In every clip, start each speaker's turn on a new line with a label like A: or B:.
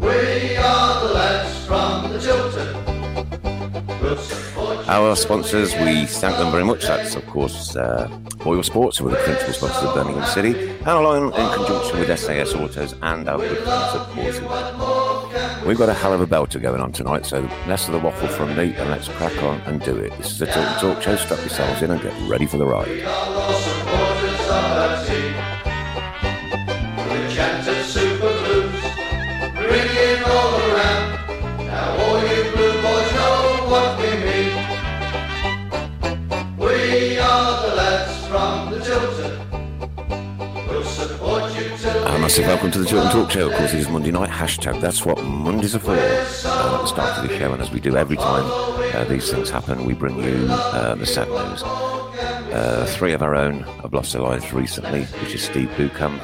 A: We are the lads from the Chiltern. We'll support you
B: Our sponsors, we thank them very much. That's, of course, uh, Royal Sports, who are the principal sponsors of Birmingham City, and along in conjunction with SAS Autos and our good friends at Portsmouth. We've got a hell of a belter going on tonight, so less of the waffle from me and let's crack on and do it. This is a talk, and talk show. Strap yourselves in and get ready for the ride.
A: all supporters of our team. We chanted super blues, ringing all around. Now all you blue boys know what we mean. We are the lads from the Chiltern. We'll support you till
B: And a
A: the
B: Uh, massive welcome
A: end.
B: to the Chiltern Talk Show. Of course, it is Monday night. Hashtag that's what Mondays are for. And at the start of the show, and as we do every time uh, these things happen, we bring you uh, the sad news. Uh, three of our own have lost their lives recently, which is Steve Buchan,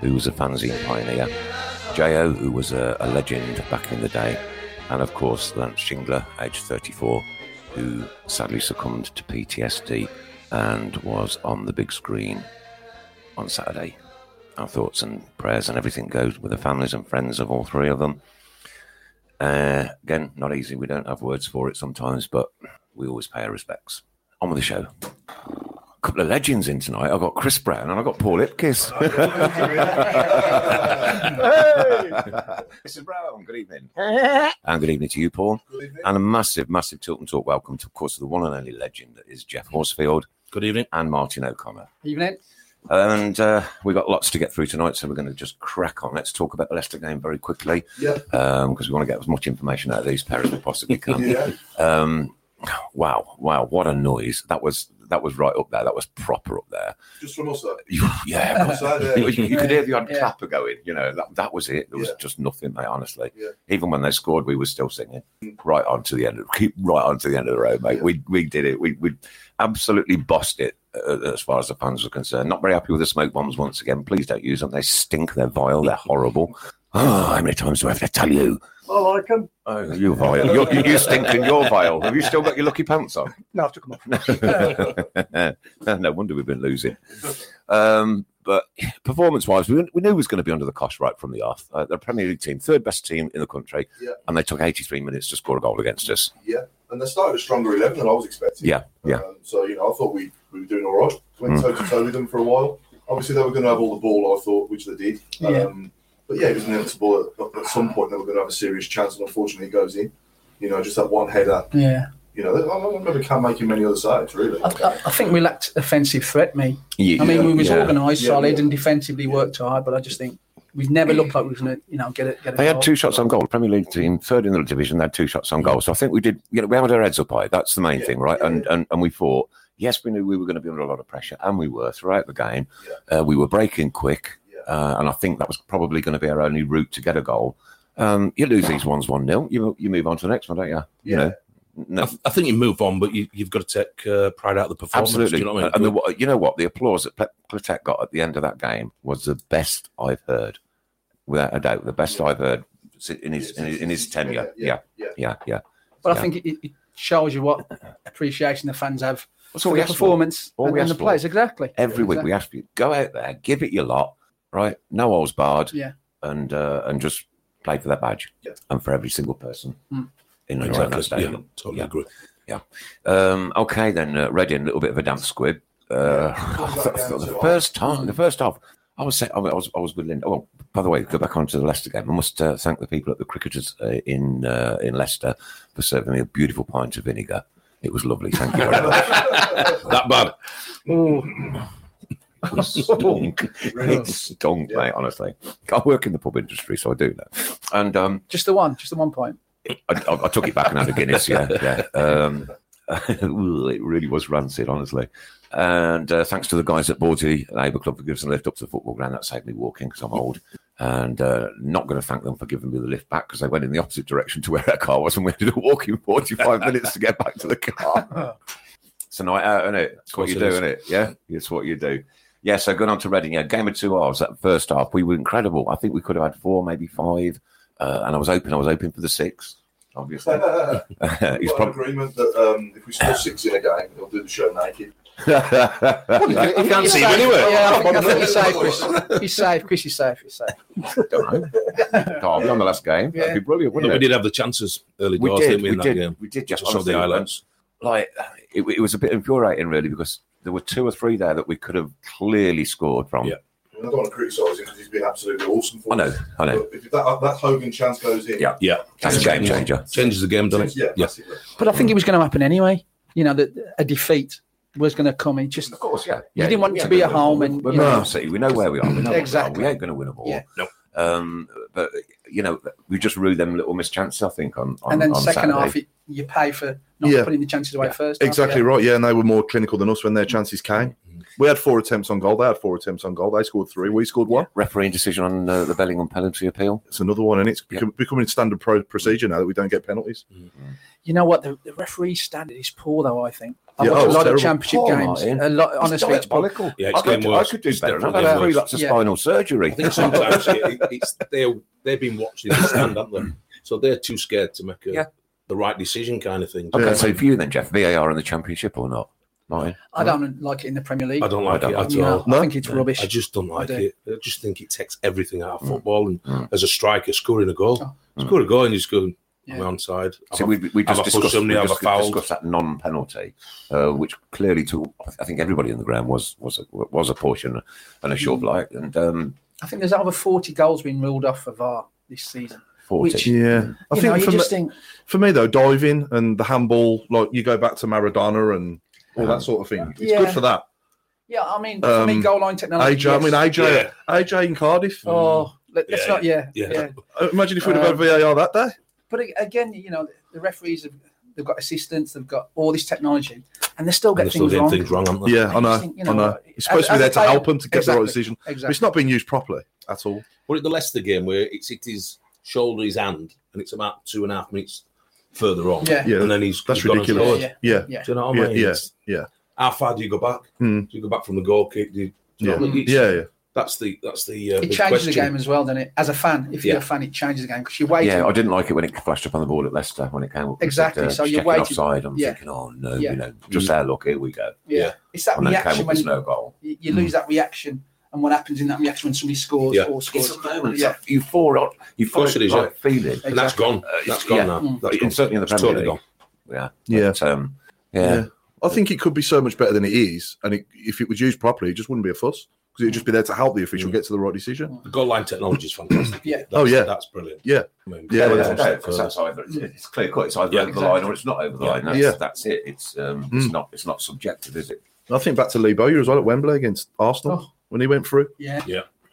B: who was a fanzine pioneer, J.O., who was a, a legend back in the day, and of course, Lance Shingler, aged 34, who sadly succumbed to PTSD and was on the big screen on Saturday. Our thoughts and prayers and everything goes with the families and friends of all three of them. Uh, again, not easy. We don't have words for it sometimes, but we always pay our respects. On with the show. A couple of legends in tonight. I've got Chris Brown and I've got Paul Ipkiss. Mr. Brown, good evening. and good evening to you, Paul. And a massive, massive tilt and talk welcome to, of course, the one and only legend that is Jeff Horsfield. Good evening. And Martin O'Connor.
C: Evening.
B: And uh, we've got lots to get through tonight, so we're going to just crack on. Let's talk about the Leicester game very quickly
D: Yeah.
B: because we want to get as much information out of these pairs as we possibly can.
D: Yeah.
B: um, wow, wow, what a noise! That was that was right up there. That was proper up there.
D: Just from us, though. Uh,
B: You- yeah, of course.
D: Outside, yeah.
B: you, you could hear the odd
C: Yeah.
B: clapper going. You know, that, that was it. There was
D: Yeah.
B: just nothing, mate. Honestly,
D: Yeah.
B: even when they scored, we were still singing right on to the end. Of, keep right on to the end of the road, mate.
D: Yeah.
B: We we did it. We we absolutely bossed it. Uh, as far as the fans were concerned, not very happy with the smoke bombs once again. Please don't use them. They stink. They're vile. They're horrible. Oh, how many times do I have to tell you?
C: I like them.
B: Oh, you're vile. You're, you you stink and you're vile. Have you still got your lucky pants on?
C: No, I've took them off.
B: no wonder we've been losing. Um, but performance wise, we, we knew it was going to be under the cosh right from the off. Uh, the Premier League team, third best team in the country,
D: Yeah.
B: and they took 83 minutes to score a goal against us.
D: And they started a stronger 11 than I was expecting.
B: Yeah, Mm. yeah.
D: Um, so, you know, I thought we, we were doing all right. Went toe to toe with them for a while. Obviously, they were going to have all the ball, I thought, which they did. Um, But yeah, it was inevitable at, at some point they were going to have a serious chance, and unfortunately, it goes in. You know, just that one header.
C: Yeah.
D: You know, I don't remember Cam making many other saves, really.
C: I, I, I think we lacked offensive threat, me.
B: Yeah,
C: I mean, we was
B: yeah.
C: organised,
D: Yeah,
C: solid,
D: yeah.
C: and defensively worked hard, but I just think we've never looked like we was going to, you know, get it. Get a
B: They had
C: goal.
B: two shots on goal. Premier League team, third in the division, they had two shots on goal. So I think we did, you know, we had our heads up high. That's the main
D: Yeah.
B: thing, right? And, and and we thought, yes, we knew we were going to be under a lot of pressure, and we were throughout the game. Uh, we were breaking quick,
D: Yeah.
B: uh, and I think that was probably going to be our only route to get a goal. Um, you lose these ones 1 0, you, you move on to the next one, don't you? You
D: Yeah.
B: know,
E: I,
B: no,
E: th- I think you move on, but you, you've got to take uh, pride out of the performance.
B: absolutely.
E: Do you know what I mean?
B: And the, wa- you know what? The applause that Pl- Platek got at the end of that game was the best I've heard, without a doubt, the best I've heard in his, in his, in his tenure. Yeah,
D: Yeah.
B: yeah, yeah.
C: But
B: yeah.
C: I think it, it shows you what appreciation the fans have
B: That's
C: for
B: all we
C: the
B: asked for.
C: performance
B: All
C: and,
B: we
C: and the
B: asked for.
C: players. Exactly.
B: Every week we
C: Exactly.
B: ask you, go out there, give it your lot, right? No holes barred,
C: Yeah.
B: and uh, and just play for that badge
D: Yeah.
B: and for every single person
C: Mm.
B: in and around
E: exactly.
B: that
E: Yeah,
B: stadium.
E: totally
B: Yeah.
E: agree.
B: Um, okay, then uh, Reading, a little bit of a damp squib. Uh,
D: Yeah.
B: I thought- I thought the first
E: Mm-hmm.
B: time, the first half, I was saying, I was, I was with Linda. Oh, by the way, go back onto the Leicester game. I must uh, thank the people at the Cricketers uh, in uh, in Leicester for serving me a beautiful pint of vinegar. It was lovely. Thank you very much.
E: That bad.
C: Mm.
B: It stunk.
D: Really?
B: it stunk,
D: Yeah.
B: mate. Honestly, I work in the pub industry, so I do know. And um,
C: Just the one, just the one point.
B: I, I, I took it back and had a Guinness. Yeah, yeah. Um, it really was rancid, honestly. And uh, thanks to the guys at Bawdsey Labour Club for giving us a lift up to the football ground. That saved me walking because I'm old. And uh, not going to thank them for giving me the lift back because they went in the opposite direction to where our car was and we ended up walking 45 minutes to get back to the car. it's a night out, isn't it? That's what
E: Course
B: you
E: it
B: do,
E: is.
B: isn't it? Yeah, it's what you do. Yeah, so going on to Reading. Yeah, game of two halves. That first half, we were incredible. I think we could have had four, maybe five. Uh, and I was hoping, I was hoping for the six, obviously. He's
D: We've got an
B: probably.
D: agreement that um, if we score six in a game, he'll do the show naked.
B: I can't see
C: safe.
B: him anywhere.
C: Yeah, I think, I
D: Come on,
C: think he's
D: come
C: safe,
D: on.
C: Chris. He's safe, Chris. He's safe. He's safe.
B: don't know. Derby on the last game. That'd be brilliant,
E: No,
B: wouldn't
E: we
B: it?
E: did have the chances early
B: We
E: doors,
B: did.
E: didn't we,
B: We
E: in that
B: did.
E: game?
B: We did. Just
E: Just saw
B: honestly,
E: the highlights.
B: Like it, it was a bit infuriating, really, because there were two or three there that we could have clearly scored from.
E: Yeah.
D: I don't want to criticise him because he's been absolutely awesome for
B: I know.
D: us.
B: I know.
D: But if that, uh, that Hogan chance goes in,
B: Yeah.
E: Yeah,
B: That's a game changer.
E: Changes the game, doesn't it?
D: yeah,
E: Yeah.
D: massively.
C: But I think it was going to happen anyway. You know that a defeat was going to come. He just
B: Of course, yeah.
C: You didn't want it to be at home and,
B: we're
C: you know-
B: Man City. We know where we are. We know exactly.
C: Exactly.
B: We ain't going to win them all.
C: Yeah.
E: No.
B: Um, but you know, we just rue them little mischances. I think on, on
C: and then
B: on
C: second
B: Saturday.
C: half you, you pay for not
D: Yeah.
C: putting the chances away first. half,
D: Exactly right. Yeah, and they were more clinical than us when their chances came.
B: Mm-hmm.
D: We had four attempts on goal. They had four attempts on goal. They scored three. We scored one.
B: refereeing decision on uh, the Bellingham penalty appeal.
D: It's another one, and it's
B: Yeah. Mm,
D: become- becoming standard pro- procedure now that we don't get penalties.
C: You know what? The, the referee standard is poor, though. I think I
D: Yeah,
C: watch a
D: oh, it's
C: lot
D: terrible.
C: of championship
B: Poor,
C: games.
B: Martin.
C: A lot, honestly, it's poor.
B: diabolical.
E: Yeah, it's
B: I, could,
E: getting
B: I
E: worse.
B: could do
E: It's
B: better. I've
E: definitely
B: had three
E: worse.
B: lots of
C: Yeah.
B: spinal surgery.
E: I think sometimes it, it's they they've been watching the stand, haven't they? So they're too scared to make a,
B: Yeah.
E: the right decision, kind of thing.
B: Okay,
D: Yeah.
B: so for you then, Jeff, VAR in the championship or not? Martin?
C: I don't like it in the Premier League.
E: I don't
B: I
E: like
B: don't
E: it
B: like
E: at
C: You know,
E: all.
C: I think it's rubbish.
E: I just don't like
C: do.
E: it. I just think it takes everything out of
B: Mm.
E: football. And
B: Mm.
E: as a striker, scoring a goal, score a goal, and you just go, "I'm
C: Oh. Yeah.
E: onside."
B: So
E: I'm
B: we, we
E: Have
B: just
E: I pushed
B: discussed, we
E: somebody, have I
B: just
E: fouled?
B: discussed that non-penalty, uh, which clearly to I think everybody in the ground was was a, was a portion and a
C: Mm.
B: short light and um,
C: I think there's over 40 goals being ruled off for VAR this season.
B: forty.
C: Which-
D: Yeah, I
C: you
D: think
C: know, you
D: for,
C: just
D: me,
C: think
D: for me though, diving and the handball, like you go back to Maradona and all that sort of thing. It's
C: Yeah.
D: good for that.
C: Yeah, I mean, for
D: Um,
C: me, goal line technology.
D: AJ, I mean
C: yes.
D: AJ, AJ in Cardiff.
C: Oh, let, us
E: Yeah,
C: not. Yeah,
E: yeah.
C: yeah.
D: Uh, Imagine if we'd have had
C: Um,
D: VAR that day.
C: But a- again, you know, the referees have they've got assistants, they've got all this technology, and they still
E: and
C: get
E: they're
C: things
E: still doing
C: wrong.
E: things wrong, aren't they?
D: Yeah, I
C: I
D: know.
C: just think, you
D: I
C: know,
D: know. It's supposed
C: as-
D: to be there
C: as
D: to
C: a
D: help them to get the right
C: Exactly.
D: decision. But it's
C: Exactly.
D: not being used properly at all.
E: What at the Leicester game where it's it's his shoulder, his hand, and it's about two and a half minutes further on.
C: Yeah.
D: Yeah,
E: and then he's
D: That's
E: he's gone and
D: ridiculous.
E: scored.
C: Yeah,
D: yeah.
C: yeah.
E: Do you know what I
D: Yeah,
E: mean?
D: yeah,
E: It's-
D: yeah.
E: How far do you go back?
D: Mm.
E: Do you go back from the goal kick? Do you, do you know
D: Yeah.
E: what I mean? It's-
D: Yeah, yeah.
E: That's the that's the. Uh,
C: It
E: big
C: changes
E: question.
C: the game as well, doesn't it? As a fan, if you're
E: Yeah.
C: a fan, it changes the game because you're waiting.
B: Yeah, I didn't like it when it flashed up on the board at Leicester when it came up.
C: Exactly,
B: It said,
C: so you're
B: checking
C: waiting.
B: offside. I'm
C: Yeah.
B: thinking, oh no,
C: Yeah.
B: you know, just our luck. Here we go.
C: yeah.
E: yeah.
C: it's that
B: And then it came
C: reaction
B: up
C: when
B: with no goal.
C: you, you
D: Mm.
C: lose that reaction, and what happens in that reaction when somebody scores
E: Yeah.
C: or
B: It's
C: scores?
B: a moment.
C: Yeah,
B: Yeah. Euphoric,
E: course it
B: euphoric
E: is,
B: like, feeling.
E: And that's gone. that's Uh, gone
B: yeah.
E: now. That's gone.
B: It's certainly in the
E: It's
B: Premier
E: totally
B: League.
E: gone.
B: Yeah.
D: Yeah.
B: But, um, yeah.
D: Yeah. I think it could be so much better than it is, and it, if it was used properly, it just wouldn't be a fuss because it'd just be there to help the
E: Mm.
D: official get to the right decision.
E: The goal line technology is fantastic.
C: Yeah.
E: That's,
D: Oh, yeah.
E: That's brilliant.
D: Yeah.
E: I mean,
D: Yeah,
B: Yeah, well,
D: yeah.
B: there's
E: one
B: a doubt
E: step
B: because
E: further.
B: that's either
C: Mm.
B: it's, it's clear cut. It's either
E: Yeah,
B: over the
C: exactly.
B: line or it's not over the line. That's,
D: Yeah.
B: that's it. It's um,
D: Mm.
B: it's not it's not subjective, is it?
D: And I think back to Lee Bowyer as well at Wembley against Arsenal
C: Oh.
D: when he went through.
C: yeah.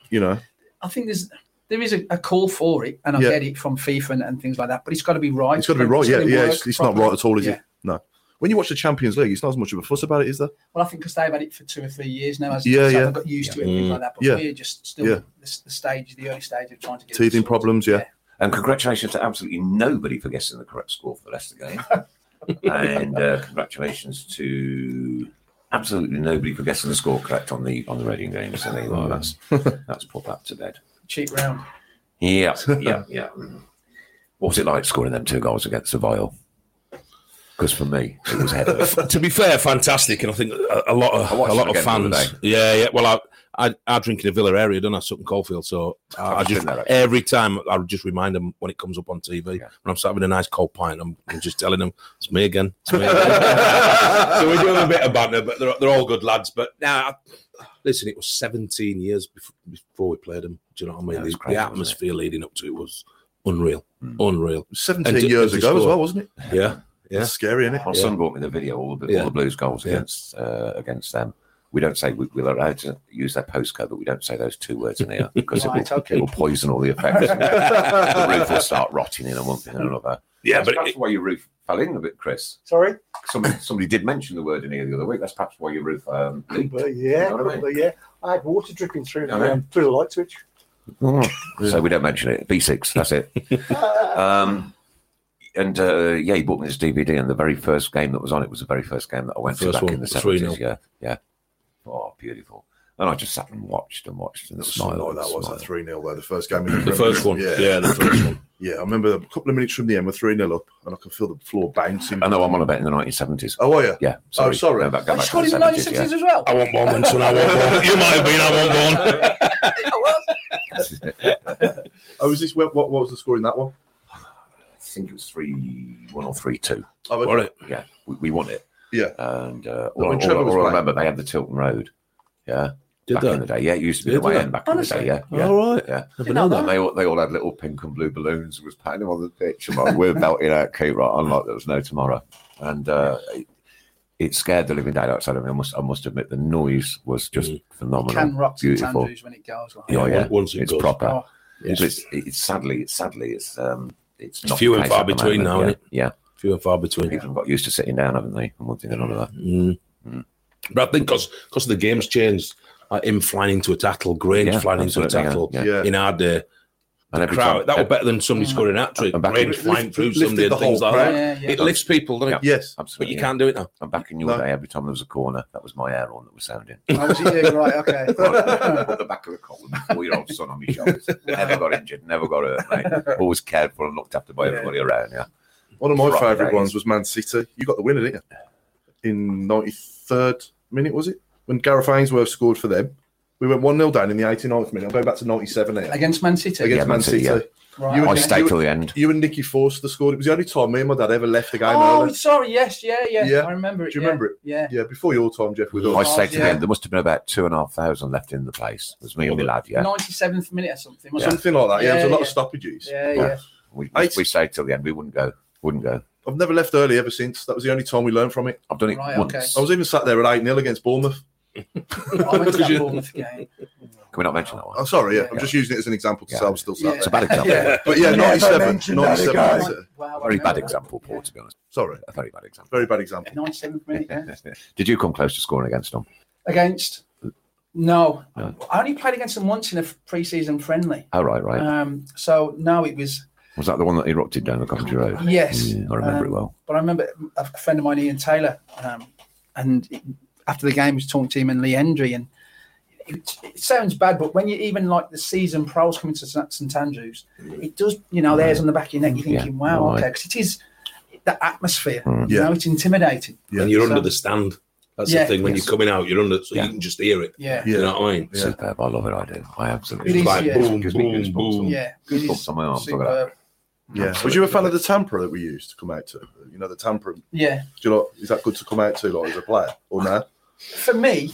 D: You know,
C: I think there's there is a, a call for it, and I
D: Yeah.
C: get it from FIFA and, and things like that, but it's got to be right.
D: it's got to be right. Yeah,
C: gotta
D: yeah.
C: work
D: It's, it's not
C: properly.
D: right at all, is
C: Yeah.
D: it? No. When you watch the Champions League, it's not as much of a fuss about it, is there?
C: Well, I think because they've had it for two or three years now, as so
D: Yeah, yeah.
C: they've got used to it and things like that. But
D: Yeah.
C: we're just still
D: Yeah.
C: the, the stage, the early stage of trying to get it
D: Teething
C: sorted.
D: problems. Yeah.
B: And congratulations to absolutely nobody for guessing the correct score for the Leicester game. and uh, congratulations to absolutely nobody for guessing the score correct on the on the Reading game. So there you are. That's that's put that to bed.
C: Cheap round.
B: Yeah, yeah, yeah. What was it like scoring them two goals against Seville? Because for me, it was heaven.
E: to be fair, fantastic, and I think a, a lot of
B: I watched
E: a lot
B: them
E: of
B: again the other
E: fans. Yeah, yeah. Well, I, I I drink in a Villa area, don't I? Sutton Coldfield, so I, I just every time I just remind them when it comes up on TV
B: Yeah.
E: when I'm sat with a nice cold pint, I'm, I'm just telling them it's me again. It's me again. so we're doing a bit of banter, but they're, they're all good lads. But now, listen, it was 17 years before, before we played them. Do you know what I mean?
B: Yeah, it was
E: the,
B: crazy,
E: the
B: wasn't it?
E: atmosphere leading up to it was unreal, unreal.
D: Hmm. Seventeen
E: And to-
D: years
E: and to
D: ago as
E: score.
D: well, wasn't it?
E: Yeah, yeah.
D: That's scary, isn't it?
B: My son brought me the video, all the,
E: Yeah.
B: all the Blues goals
E: Yeah.
B: against uh, against them. We don't say we, we're allowed to use their postcode, but we don't say those two words in here because it,
C: Right,
B: will,
C: okay.
B: it will poison all the effects. the roof will start rotting in and one thing and another.
E: Yeah,
B: That's-
E: but
B: that's
E: it-
B: why your roof fell in a bit, Chris.
C: Sorry.
B: somebody, somebody did mention the word in here the other week. That's perhaps why you're with. Um, Lee.
F: But yeah,
B: You know what I mean?
F: but yeah. I had water dripping through
B: Yeah,
F: the, um, through the light switch.
D: Mm.
B: So we don't mention it. B6, that's it. um, and uh, yeah, he bought me this DVD, and the very first game that was on it was the very first game that I went
E: The
B: to
E: first
B: back
E: one,
B: in the
E: the 3-0.
B: seventies. Yeah, yeah. Oh, beautiful. And I just sat and watched and watched and
D: That was
B: smiled.
D: something like
B: and
D: that was
B: smiled.
D: that three 0 though. The first game, in
E: The first one. Yeah, the first one.
D: yeah. I remember a couple of minutes from the end, we're three 0 up, and I could feel the floor bouncing.
B: I know I'm on about in the 1970s.
D: Oh, are you?
B: Yeah.
D: Oh, sorry.
B: Go back, go
C: I
B: back to
C: scored in the
B: 70s, yeah.
C: 1960s as well.
E: I want one, Winston. I want one. You might have been. I want one.
D: Oh, was this what? What was the score in that one?
B: I think it was three one or three two.
D: Oh,
E: All right.
B: Yeah, we, we won it.
D: Yeah.
B: And uh,
D: But
B: all,
D: when
B: all-
D: Trevor
B: all
D: was
B: I
D: playing-
B: remember, they had the Tilton Road. Yeah.
E: Did
B: back in the
E: that?
B: day, yeah, it used to be
E: Did
B: the way
E: they?
B: in back in
C: Honestly?
B: the day, yeah, yeah.
E: All right.
B: Yeah.
E: Never know
B: And
E: that.
B: they all, they all had little pink and blue balloons and was patting them on the pitch. And like, we're belting out Kate right on like there was no tomorrow. And uh, it, it scared the living daylights out of me. I must, I must admit, the noise was just phenomenal.
C: Can rock to
B: beautiful.
C: Andrews when it goes like.
B: Yeah,
E: Mm. Yeah,
B: yeah.
E: once it
B: it's
E: goes.
B: proper.
C: Oh.
B: It's, it's, it's sadly, it's sadly, it's um, it's,
E: It's
B: not
E: few
B: the
E: and
B: case
E: far
B: at the
E: between now,
B: yeah.
E: isn't
B: Yeah,
E: Few and far between.
B: people have got used to sitting down, haven't they? And one thing and another.
E: Mm. But I think because the game's changed, like him flying into a tackle, Grange
B: Yeah,
E: flying into a
B: absolutely, yeah,
E: tackle
B: yeah.
D: Yeah.
E: in our day,
B: And every
E: crowd
B: time-
E: that was better than somebody scoring that trick.
B: And back-
E: Grange
D: Lift-
E: flying through
D: lifted
E: somebody
D: the
E: and things
D: whole
E: like that.
C: Yeah, yeah.
E: It lifts people, doesn't it?
D: Yes.
E: But
B: Absolutely.
E: you
B: yeah.
E: can't do it now.
B: And back in your
D: No.
B: day, every time there was a corner, that was my air horn that was sounding.
C: I was here, right, okay.
B: Right, put the back of the collar, my four-year-old son on my shoulders. Never got injured, never got hurt, mate. Always cared for and looked after by everybody around. Yeah,
D: One of my
B: Right,
D: favourite
B: days.
D: ones was Man City. You got the winner, didn't you? In 93rd minute, was it? When Gareth Ainsworth scored for them. We went 1 0 down in the 89th minute. I'm going back to 97 here.
C: Against Man City.
D: Against
B: Yeah, Man
D: Man City.
B: City,
C: Right,
D: You were
B: I
D: Okay.
B: stayed till the end.
D: You and Nicky Forster scored. It was the only time me and my dad ever left the game
C: Oh,
D: early.
C: sorry. Yes, yeah, yeah,
D: Yeah.
C: I remember it.
D: Do you
C: yeah.
D: remember it?
C: Yeah.
D: Yeah, before your time, Jeff, with
B: I
D: us.
B: stayed till the
C: yeah.
B: end. There must have been about two and a half thousand left in the place. It was me and my lad. Yeah,
C: 97th minute or something. wasn't
D: Something like that. Yeah, there was a
C: Yeah,
D: lot of
C: yeah.
D: stoppages.
C: it? Yeah,
B: Yeah.
C: yeah.
B: we, we,
D: Eight-
B: we stayed till the end. We wouldn't go. Wouldn't go.
D: I've never left early ever since. That was the only time we learned from it.
B: I've done it
C: Right,
B: once.
C: okay.
D: I was even sat there at 8 0 against Bournemouth.
C: I went to
E: Because you-
C: that Bournemouth game.
B: Can we not mention that one?
D: I'm Oh, sorry, yeah.
C: Yeah.
D: I'm just using it as an example to
B: Yeah.
D: say I'm still sat
C: Yeah.
B: It's a
D: there.
B: bad example.
C: Yeah.
D: But yeah,
F: Never
D: 97.
F: mention that
D: 97
F: again.
D: was it.
C: Wow, I
B: Very bad
C: remember that.
B: example, Paul. To be honest,
D: Sorry.
B: a very bad example.
D: Very bad example.
C: 97th minute, yeah.
B: Did you come close to scoring against them?
C: Against? No.
B: No.
C: I only played against them once in a pre season friendly.
B: Oh right, right.
C: Um, so, no, it was.
B: was that the one that erupted down the Coventry Road?
C: Yes.
B: Yeah, I remember
C: Um,
B: it well.
C: But I remember a friend of mine, Ian Taylor, um, and after the game, he was talking to him and Lee Hendry, and it, it sounds bad, but when you even like the season pros coming to St St Andrews, it does, you know, there's on the back of your neck. You're
B: Mm. Yeah,
C: thinking, wow,
B: right. Mm.
C: okay, because it is that atmosphere. You
D: Yeah.
C: know, it's intimidating.
E: And you're under
C: So-
E: the stand. That's
C: Yeah.
E: the thing. When
B: Yes.
E: you're coming out, you're under, so
B: Yeah.
E: you can just hear it.
C: Yeah,
D: Yeah.
E: You know what I mean?
D: Yeah.
B: Superb. I love it. I do. I absolutely.
C: It is,
E: like
C: yeah.
E: boom,
B: Gives me
E: boom,
B: goosebumps.
E: boom.
C: yeah.
B: Good
C: It is
B: bumps on my arms, look at that.
C: superb.
D: Yeah. Was you a fan of the Tampa that we used to come out to? You know, the Tampa. Do
C: Yeah,
D: you know, is that good to come out to, like, as a player or no?
C: for me,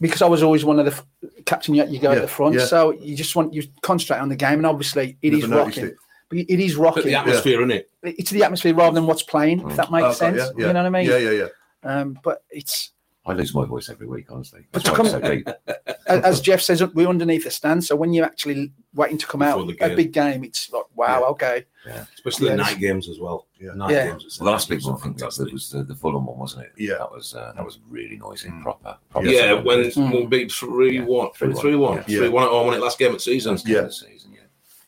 C: because I was always one of the f- captain, you, you go
D: Yeah,
C: at the front,
D: yeah.
C: so you just want you concentrate on the game, and obviously it
D: Never
C: is
D: noticed
C: rocking.
D: it.
C: But it is
E: But
C: rocking.
E: the atmosphere, in it.
C: it's the atmosphere rather than what's playing, if that makes
D: Mm. Oh, Okay,
C: sense.
D: yeah, yeah.
C: You know what I mean?
D: Yeah, yeah, yeah.
C: Um, but it's
B: I lose my voice every week, honestly.
C: But
B: That's
C: to
B: why it's so deep.
C: a- as Jeff says, we're underneath the stand. So when you're actually waiting to come
E: Before
C: out
E: the
C: a
E: game.
C: big game, it's like wow,
D: Yeah.
C: okay,
E: Especially
C: Yeah.
E: the night games as well.
D: Yeah.
E: Night
C: Yeah.
E: games. it's
B: The last big
E: fantastic.
B: one, I think, that was the, the Fulham one, wasn't it?
D: Yeah.
B: That was uh, that was really noisy,
D: Mm.
B: proper. proper
E: Yeah,
B: Fulham.
E: when it's
C: Mm.
E: we'll beat 3 1, 3
B: Yeah.
E: 3 1,
D: Yeah.
E: 3 1 at home when it last game of the season.
B: That's the end of
D: Yeah.
B: the season, yeah.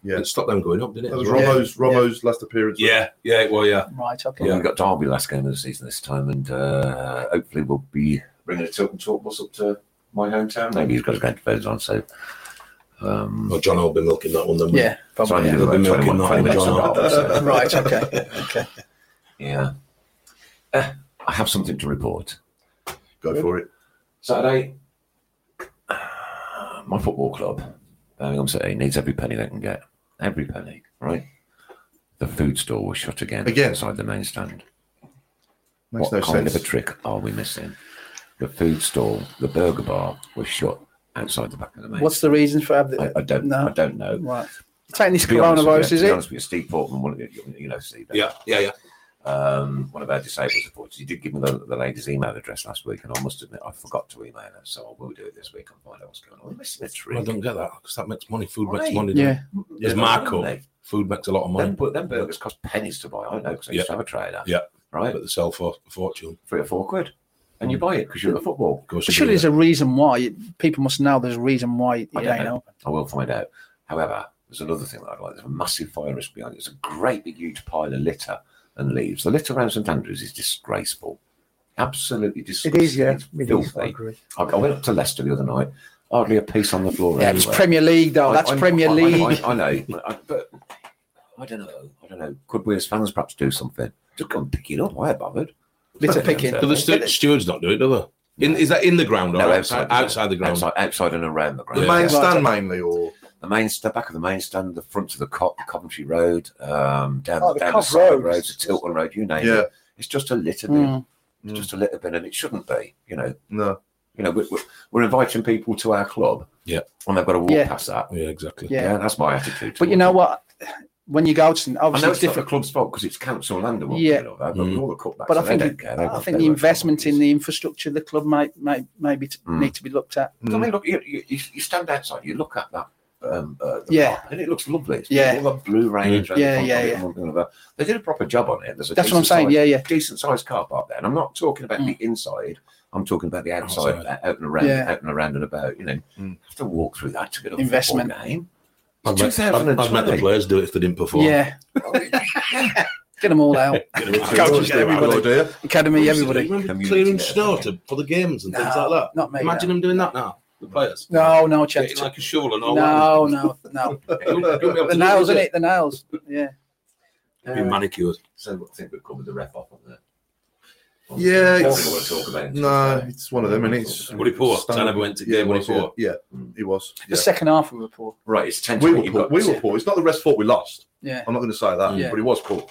D: Yeah.
E: It stopped them going up, didn't it?
D: That was
E: as well?
D: Romo's, Romo's last appearance.
E: Yeah, yeah, well, yeah.
C: right, okay.
B: Well, We've got Derby last game of the season this time, and uh, hopefully we'll be bringing a Tilton Talk bus up to my hometown. Maybe he's got to go to bed on, so. Um,
E: Oh, John will be milking that one then.
C: Yeah,
B: so I'm
C: probably.
B: gonna
E: They'll
B: do
E: be
B: about
E: milking
B: 21,
E: that
B: 20
E: one,
B: minutes on
E: John.
B: Derby, so,
C: right, okay, okay.
B: Yeah. Uh, I have something to report.
D: Go for it.
B: Saturday, my football club, Birmingham City, needs every penny they can get. Every penny, right? The food store was shut again,
D: Again?
B: inside the main stand. what
D: Makes no
B: kind
D: sense.
B: of a trick are we missing? The food stall, the burger bar, was shut outside the back of the main.
C: What's the reason for having?
B: I, I don't.
C: No,
B: I don't know.
C: right. You're taking this
B: To be honest with you-
C: coronavirus, is
B: To be
C: it?
B: honest with you, Steve Portman, one of the- you know Steve. don't you?
E: Yeah, yeah, yeah.
B: um, one of our disabled supporters. You did give me the, the lady's email address last week, and I must admit I forgot to email her, so I will do it this week and find out what's going on. Miss Smith's
E: I
B: really
E: don't get that because that makes money. Food
B: Right.
E: makes money. doesn't it?
C: Yeah,
E: There's
B: Oh, Yeah.
E: markup.
B: Them,
E: Food makes a lot of money.
B: them burgers cost pennies to buy. I know because I used to have a trader.
E: Yeah.
B: right?
E: but they sell for a fortune. Hmm.
B: Three or four quid, and you buy it because you're at football.
E: Of course,
C: But
E: you do
C: surely there's
E: that.
C: a reason why people must know there's a reason why it
B: I
C: ain't
B: don't know.
C: open.
B: I will find out. However, there's another thing that I like. There's a massive fire risk behind it. There's a great big huge pile of litter and leaves. The litter around St Andrews is disgraceful. Absolutely
F: It
B: disgraceful.
F: is, yeah.
B: It's
F: It is, I
B: filthy.
F: agree.
B: I, I went up to Leicester the other night. Hardly a piece on the floor.
C: Yeah, it's
B: anywhere.
C: Premier League though.
B: I-
C: That's
B: I-
C: Premier
B: I- I-
C: League.
B: I, I know, I- but I don't know. I don't know. Could we as fans perhaps do something? Just go and pick it up. Why bothered? uh,
C: Litter picking.
E: Do the stu- stewards not do it, do they? In, is that in the ground or
B: No,
E: outside,
B: outside,
E: outside the ground?
B: Outside, outside and around the ground.
D: The
E: Yeah.
D: main
C: Yeah.
D: stand mainly, or
B: the main stand, back of the main stand, the front of the Co- Coventry Road, um, down,
F: Oh, the
B: down the
F: Cov
B: side roads,
F: roads.
B: the Tilton Road, you name
D: Yeah.
B: it. It's just a litter bin.
C: Mm.
D: Mm.
B: It's just a litter bin, and it shouldn't be. You know,
D: no?
B: you know, we're, we're- we're inviting people to our club.
E: Yeah.
B: and they've got to walk
C: Yeah.
B: past that.
E: Yeah, exactly.
C: Yeah.
B: Yeah. that's my attitude.
C: But you know what? When you go to obviously
B: I know
C: it's
B: it's not the
C: different,
B: club's fault because it's council land and
C: Yeah.
B: whatnot, all that, but with
E: Mm.
B: all the cutbacks,
C: But I
B: they
C: think
B: don't
C: it-
B: care. They
C: I
B: want-
C: think
B: they
C: the
B: want
C: investment in
B: companies.
C: the infrastructure of the club might may, maybe t-
B: Mm.
C: need to be looked
E: Hmm.
C: at.
D: Mm.
B: I mean, look, you, you, you you stand outside, you look at that. Um, uh, the
C: Yeah.
B: park, and it looks lovely. It's
C: Yeah. Mm.
B: all that blue range. around the
C: Yeah,
B: front
C: yeah,
B: of it
C: yeah.
B: and all that. They did a proper job on it. There's a
C: That's what I'm
B: decent
C: saying.
B: size-
C: Yeah, yeah.
B: decent sized car park there. And I'm not talking about
C: Mm. Oh,
B: the inside. I'm talking about the outside, uh,
E: Outside.
B: out and around,
C: Yeah.
B: out and around and about. You know,
D: Mm.
B: have to walk through that to get a
C: Investment.
B: football game.
E: I'd
B: It's
E: make- I'd, I'd make the
B: 2020.
E: players do it if they didn't perform.
C: Yeah. Get them all out.
E: Get them out.
C: Coaches get everybody.
D: Good idea.
C: Academy, everybody.
E: Remember
B: Community
E: clearing
B: there,
E: snow
B: yeah.
E: to, for the games and things
C: No,
E: like that.
C: not me,
E: Imagine them doing that now, the players.
C: No, no,
E: Getting
C: Chelsea.
E: like a shovel and all that.
C: No, no, no.
E: You'll- you'll be able to
C: The
E: do
C: nails,
E: it.
C: isn't it? The nails. Yeah.
E: Be manicured.
B: Uh, So I think we've covered the wrap up on that.
D: Yeah,
B: What
D: it's-
B: we want to talk about.
D: No, it's one of them, and it's
E: Woody Poor.
D: Standard-
E: Tanner went to
D: yeah,
E: game Woody
D: was, yeah.
E: Poor.
D: Yeah,
B: Mm.
D: he was.
C: The
D: yeah.
C: second half of the report.
B: Right, it's ten to
D: We
B: eight.
D: were
B: You've
D: poor.
B: got-
D: We were poor. It's not the rest fault we lost.
C: Yeah.
D: I'm not going to say that,
C: Yeah. Mm.
D: but he was poor.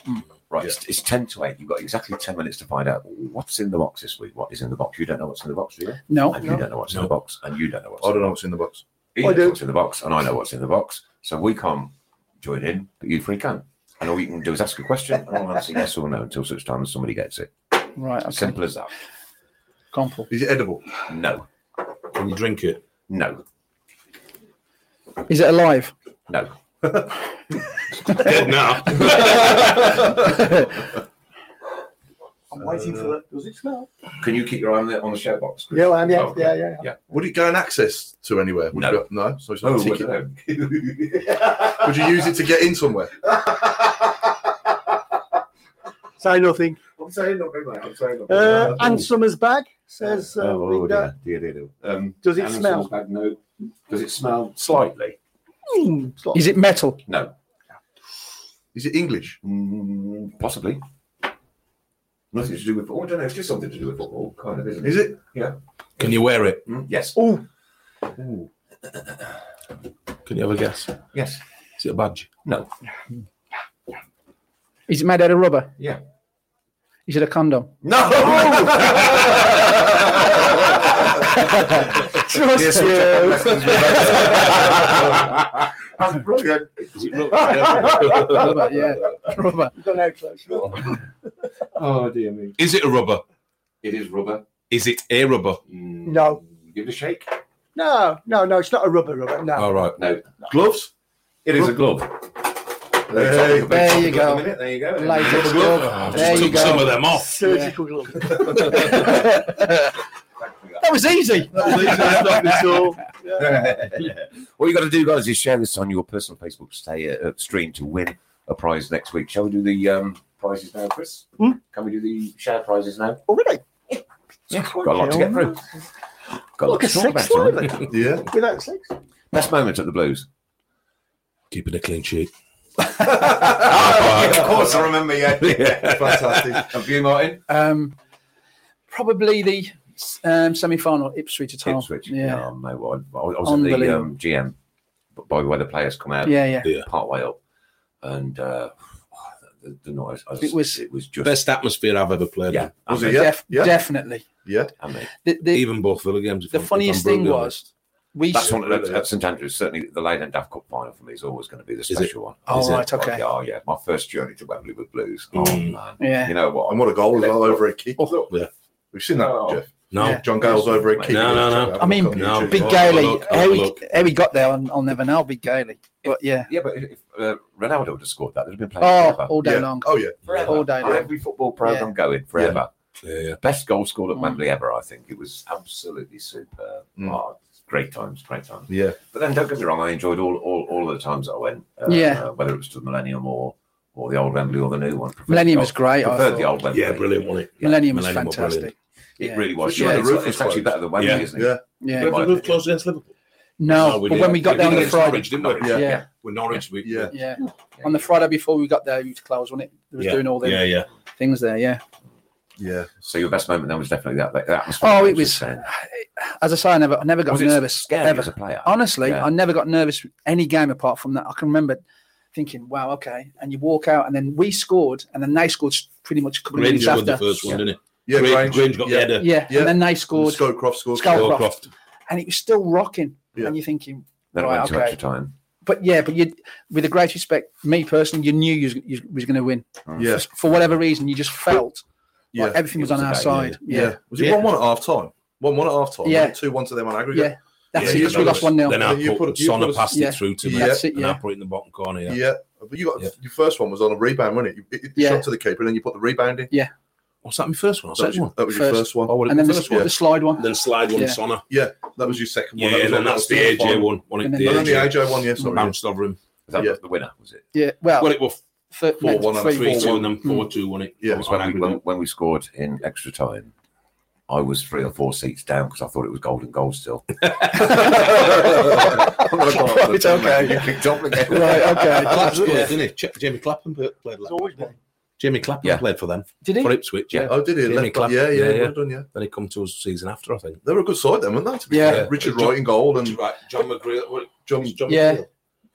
B: Right, it's, it's ten to eight. You've got exactly ten minutes to find out what's in the box this week. What is in the box? You don't know what's in the box, do you?
C: No.
B: And
C: no.
B: you don't know what's in
E: No.
B: the box, and you don't know what's.
D: I
B: in
D: don't
B: the
D: know what's in the box.
B: He
F: I
B: knows
F: do.
B: what's in the box, and I know what's in the box, so we can't join in, but you three can. And all you can do is ask a question, and I'll answer yes or no until such time as somebody gets it.
C: Right. Okay.
B: Simple as that.
C: Compal.
D: Is it edible?
B: No,
E: Can you drink it?
B: no,
C: Is it alive?
B: no.
E: Dead now.
F: I'm waiting
B: Uh,
F: for that. Does it smell?
B: Can you keep your eye on the on the shout box? Chris?
F: Yeah, I am. Yeah,
B: Oh, Okay.
F: yeah, yeah.
B: yeah.
D: Would it gain access to anywhere? Would
B: No.
D: You, no. So it's not
B: Oh,
D: a ticket.
B: well,
D: Would you use it to get in somewhere?
F: Say nothing.
D: I'm saying nothing, mate. I'm saying nothing.
F: Uh, Anne Summers bag says, uh,
B: oh, oh,
F: Linda,
B: dear, dear, dear, dear. Um,
F: Does it
B: Alan
F: smell?
B: Salzburg, no. Does it smell slightly?
F: mm, it's like-
C: Is it metal?
B: No.
D: Is it English?
B: Mm, possibly. Nothing to do with. Oh, I don't know. It's just something to do with football, kind of, isn't
D: Is it?
E: Can you wear it?
B: Mm, yes.
F: Oh,
E: Can you have a guess?
B: Yes.
E: Is it a badge?
B: No.
C: Is it made out of rubber?
B: Yeah.
C: Is it a condom?
B: No.
C: Trust
B: That's brilliant.
E: Is it rubber?
C: Rubber, yeah. Rubber.
F: you've got no close. look.
B: Oh dear me.
E: Is it a rubber?
B: It is rubber.
E: Is it a rubber?
B: Mm,
F: No.
B: Give it a shake. Oh,
F: No, no, no, it's not a rubber rubber. No.
E: All right.
B: No.
D: Gloves?
B: It is a glove.
D: Hey,
C: There you go.
B: There you go.
C: Latex
E: I've
C: glove. There
E: just
C: you
E: took some of
C: go.
E: them off.
F: Surgical glove.
C: that was easy.
B: All you got to do, guys, is share this on your personal Facebook stay, uh, stream to win a prize next week. Shall we do the um, prizes now, Chris?
F: Hmm? Oh,
B: Can we do the share prizes now?
F: Already?
B: Yeah, got a lot to get through. Got a lot
F: Like a
B: to talk
F: sex
B: about. haven't we?
F: driver.
D: Yeah.
F: Without sex?
B: Best moment at the Blues.
E: Keeping a clean sheet.
B: Oh, of course, I remember. Yeah,
D: Fantastic.
B: And for you, Martin.
C: Um, probably the um, semi-final Ipswich at home.
B: Ipswich.
C: Yeah.
B: Oh, mate, well, I, I was at the
C: Unbelievable.
B: um, GM b- by the way the players come out
C: yeah, yeah,
B: part way up, and uh, the, the noise. I
C: It was-
B: It was just.
E: Best atmosphere I've ever played.
B: yeah.
E: Yeah.
D: Was
B: I mean,
D: it? Yeah.
C: Uh, Def-
D: Yeah.
C: Definitely.
D: Yeah.
B: I mean,
C: The, the,
E: Even both Villa games. if
C: the
E: I'm- if
C: funniest
E: I'm
C: thing
E: brutally honest.
C: was we.
B: That's
C: s-
B: one at, at St Andrews. Certainly, the Leyland Daft Cup final for me is always going to be the
E: it?
B: special one.
C: Oh,
E: is it?
C: right, okay.
B: Like, oh yeah, my first journey to Wembley with Blues. Oh
E: Mm.
B: man,
C: Yeah.
B: you know what?
D: And what a goal as well over a kick.
B: Oh, look.
D: We've seen that,
B: Oh.
D: Jeff.
E: No.
C: Yeah.
D: John Gale's over at Kew.
E: No, no, no.
D: Have a
C: I mean,
D: look on
E: no,
D: YouTube.
C: Big
E: I'll
C: Gailey,
E: look, I'll
C: how, he-
E: look.
C: how he got there, I'll, I'll never know. Big Gailey, but yeah,
B: Yeah, but if uh, Ronaldo would have scored that, they'd have been playing
C: oh,
B: forever.
C: all day
D: Yeah.
C: long,
D: Oh yeah.
C: all day
B: On
C: long.
B: every football program going forever.
E: Yeah, yeah.
B: Best goal scored at
C: Mm.
B: Wembley ever, I think. It was absolutely superb.
D: Mm.
B: Oh, it's great times, great times.
D: Yeah.
B: But then don't get me wrong, I enjoyed all all, all of the times I went. Uh,
C: Yeah.
B: uh, whether it was to the Millennium or or the old Wembley or the new one. Preferred
C: Millennium
B: the
C: was
B: old-
C: great. I
B: Preferred the
C: thought.
B: old Wembley.
E: Yeah, brilliant, wasn't it?
C: Millennium was
E: Millennium were brilliant.
C: fantastic.
B: It
C: Yeah.
B: really was.
D: Sure,
B: yeah,
D: the
B: it's,
D: roof was
B: it's actually
D: closed.
B: better than Wembley,
E: Yeah.
B: isn't it?
D: Yeah.
C: Yeah,
E: Yeah.
B: Right.
E: The roof closed against Liverpool.
C: no,
E: we
C: but
E: did.
C: when we got there on the
E: against
C: Friday,
E: Norwich, didn't we?
D: Yeah.
C: yeah.
E: With Norwich, we,
D: Yeah.
C: Yeah.
B: Yeah.
C: On the Friday before we got there, you was closed, wasn't it? They was
E: Yeah.
C: doing all the
E: yeah, yeah.
C: things there, yeah.
D: Yeah.
B: So your best moment then was definitely that. That, that was
C: Oh, it
B: I
C: was-
B: just saying.
C: As I say, I never, I never got
B: Was it
C: nervous.
B: scary
C: ever.
B: as a player.
C: Honestly,
B: Yeah.
C: I never got nervous with any game apart from that. I can remember thinking, "Wow, okay." And you walk out, and then we scored, and then they scored pretty much a couple of
E: Grange
C: minutes
E: won the
C: after.
E: first one,
B: Yeah.
E: didn't
D: Yeah.
E: he? Grange,
D: Grange.
E: Grange got
D: yeah.
E: the header.
C: Yeah,
D: Yeah.
C: and then they scored,
D: Scowcroft scored.
C: Scowcroft.
E: Scowcroft.
C: and it was still rocking.
D: Yeah.
C: And you're thinking,
B: Then
C: Right,
B: it went to
C: okay.
B: extra time.
C: but yeah, but you, with the greatest respect, me personally, you knew you was, you was going to win
D: Yeah.
C: for whatever reason. You just felt like
D: Yeah.
C: everything
B: It
C: was,
B: was
C: on our
B: about-
C: side.
D: Yeah.
C: Yeah,
D: Was it
E: Yeah.
D: one one at half time? One one at half time.
C: Yeah.
D: Two one to them on
C: yeah.
D: aggregate.
C: That's
D: Yeah,
C: it. 'cause we
D: you
C: lost one 0
E: Then I
D: You
E: put,
D: put- you
E: Sonna
D: put-
E: passed
C: yeah.
E: it through to me.
D: Yeah.
C: That's it,
E: And I
C: yeah.
E: put it in the bottom corner. Yeah.
D: Yeah. But you got
E: Yeah.
D: your first one was on a rebound, wasn't it? You it, it
C: Yeah.
D: shot to the keeper and then you put the rebound in.
E: Was that my first one? or
D: That was,
E: second
D: your,
E: one?
D: that was your
C: First.
D: first one.
E: Oh, what
C: And
E: it
C: then the,
E: was first
C: the
E: one.
C: slide one.
E: Then slide one,
C: Yeah.
E: Sonna.
D: That was your second
E: Yeah,
D: one. That was
E: and then
D: on- that
E: that's the
D: was
E: AJ
D: final.
E: one. One
C: And
E: the
C: then
D: And then the
E: AJ
D: AJ one, yeah, sorry. yeah.
E: bounced over him.
B: That
D: Yeah.
B: was the winner, was it?
C: yeah, well,
E: Well, it was
C: for,
D: four, one and
C: three, Mm.
D: three,
E: 3 2
D: one.
E: and then 4 2, wasn't it?
D: Yeah,
E: I
D: it
E: was
D: was
B: when, we,
E: angry.
B: when, when we scored in extra time, I was three or four seats down because I thought it was golden goal still.
C: Right, okay.
B: You kicked off again.
C: Right, okay.
E: Clapp's good,
C: Yeah.
E: didn't he? Ch- Jamie Clapham played like that. Jamie Clapham
B: Yeah.
E: played for them.
C: Did he?
E: For Ipswich, yeah.
D: Oh, did he?
E: Jamie
D: Left back.
E: Clark.
D: Yeah, yeah,
E: Yeah,
D: yeah,
E: yeah.
D: Well done, yeah.
E: Then he come to us season after, I think.
D: They were a good side then, weren't they? To be
C: Yeah.
D: fair? Richard Wright in goal and
E: Right, John McGreal. what-
D: John,
E: was John
C: Yeah.
E: McGreal?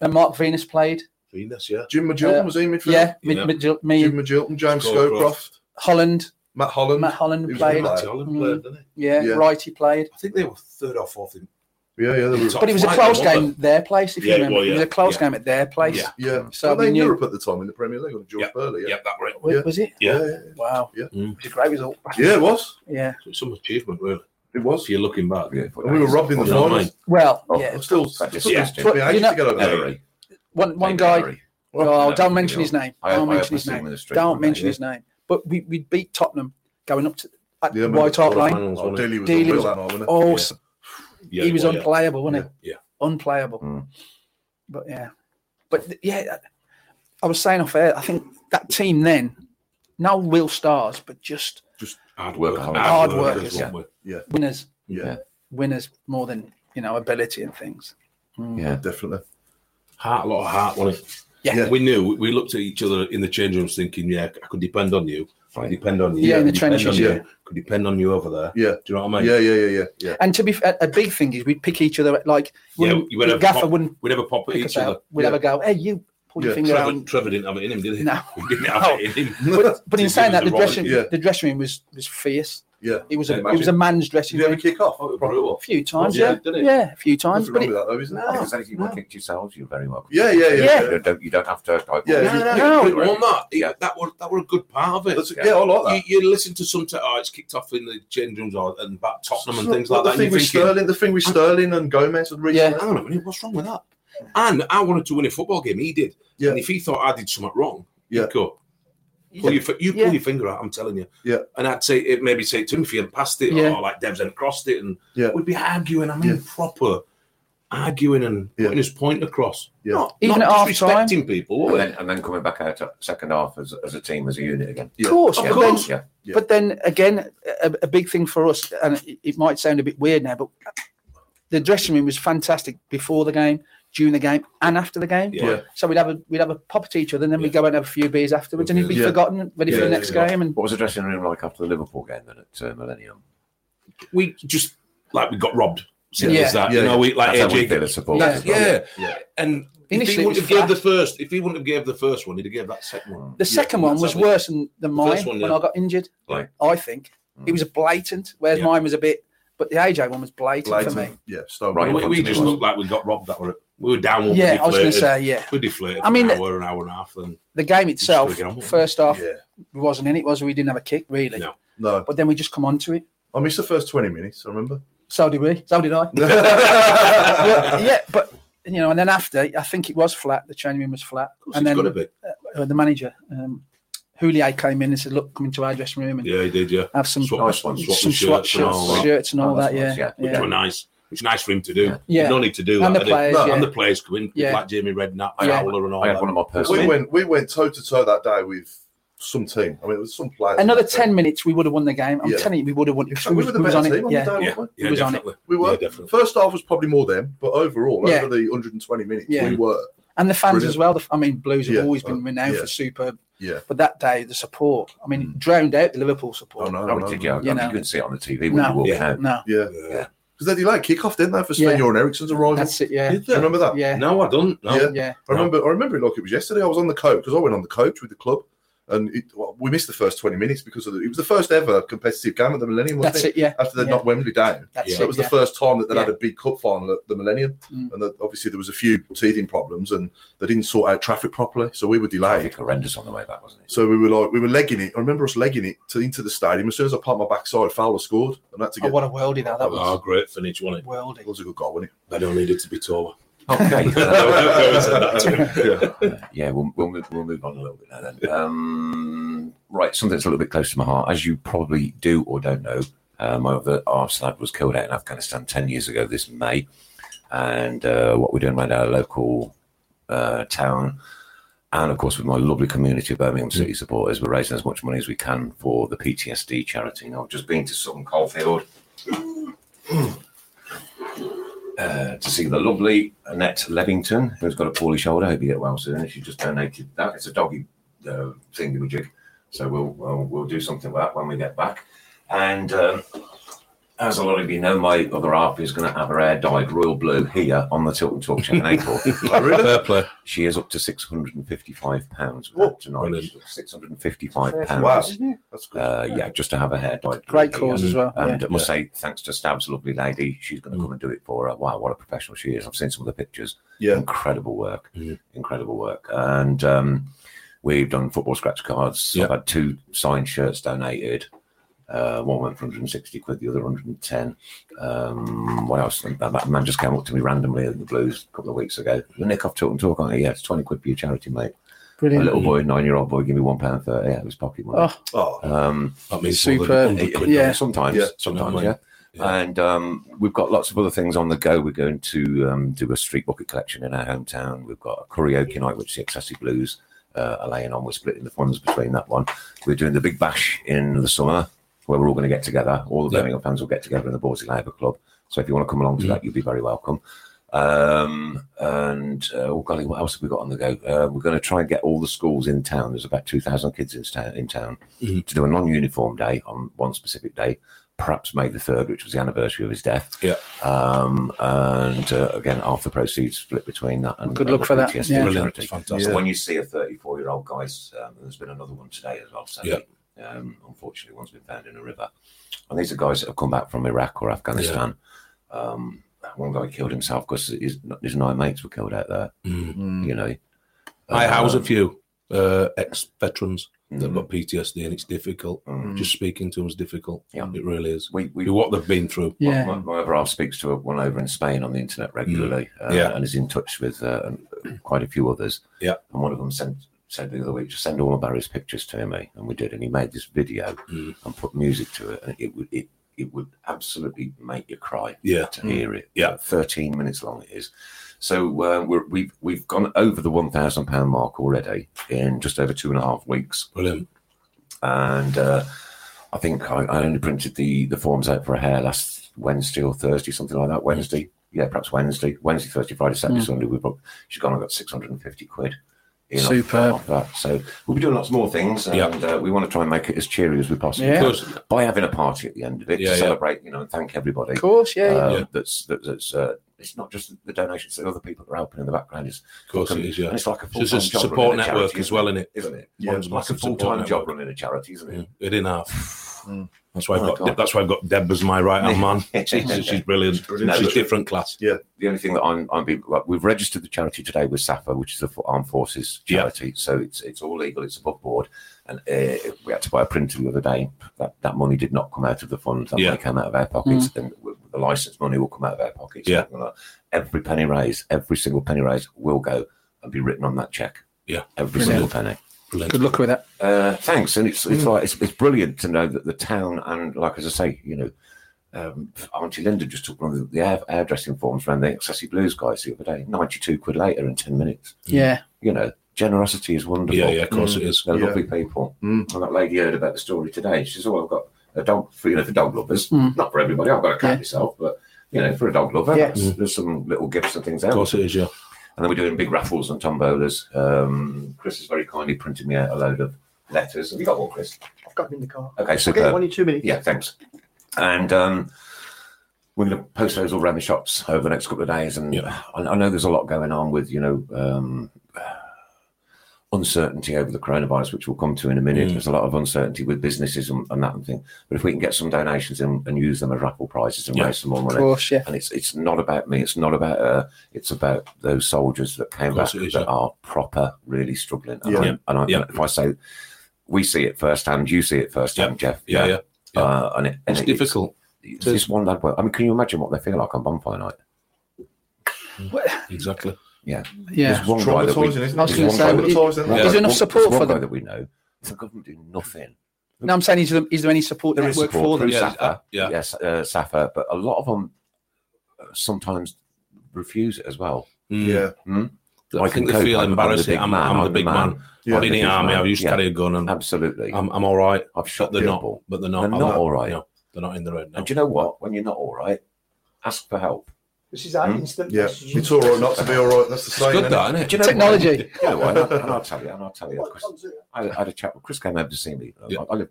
C: And Mark Venus played.
E: Venus, yeah.
D: Jim McGilton
C: Uh,
D: was he in midfield?
C: Yeah, mid,
E: Yeah.
C: Mid,
D: Jim
C: me,
D: McGilton, James
E: Scowcroft.
D: Scowcroft,
C: Holland,
D: Matt Holland.
C: Matt Holland
D: He was
C: played. Mm.
D: good at
E: Matty Holland played, didn't he?
C: Yeah,
D: Yeah.
C: Righty played.
E: I think they were third or fourth in.
D: yeah, yeah, they were.
E: Top
C: But it was a
E: flight,
C: close
E: wasn't
C: game at their place, if
E: Yeah,
C: you remember.
E: well,
C: It was
E: yeah.
C: a close
E: Yeah.
C: game at their place.
E: Yeah.
D: Yeah.
C: So
D: So they
C: we
D: in
C: knew-
D: Europe at the time in the Premier League under George Burley.
E: they?
D: Yeah.
E: Yeah, that right.
C: Wa-
D: Yeah.
C: Was it?
E: Yeah.
D: yeah,
C: Wow.
D: Yeah.
E: Mm.
C: It's a great result.
D: yeah. Yeah, it was.
C: Yeah.
E: So it's some achievement, really.
D: It was.
E: If you're looking back.
B: Beautiful
D: And we were
B: days.
D: robbed in the
E: You know what I
D: finals.
E: mean?
C: Well,
B: Oh,
C: yeah.
D: I'm still,
B: That just-
D: still
E: Yeah. eh?
D: pissed at me. I
C: You
D: used
C: know-
D: to get over there.
B: Hillary.
C: One one
B: Maybe
C: guy.
B: Hillary.
C: Oh,
B: no,
C: don't
B: you
C: mention his
B: know.
C: name.
B: I-
C: Don't
B: I
C: mention
B: have
C: his
B: my team in
C: name.
B: the street
C: Don't
B: one day,
C: mention
B: yeah.
C: his name. But we we beat Tottenham going up to at
D: Yeah, I
C: White Hart
E: Quarter
C: Lane.
E: finals,
D: Oh,
E: wasn't it?
D: Dilly was
C: Dilly
D: unreal
C: was-
D: that night, wasn't it?
C: Oh,
E: Yeah.
C: s-
E: Yeah,
C: he was
E: well, yeah.
C: unplayable, wasn't he?
E: Yeah.
C: Unplayable.
B: Mm.
C: But yeah, but th- yeah, I was saying off air. I think that team then, no real stars, but just
E: Hard
B: work,
E: work.
B: hard
C: Hard
E: work
C: workers,
E: is one
B: yeah.
E: word.
C: winners,
D: Yeah,
C: winners more than you know ability and things. Hmm.
B: Yeah.
D: definitely.
E: Heart, a lot of heart, wasn't it?
C: Yeah.
D: Yeah.
E: We knew. We looked at each other in the change rooms thinking, yeah, I could depend on you. I could
B: Right.
E: depend on you.
C: Yeah,
E: I
C: in the
E: could depend
C: trenches,
E: on you.
D: yeah.
E: Could depend on you over there.
D: Yeah.
E: Do you know what I mean?
D: Yeah, yeah, yeah, yeah, yeah.
C: And to be f- a, a big thing is we'd pick each other like
E: Yeah,
C: wouldn't-
E: you went over
C: Gaffer
E: top-
C: wouldn't
E: We never pop at
C: pick us
E: each other.
C: out. We'd
D: Yeah.
C: have a go. Hey, you pull your
D: Yeah,
C: finger
E: Trevor,
C: out.
E: Trevor didn't have it in him, did he?
C: No.
E: He didn't have
C: No.
E: it in him.
C: But, but in
E: Did
C: saying
E: you
C: that, the
E: do the
C: dressing
D: right- Yeah.
C: the dressing room was was fierce.
D: Yeah.
C: It was
E: Yeah,
C: a it
E: imagine.
C: was a man's dressing
D: Did you ever
C: room.
D: kick off?
E: Oh, it was
C: A
E: brutal.
C: few times,
E: Yeah,
C: yeah,
E: didn't
C: yeah,
E: it?
C: a few times.
D: Nothing
C: But
D: wrong
C: it,
D: with that, though, isn't
B: If
D: there?
B: there's anything you want kicked yourselves, you're very welcome.
D: Yeah, yeah, yeah.
C: Yeah.
D: yeah.
B: You don't, you don't have to. I-
D: Yeah,
E: No, no,
D: Yeah.
E: no.
D: Yeah.
E: it wasn't that. It-
B: Yeah.
E: That were that were a good part of it.
D: That's- yeah, I like that.
E: You, you listen to some. T- oh, it's kicked off in the change rooms or and back Tottenham and things like
D: the
E: that.
D: Thing
E: and you're
D: with
E: thinking,
D: Sterling, the thing with Sterling and Gomez and Reece.
C: Yeah.
D: Nelson.
E: hang on a minute, what's wrong with that? And I wanted to win a football game. He did.
D: Yeah.
E: And if he thought I did something wrong,
D: Yeah.
E: he'd go. Pull your, fi- you pull
C: Yeah.
E: your finger out. I'm telling you.
D: Yeah.
E: And I'd say it maybe say to him if he had passed it
C: Yeah.
E: or like Devs had crossed it and
D: Yeah.
E: we'd be arguing. I mean
D: Yeah.
E: proper arguing and
D: Yeah.
E: putting his point across.
D: Yeah.
E: Not,
C: Even
E: not
C: at half-time.
E: disrespecting people. were
B: And
E: we?
B: then, and then coming back out at second half as, as a team, as a unit again.
D: Yeah.
C: Of course,
E: Of
C: but
E: course.
C: then
B: Yeah.
D: Yeah.
C: But then again, a, a big thing for us, and it, it might sound a bit weird now, but the dressing room was fantastic before the game, during the game, and after the game.
E: Yeah.
C: So we'd have a we'd have a pop at each other, and then
E: Yeah.
C: we'd go and have a few beers afterwards, and he'd be
D: Yeah.
C: forgotten, ready for
D: Yeah,
C: the
D: yeah,
C: next
E: yeah.
C: game. And
B: What was the dressing room like after the Liverpool game then at uh, Millennium?
E: we just like we got robbed. Simple
C: Yeah.
E: as that.
D: Yeah.
E: you know, we like
B: That's how we
E: AJ.
B: feel as
E: yeah.
B: supporters.
E: yeah.
D: Yeah.
E: And if
C: Initially,
E: he
C: it
E: wouldn't
C: was
E: have gave the
C: flat.
E: first, if he wouldn't have gave the first one, he'd have gave that second one.
C: the second
E: Yeah,
C: one was
E: exactly.
C: worse than, than
E: The
C: mine
E: first one,
C: when
E: yeah. Mm.
C: I got injured.
B: Right.
C: I think it was a blatant, whereas
E: Yeah.
C: mine was a bit. But the AJ one was blatant, for me.
D: Leighton. Yeah, Stone.
B: Right.
E: We, we
B: Yeah.
E: just looked like we got robbed. That were it. we were down. weren't we?
C: Yeah, I was going to
E: Deflated.
C: say yeah.
E: we deflated.
C: I
E: I mean,
C: mean,
E: an hour, an hour and a half. Then
C: The game itself,
E: get on with it.
C: first half,
D: Yeah.
C: wasn't in it. Was we? we didn't have a kick really.
E: No.
D: No.
C: but then we just come onto it.
D: I missed the first 20 minutes, I remember.
C: So did we. So did I. yeah, yeah, but you know, and then after, I think it was flat. The changing room was flat,
E: Of course,
C: and
E: it's
C: then
E: got to be.
C: uh, the manager, um, Julier, came in and said, "Look, come into our dressing room and
E: Yeah, he did. Yeah,
C: have some
E: Swap-
C: some
D: Nice one.
E: swap
C: swap
E: the shirts
C: shirts,
E: and all that.
C: shirts and all
B: Oh, that's
C: that."
B: nice,
C: Yeah,
B: yeah.
E: which were
C: yeah,
E: nice. Which is nice for him to do.
C: Yeah.
E: no need to do
C: And the
E: that. did he?
C: players,
E: No,
C: yeah.
E: and the players come in,
C: Yeah.
E: like Jamie Redknapp,
C: Yeah.
E: Fowler, and all
B: I had
E: that.
B: one of my
D: We
B: personal.
D: went we went toe to toe that day with some team. I mean, it was some players.
C: Another ten minutes, we would have won the game. I'm
D: Yeah.
C: telling you, we would have won. If
D: We were the
C: was
D: better
C: on it,
D: team on the
C: yeah,
D: day.
E: yeah, yeah,
C: He was on
E: definitely.
D: We were.
E: Yeah, definitely.
D: First half was probably more them, but overall,
C: Yeah.
D: over the 120 minutes,
C: Yeah.
D: we were.
C: and the fans
D: Brilliant.
C: as well. The, I mean, Blues have
D: Yeah,
C: always
D: uh,
C: been renowned
D: yeah.
C: for superb.
D: Yeah.
C: But that day, the support. I mean, it drowned out the Liverpool
D: Oh,
C: support.
D: no,
B: Hmm. Oh,
D: no,
B: did you?
D: no.
B: I
C: You
B: mean,
C: know.
B: you couldn't see it on the TV
C: No.
B: when you were walking
E: Yeah.
B: out.
C: No,
D: Yeah.
E: Yeah.
D: Because they delayed kickoff, didn't they, for Sven
C: Yeah.
D: Göran Eriksson's arrival?
C: that's it. Yeah,
E: Did
D: Do
E: they?
D: you remember that?
C: yeah,
E: No, I don't. No.
D: Yeah.
C: yeah.
D: I remember. I remember it like it was yesterday. I was on the coach because I went on the coach with the club, and it, well, we missed the first twenty minutes because of the, it was the first ever competitive game at the Millennium. Wasn't
C: That's
D: it?
C: it. Yeah,
D: After they
C: yeah.
D: knocked Wembley down,
C: that's
E: Yeah.
D: so it
C: it.
D: was
C: yeah.
D: the first time that they had
C: Yeah.
D: a big cup final at the Millennium,
C: Mm.
D: and that, obviously there was a few teething problems, and they didn't sort out traffic properly, so we were
B: I
D: delayed.
B: think horrendous on the way back, wasn't it?
D: So we were like, we were legging it. I remember us legging it to, into the stadium. As soon as I parked my backside, Fowler scored, and I had to
C: Oh,
D: get.
C: what a worldie that, that
E: Oh,
C: was.
E: great finish, wasn't it?
D: It
C: Worldie.
D: was a good goal, wasn't
E: I don't need it to be taller.
B: Okay.
E: Whoever said that to me.
D: it? yeah.
B: yeah, we'll, we'll, move, we'll move on a little bit now then. Um, right, something that's a little bit close to my heart. As you probably do or don't know, uh, my other arse lad was killed out in Afghanistan 10 years ago this May. And uh, what we're doing around our local uh, town, and of course with my lovely community of Birmingham City supporters, we're raising as much money as we can for the PTSD charity. Now, I've just been to Sutton Coalfield uh, to see the lovely Annette Levington, who's got a poorly shoulder. Hope you get well soon. She just donated that. It's a doggy uh, thingamajig. So we'll, we'll we'll do something with that when we get back. And um, as a lot of you know, my other half is going to have her hair dyed royal blue here on the Tilton Talk Show in April.
D: Oh,
E: Fair play.
B: she is up to six hundred and fifty-five pounds
D: Whoa.
B: tonight.
E: Brilliant.
B: Six hundred and fifty-five
D: Wow.
B: pounds.
D: That's good.
B: Uh, yeah, just to have her hair dyed.
C: Great
B: blue here.
C: cause as well.
B: And
C: yeah.
B: I must say, thanks to Stab's lovely lady, she's going to come and do it for her. Wow, what a professional she is. I've seen some of the pictures.
D: Yeah.
B: Incredible work.
E: Mm.
B: Incredible work. And um, we've done football scratch cards.
E: Yeah.
B: I've had two signed shirts donated. Uh, one went for 160 quid, the other 110. Um, what else? That, that man just came up to me randomly at the Blues a couple of weeks ago. The Nick off Talk and Talk, aren't you? Yeah, it's 20 quid for your charity, mate. A
C: Brilliant.
B: little boy, nine year old boy, give me £1.30 out of his pocket money.
C: Oh,
D: Oh,
B: Um,
E: That means
C: Superb.
E: Super.
C: Yeah.
B: sometimes,
D: Yeah.
B: sometimes,
E: Yeah.
B: yeah. And um, we've got lots of other things on the go. We're going to um, do a street bucket collection in our hometown. We've got a karaoke night, which the Excessive Blues uh, are laying on. We're splitting the funds between that one. We're doing the big bash in the summer, where we're all going to get together. All the
E: Yeah.
B: Birmingham fans will get together in the Borsey Labour Club. So if you want to come along to that, you'll be very welcome. Um, and uh, oh golly, what else have we got on the go? Uh, we're going to try and get all the schools in town. There's about two thousand kids in town, in town
C: Mm-hmm.
E: Mhm.
B: to do a non-uniform day on one specific day, perhaps May the third, which was the anniversary of his death.
E: Yeah.
B: Um, and uh, again, half the proceeds split between that and
C: Good luck
B: and
C: for that,
B: PTSD
C: yeah.
E: Brilliant.
B: charity.
E: Fantastic.
B: So when you see a 34 year old guy's, um, there's been another one today as well. So,
E: Yeah.
B: um, unfortunately, one's been found in a river. And these are guys that have come back from Iraq or Afghanistan. Um, one guy killed himself because his, his nine mates were killed out there,
E: Mm.
B: you know.
E: I house a
B: Um,
E: few uh, ex-veterans that have
B: mm,
E: got PTSD, and it's difficult.
B: mm.
E: Just speaking to them is difficult.
B: Yeah.
E: It really is.
B: We, we,
E: You what they've been through.
C: yeah.
B: My, my other half speaks to one over in Spain on the internet regularly, uh,
E: Mm. Yeah.
B: and is in touch with uh, quite a few others.
E: Yeah.
B: and one of them sent said the other week, just send all of Barry's pictures to me, and we did, and he made this video
E: Mm.
B: and put music to it, and it would it it would absolutely make you cry
E: Yeah.
B: to hear it.
E: Yeah.
B: thirteen minutes long it is. So uh, we're, we've we've gone over the one thousand pound mark already in just over two and a half weeks
E: Brilliant.
B: and uh, I think I, I only printed the the forms out for a hair last Wednesday or Thursday, something like that. Wednesday, yeah, perhaps Wednesday, Wednesday, Thursday, Friday, Saturday, Sunday. We've got, she's gone. I got six hundred and fifty quid. in off-
C: Superb.
B: off that. So we'll be doing lots more things, and
E: Yeah.
B: uh, we want to try and make it as cheery as we possibly
C: Yeah.
E: Of
B: can
E: course.
B: by having a party at the end of it
E: Yeah,
B: to
E: yeah.
B: celebrate, you know, and thank everybody.
C: Of course, yeah. yeah.
B: Uh,
E: Yeah.
B: That's that, that's. Uh, it's not just the donations; the other people that are helping in the background is,
E: Of course it is.
B: and
E: Yeah.
B: it's like a
E: It's
B: full-time
E: just a
B: job
E: support
B: running a
E: network
B: charity,
E: as well, isn't it?
B: isn't it?
D: Yeah,
E: One's
B: It's like a
E: massive support
B: full-time job
E: network.
B: running a charity, isn't it?
E: Yeah. It in half. Mm. That's why I've
B: Oh,
E: got
B: God.
E: that's why I've got Deb as my right hand man. She's, she's brilliant.
B: brilliant.
E: She's different class.
B: the only thing that I'm, I'm being, like, we've registered the charity today with SAFA, which is the Armed Forces
E: Yeah.
B: charity. So it's it's all legal, it's above board. And uh, we had to buy a printer the other day. That that money did not come out of the fund. That
E: Yeah.
B: money came out of our pockets,
C: Mm.
B: and w- the license money will come out of our pockets.
E: Yeah.
B: Every penny raised, every single penny raised will go and be written on that check.
E: Yeah.
B: Every
C: Brilliant.
B: single penny.
E: Brilliant.
C: Good luck with that.
B: Uh, thanks, and it's
C: Hmm.
B: it's like it's, it's brilliant to know that the town and like as I say, you know, um, Auntie Linda just took one of the, the air, hairdressing forms around the Accessi Blues guys the other day. Ninety two quid later in ten minutes.
C: Yeah.
B: You know, generosity is wonderful.
E: Yeah, yeah, of course it is. Hmm.
B: They're
D: Yeah.
B: lovely people.
D: Mm.
B: And that lady heard about the story today. She says, "Oh, I've got a dog for you know for dog lovers. Not for everybody. I've got a cat
C: Hmm. Yeah.
B: myself, but." You know, for a dog lover,
C: Yeah.
B: that's- there's some little gifts and things out.
E: Of course it is, yeah.
B: And then we're doing big raffles and tombolas. Um, Chris has very kindly printed me out a load of letters. Have you got one, Chris?
F: I've got it in the car.
B: Okay,
F: Oh, I'll get it one
B: super.
F: in two minutes.
B: Yeah, thanks. And um, we're going to post those all around the shops over the next couple of days. And
E: Yeah.
B: I, I know there's a lot going on with, you know, um, uncertainty over the coronavirus, which we'll come to in a minute.
E: Mm.
B: There's a lot of uncertainty with businesses and, and that and thing. But if we can get some donations in, and use them as raffle prizes and
E: Yeah.
B: raise some more
C: Of
B: money,
C: course. Yeah.
B: and it's it's not about me. It's not about her. It's about those soldiers that came
E: Of
B: back
E: course it is,
B: that
E: yeah.
B: are proper, really struggling. And,
D: Yeah.
B: I, and I,
E: Yeah.
B: if I say we see it firsthand, you see it firsthand, Jeff.
E: Yeah, yeah. yeah.
B: Uh, and it, and
E: It's
B: it-
E: difficult.
B: It's, this one lad. well, I mean, can you imagine what they feel like on bonfire night?
E: Exactly.
C: Yeah.
B: There's one guy that we,
D: Traumatising, isn't
C: I was
D: it?
B: gonna
D: It's
B: say,
D: traumatising, isn't
B: there's
D: it?
C: Is there
B: one-
C: enough
B: there's
C: support
B: one
C: for
B: guy
C: them?
B: that we know. The government do nothing.
C: No, I'm saying is there, is there any support
B: There is
C: network
B: support
C: for them?
B: through
E: Yeah,
B: SAFA,
E: uh, yeah.
B: yes, uh, SAFA, but a lot of them uh, sometimes refuse it as well. Hmm?
E: Mm.
D: Yeah,
E: I think they feel
B: I'm- I'm
E: embarrassed.
B: big
E: I'm, I'm, the big man.
D: Yeah.
E: I'm in the
B: big
E: army.
B: man.
E: I used to
B: Yeah.
E: carry a gun, and
B: Absolutely.
E: I'm, I'm all right.
B: I've shot
E: But they're
B: the
E: not.
B: ball.
E: But they're not.
B: They're
E: I'm
B: not all right.
E: No, they're not in the road now.
B: And do you know what? When you're not all right, ask for help.
F: This is our
B: Hmm?
F: instant
D: yeah.
F: messaging.
D: It's all right not to be all right. That's the
E: it's
D: saying.
E: good,
D: isn't it?
E: that, isn't
B: Do
E: it?
B: you know
C: Technology.
B: What? You know what? And I- and I'll tell you. And I'll tell you. Chris,
F: Comes in.
B: I, I had a chat with Chris came over to see me. I-
E: Yeah.
B: I live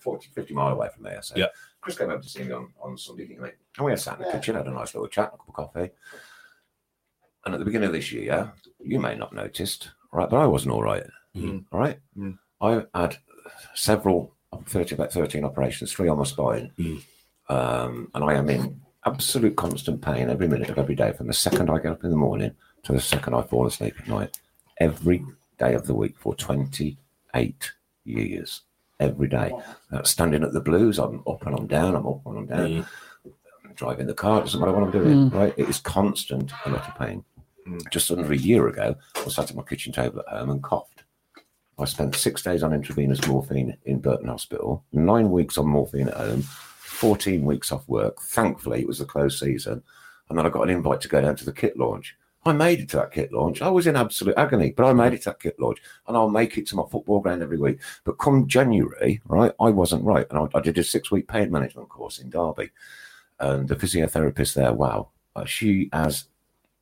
B: 40, 50 mile away from there. So
E: Yeah.
B: Chris came over to see me on, on Sunday evening. And we had sat in the
F: Yeah.
B: kitchen, had a nice little chat, a cup of coffee. And at the beginning of this year, you may not noticed, right? But I wasn't all right.
E: Mm.
B: All right.
D: Mm.
B: I had several, 30, about 13 operations, three on my spine.
E: Mm.
B: Um, and I am in absolute constant pain every minute of every day from the second I get up in the morning to the second I fall asleep at night. Every day of the week for 28 years. Every day. Uh, standing at the blues, I'm up and I'm down, I'm up and I'm down.
E: Mm.
B: I'm driving the car, it doesn't matter what I'm doing, right? It is constant a lot of pain.
D: Mm.
B: Just under a year ago, I sat at my kitchen table at home and coughed. I spent six days on intravenous morphine in Burton Hospital, nine weeks on morphine at home, 14 weeks off work. Thankfully, it was the close season. And then I got an invite to go down to the kit launch. I made it to that kit launch. I was in absolute agony, but I made it to that kit launch. And I'll make it to my football ground every week. But come January, right, I wasn't right. And I, I did a six week pain management course in Derby. And the physiotherapist there, wow, uh, she has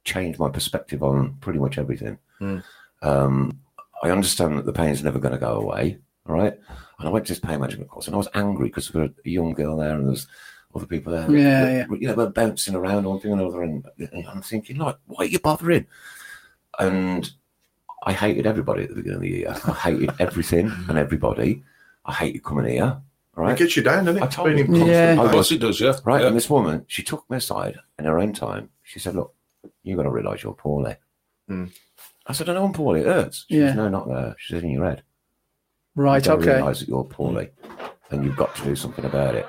B: changed my perspective on pretty much everything.
D: Mm.
B: Um, I understand that the pain's never going to go away, all right? And I went to this pain management course and I was angry because there was a young girl there and there's other people there. that-
C: Yeah,
B: that, You know, we're bouncing around one thing and another. And, and I'm thinking, like, why are you bothering? And I hated everybody at the beginning of the year. I hated everything and everybody. I hated coming here, all
D: It
B: right?
D: gets you down, doesn't it?
B: I told
D: Being in
C: you.
D: constant
C: Yeah.
D: pain.
E: Of course it does, yeah.
B: Right,
E: Yeah.
B: and this woman, she took me aside in her own time. She said, "Look, you've got to realise you're poorly."
D: Mm.
B: I said, "I know I'm poorly. It hurts." She
C: Yeah.
B: says, "No, not there." She said, "In your head.
C: Right.
B: you've got to
C: Okay.
B: realise that you're poorly, and you've got to do something about it."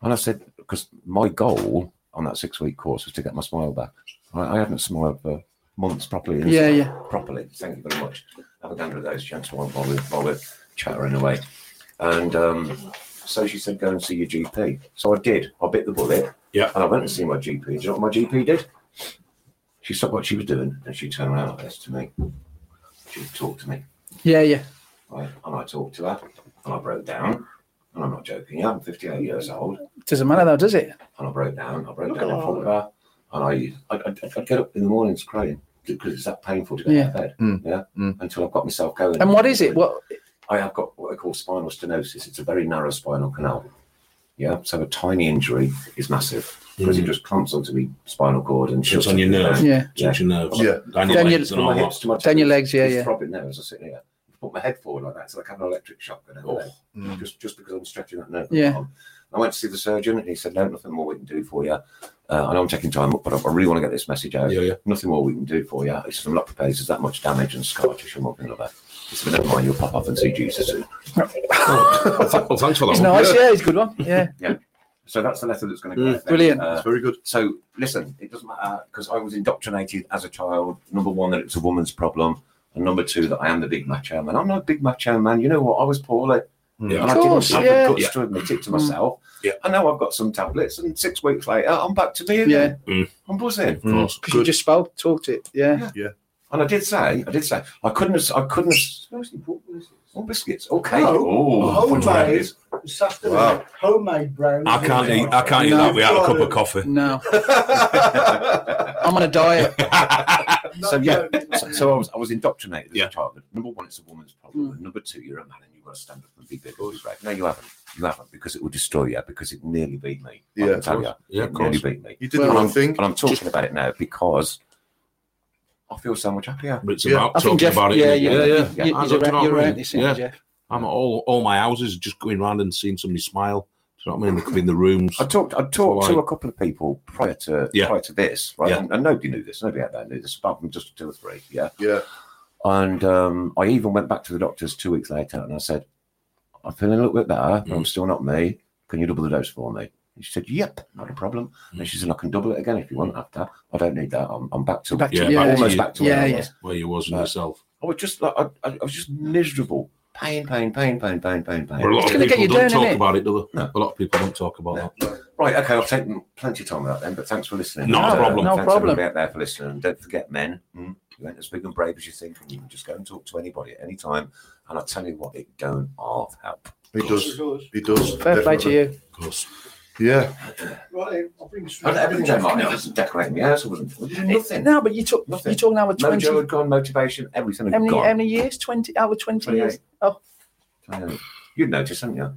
B: And I said, "Because my goal on that six-week course was to get my smile back. I, I haven't smiled for months properly. and-
C: Yeah. Yeah.
B: properly. Thank you very much. Have a gander at those gents while, while, we're, while we're chattering away. And um, so she said, go and see your GP. So I did. I bit the bullet.
E: Yeah.
B: And I went and see my GP. Do you know what my GP did? She stopped what she was doing and she turned around like this to me. She talked to me.
C: Yeah. Yeah.
B: Right? And I talked to her and I broke down. And I'm not joking. I'm 58 years old
C: Doesn't matter though, does it?
B: and I broke down. I broke
F: Look
B: down in
F: at
B: front of her, and I I, I, I get up in the mornings crying because it's that painful to get out of bed.
D: Mm.
B: Yeah,
D: Mm.
B: until I've got myself going.
C: And what is it? What?
B: I have got what I call spinal stenosis. It's a very narrow spinal canal. Yeah, so a tiny injury is massive because it just clumps onto the spinal cord and
E: It's
B: shuts
E: Mm. on your
B: it down.
E: nerve.
C: Yeah.
E: It's on your nerves.
D: Yeah.
E: Down your
C: Then you-
E: legs and
B: From
E: all
B: my
E: that.
B: hips to my
C: Down your legs, yeah,
B: It's
C: yeah.
B: throbbing now as I sit here. If put my head forward like that. It's like having an electric shock. And
G: Oh.
B: mm. just just because I'm stretching that nerve.
C: Yeah.
B: Um, I went to see the surgeon and he said, No, nothing more we can do for you. Uh, I know I'm taking time up, but I I really want to get this message out.
E: Yeah, yeah.
B: Nothing more we can do for you. He said, I'm not prepared. There's that much damage and scar tissue, one thing or another. He said, Never mind, you'll pop up and see Jesus soon.
E: well, th- Oh, well, thanks for that.
C: It's
E: one.
C: nice. Yeah, it's a good one. Yeah.
B: So that's the letter that's going to
E: Mm.
B: go. out there.
C: Brilliant.
B: Uh,
D: Very good.
B: so listen, it doesn't matter because I was indoctrinated as a child. Number one, that it's a woman's problem, and number two, that I am the big macho man. I'm not a big macho man. You know what? I was poorly,
E: Yeah.
B: and I
C: Of course,
B: didn't have
C: yeah. Mm.
B: the guts to admit it to myself.
E: Yeah.
B: I know I've got some tablets, and six weeks later, I'm back to being.
C: Yeah.
E: Mm.
B: I'm buzzing.
E: Of course.
C: Because Mm. you just spoke, talked it. Yeah.
B: And I did say, I did say, I couldn't have, I couldn't have. Oh, biscuits. Okay.
F: No.
B: Oh,
F: Homemade.
B: biscuits.
F: Saturday,
E: Wow.
F: homemade brownies.
E: I can't eat. I can't eat
C: No.
E: that without a cup of coffee.
C: No. I'm on a diet.
B: so yeah, so, so I was I was indoctrinated as
E: Yeah.
B: a child. Number one, it's a woman's problem.
C: Hmm.
B: And number two, you're a man and you've got to stand up and be big and be brave. No, you haven't. You haven't because it will destroy you because it nearly beat me.
D: Yeah,
B: I can
D: of
B: tell you,
D: course.
E: Yeah,
B: it
E: of
B: nearly
E: course.
B: beat me.
D: You did the
C: Well,
B: And I'm,
D: wrong thing.
B: and I'm talking about it now because I feel so much happier.
E: But it's
D: Yeah.
E: about
C: I
E: talking
C: think Jeff.
E: about it.
C: yeah,
E: isn't
C: yeah,
E: it? yeah,
C: You,
E: Hands
C: are
E: up, do you know
C: right. You're
E: what I mean?
C: right. This
E: Yeah.
C: Jeff.
E: I'm at all all my houses just going round and seeing somebody smile. Do you know what I mean? They could be in the rooms.
B: I talked. I talked
E: So,
B: to
E: like-
B: a couple of people prior to
E: Yeah.
B: prior to this, right?
E: Yeah.
B: And, and nobody knew this. Nobody out there knew this, apart from just two or three. Yeah.
D: Yeah.
B: And um, I even went back to the doctors two weeks later, and I said, "I'm feeling a little bit better. but
E: Mm.
B: I'm still not me. Can you double the dose for me?" And she said, "Yep, not a problem." And
E: Mm.
B: she said, "I can double it again if you want after. I don't need that. I'm, I'm back to
C: Back to- yeah,
E: Yeah, back to
B: almost
E: you.
B: back to where
C: Yeah,
B: I
C: yeah.
B: was.
E: where you was
B: Uh,
E: in yourself.
B: I was just like I, I, I was just miserable. Pain, pain, pain, pain, pain, pain, pain.
E: But a lot
C: It's
E: of
C: gonna get
E: people
C: you down,
E: don't talk
C: innit?
E: about it, do they?
B: No.
E: A lot of people don't talk about
B: No.
E: that.
B: Right, okay, I've taken plenty of time with that then, but thanks for listening. Uh,
E: Not a problem.
C: No
B: thanks
C: problem.
B: everybody out there for listening. And don't forget, men, mm, you ain't as big and brave as you think, and you can just go and talk to anybody at any time. And I tell you what, it don't half help.
D: He does. He does.
C: Fair play to
D: definitely.
C: you.
E: Of course.
D: Yeah.
F: Right, I'll bring you some-
B: And everything I might wasn't decorating the house, I wasn't I did nothing.
C: No, but you talk. You're talking over twenty.
B: Mojo
C: How
B: had gone, motivation, everything had
C: many? How
B: gone.
C: many years? Twenty. Over twenty years.
B: 28.
C: Oh,
B: Uh, You'd noticed, hadn't you?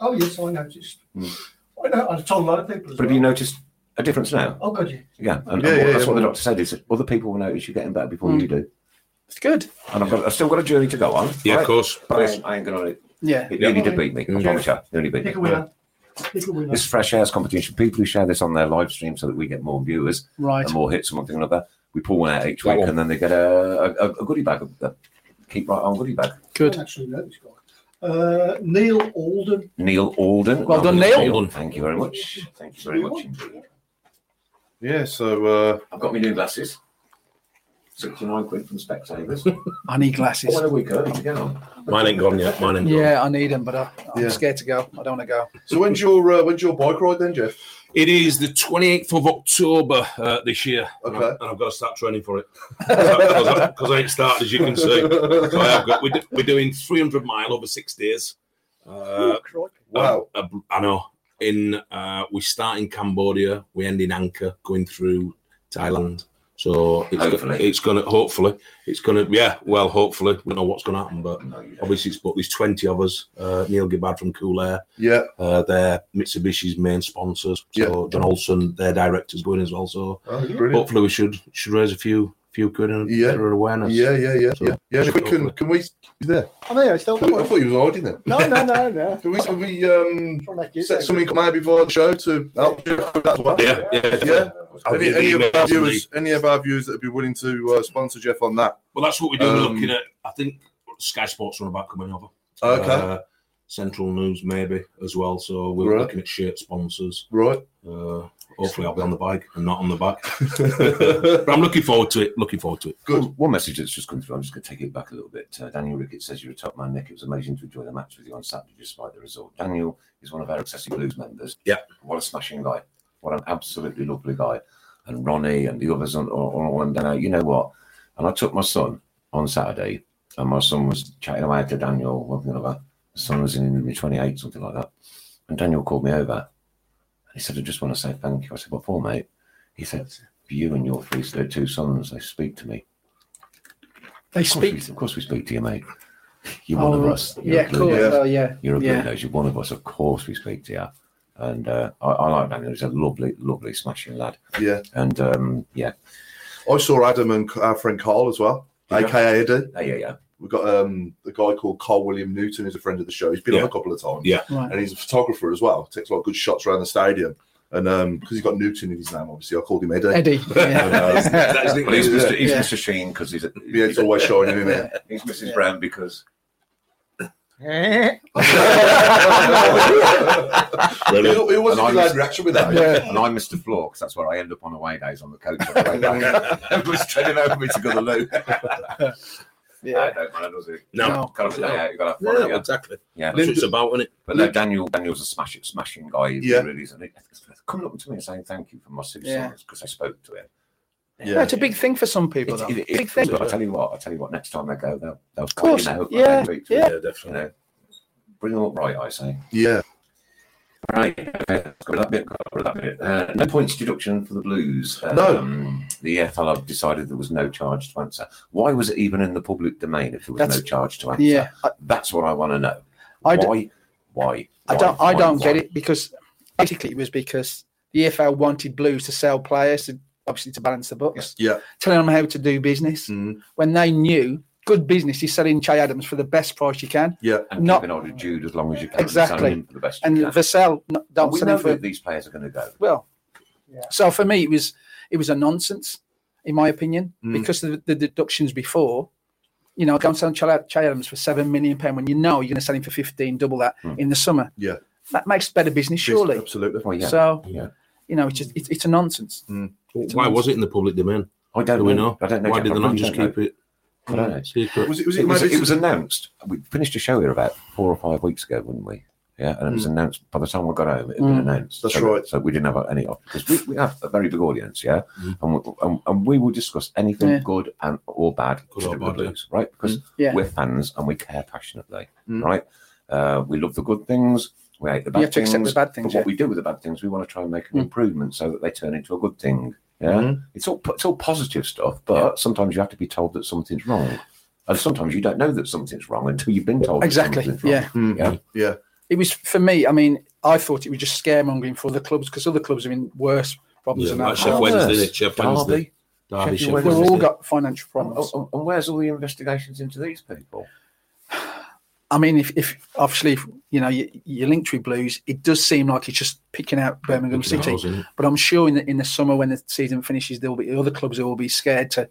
F: Oh, yes, I noticed.
B: Mm.
F: I know, I've told a lot of people. as
B: But have
F: well.
B: you noticed a difference now?
F: Oh, God, yeah.
B: Yeah, and, and
D: Yeah,
B: what-
D: yeah,
B: that's
D: yeah.
B: what the doctor said is that other people will notice you're getting better before
C: Mm.
B: you do.
C: it's good.
B: And I've, got, I've still got a journey to go on.
E: Yeah,
B: right?
E: of course.
B: But I ain't- I ain't going to
C: Yeah.
B: It
F: Yeah.
B: nearly did beat me. I promise you. it Nearly beat me.
F: Pick a winner. Pick a winner.
B: This fresh airs competition. People who share this on their live stream so that we get more viewers
C: Right.
B: and more hits and one thing or another. We pull one out each
E: Go
B: week
E: on.
B: and then they get a, a, a goodie bag. A, a keep right on goodie bag.
F: I
C: Good.
F: don't actually know this guy. Uh, Neil Alden.
B: Neil Alden.
C: Well done, Neil.
B: Thank you very much. Thank you very much indeed.
D: Yeah. So uh,
B: I've got my new glasses. 69 quid from Spectators.
C: I need
B: Oh,
C: glasses.
B: when are we going to get on?
E: Mine ain't gone yet. Mine ain't gone.
C: Yeah, I need them, but I, I'm
D: Yeah.
C: scared to go. I don't want to go.
D: so when's your uh, when's your bike ride then, Jeff?
E: It is the 28th of October uh, this year. And I-
D: Okay.
E: And I've got to start training for it. Because I, 'cause I ain't started, as you can see. So I have got, we're, do- we're doing 300 mile over six days. Uh,
F: Oh, crikey.
D: Wow.
E: Uh, I know. In uh, we start in Cambodia, we end in Angkor, going through Thailand. So it's gonna,
B: Hopefully.
E: it's gonna hopefully it's gonna yeah well hopefully we don't know what's gonna happen but
B: No, you don't.
E: obviously it's but there's twenty of us uh, Neil Gibbard from Cool Air
D: Yeah.
E: uh, they're Mitsubishi's main sponsors so John Olson their directors going as well so
D: Oh, brilliant.
E: hopefully we should should raise a few few quid and
D: Yeah.
E: better awareness
D: Yeah, yeah, yeah,
E: So-
D: yeah. Yeah. Quick, can, can we? He's there.
F: Oh, there you are, still
D: I thought
F: going.
D: he was hiding there.
F: No, no, no, no.
D: Can we? Can we um,
F: Trying to make it-
D: set something up maybe before the show to help you with that as well?
E: yeah yeah,
D: Yeah.
E: I'll
D: Any,
E: give
D: any
E: you
D: of our
E: emails,
D: viewers, any of our viewers that would be willing to uh, sponsor Jeff on that?
E: Well, that's what we do.
D: Um,
E: we're looking at. I think Sky Sports run about coming over.
D: Okay.
E: Uh, Central News maybe as well. So we're
D: Right.
E: looking at shirt sponsors.
D: Right.
E: Uh, hopefully, I'll be on the bike and not on the back. but I'm looking forward to it. Looking forward to it.
D: Good.
B: One message that's just come through, I'm just going to take it back a little bit. Uh, Daniel Ricketts says, You're a top man, Nick. It was amazing to enjoy the match with you on Saturday despite the result. Daniel is one of our Excessive Blues members.
E: Yeah.
B: What a smashing guy. What an absolutely lovely guy. And Ronnie and the others on, on, on one down. You know what? And I took my son on Saturday, and my son was chatting away to Daniel, one thing or another. My son was in uh, the 28, something like that. And Daniel called me over. And he said, I just want to say thank you. I said, What for, mate? He said, You and your three, their two sons, they speak to me.
C: They
B: Of course,
C: speak.
B: we, of course we speak to you, mate. You're one
C: Oh,
B: of
C: right.
B: us. You're
C: yeah,
B: a
C: of
B: blue
C: course.
B: nose.
C: Oh, yeah.
B: You're a blue
C: Yeah.
B: nose. You're one of us. Of course we speak to you. And uh, I, I like Daniel. He's a lovely, lovely, smashing lad.
D: Yeah.
B: And um, yeah,
D: I saw Adam and our friend Carl as well,
B: Yeah.
D: aka Eddie.
B: yeah, yeah, yeah.
D: We've got um, a guy called Carl William Newton, who's a friend of the show. He's been
E: Yeah.
D: on a couple of times.
E: Yeah.
C: Right.
D: And he's a photographer as well. Takes a lot of good shots around the stadium. And because he's got Newton in his name, obviously, I called him Eddie.
C: Eddie. Yeah.
D: And, uh,
H: That's
D: Yeah.
H: well, he's Mr. He's
C: Yeah.
H: Mr. Sheen because he's,
D: yeah, it's always shining, isn't it?
H: he's Mrs. Brown because
D: It,
E: Brilliant.
D: it wasn't a
B: And
D: bad
B: I'm-
D: reaction with that.
B: and I missed the floor because that's where I end up on away days on the coach. On the way back. Everyone's treading over me to go to the loo. I
C: yeah.
B: don't mind, does it?
E: No.
C: No.
B: Kind of a day out, you got to have
E: Yeah,
B: fun. haven't you?
E: exactly.
B: Yeah,
E: That's what it's about, isn't it?
B: But no, Daniel Daniel's a smash, smashing guy. He
D: Yeah.
B: really is. And he- coming up to me and saying thank you for my six
C: Yeah.
B: because I spoke to him.
D: Yeah.
C: That's a big thing for some people,
B: It,
C: though.
B: it,
C: big
B: it,
C: thing.
B: but I tell you what, I tell you what. Next time they go, they'll they'll of
C: course,
B: you know, like,
C: yeah,
B: they treat you,
E: Yeah, definitely.
B: You know, bring them up right. I say.
D: Yeah.
B: Right. Okay. Let's go with that bit. Got rid of that bit. Uh, no points deduction for the Blues.
D: No.
B: Um, the EFL have decided there was no charge to answer. Why was it even in the public domain if there was
C: That's-
B: no charge to answer?
C: Yeah. I,
B: That's what I want to know.
C: I d-
B: why? Why?
C: I don't.
B: Why?
C: I don't
B: Why?
C: get it because basically it was because the EFL wanted Blues to sell players, to, obviously to balance the books,
D: Yeah.
C: telling them how to do business
B: Mm-hmm.
D: Mm.
C: when they knew good business is selling Che Adams for the best price you can.
D: Yeah.
B: And
C: Not-
B: not, keep an eye on Jude as long as you can. and
C: Exactly.
B: sign him for the best.
C: And
B: you
C: yeah.
B: can.
C: Vassell n- don't
B: we
C: sell him
B: know
C: for
B: that these players are going to go.
C: well. So for me, it was it was a nonsense, in my opinion,
D: Mm.
C: because the, the deductions before. You know, go and sell Che Che Adams for seven million pound when you know you're going to sell him for fifteen, double that
B: Mm.
C: in the summer.
D: Yeah.
C: that makes better business, surely.
D: Absolutely.
B: Well, Oh, yeah.
C: So,
B: Yeah. Mm.
C: you know, it's just it's, it's a nonsense.
E: Why was it in the public domain?
B: I don't
E: Do we know?
B: I don't know.
E: Why
B: Jack,
E: did
B: I
E: they not
B: really
E: just
B: don't
E: keep
B: know.
E: it
B: I don't know.
E: secret?
D: Was it, was it,
B: It was,
D: maybe-
B: it was announced. We finished a show here about four or five weeks ago, wouldn't we? Yeah, and it
C: Hmm.
B: was announced. By the time we got home, it had
C: Mm.
B: been announced.
D: That's
B: so,
D: right.
B: So we didn't have any of because we, we have a very big audience, yeah,
E: Hmm.
B: and, we, and, and we will discuss anything
C: Yeah. Hmm.
B: good and or bad,
E: Good
B: to
E: or
B: do
E: bad,
B: with Blues, right? Because
C: Yeah. Hmm.
B: we're fans and we care passionately,
D: Mm.
B: right? Uh, we love the good things. We hate the bad
C: You have to
B: things.
C: accept the bad things,
B: But what
C: yeah.
B: we do with the bad things, we want to try and make an
C: Mm.
B: improvement so that they turn into a good thing. Yeah,
C: Hmm.
D: Mhm.
B: it's all it's all positive stuff, but sometimes you have to be told that something's wrong, and sometimes you don't know that something's wrong until you've been told. that
C: Exactly,
B: something's wrong.
C: yeah.
D: Mm.
B: yeah.
D: Yeah.
C: It was for me. I mean, I thought it was just scaremongering for other clubs because other clubs are in worse problems
E: Yeah,
C: than
E: like
C: ours.
E: Chef
B: Oh,
E: Wednesday,
B: yes.
E: isn't it? Chef
B: Derby.
E: Wednesday. Derby,
B: Sheffield
E: Chef
B: Wednesday.
C: We've
B: Wednesday.
C: all got financial
B: And,
C: problems.
B: and- and where's all the investigations into these people?
C: I mean, if, if obviously if, you know your, your Linktree Blues, it does seem like it's just picking out Birmingham
E: Picking
C: City.
E: holes, isn't it?
C: But I'm sure in the, in the summer when the season finishes, there will be other clubs who will be scared to,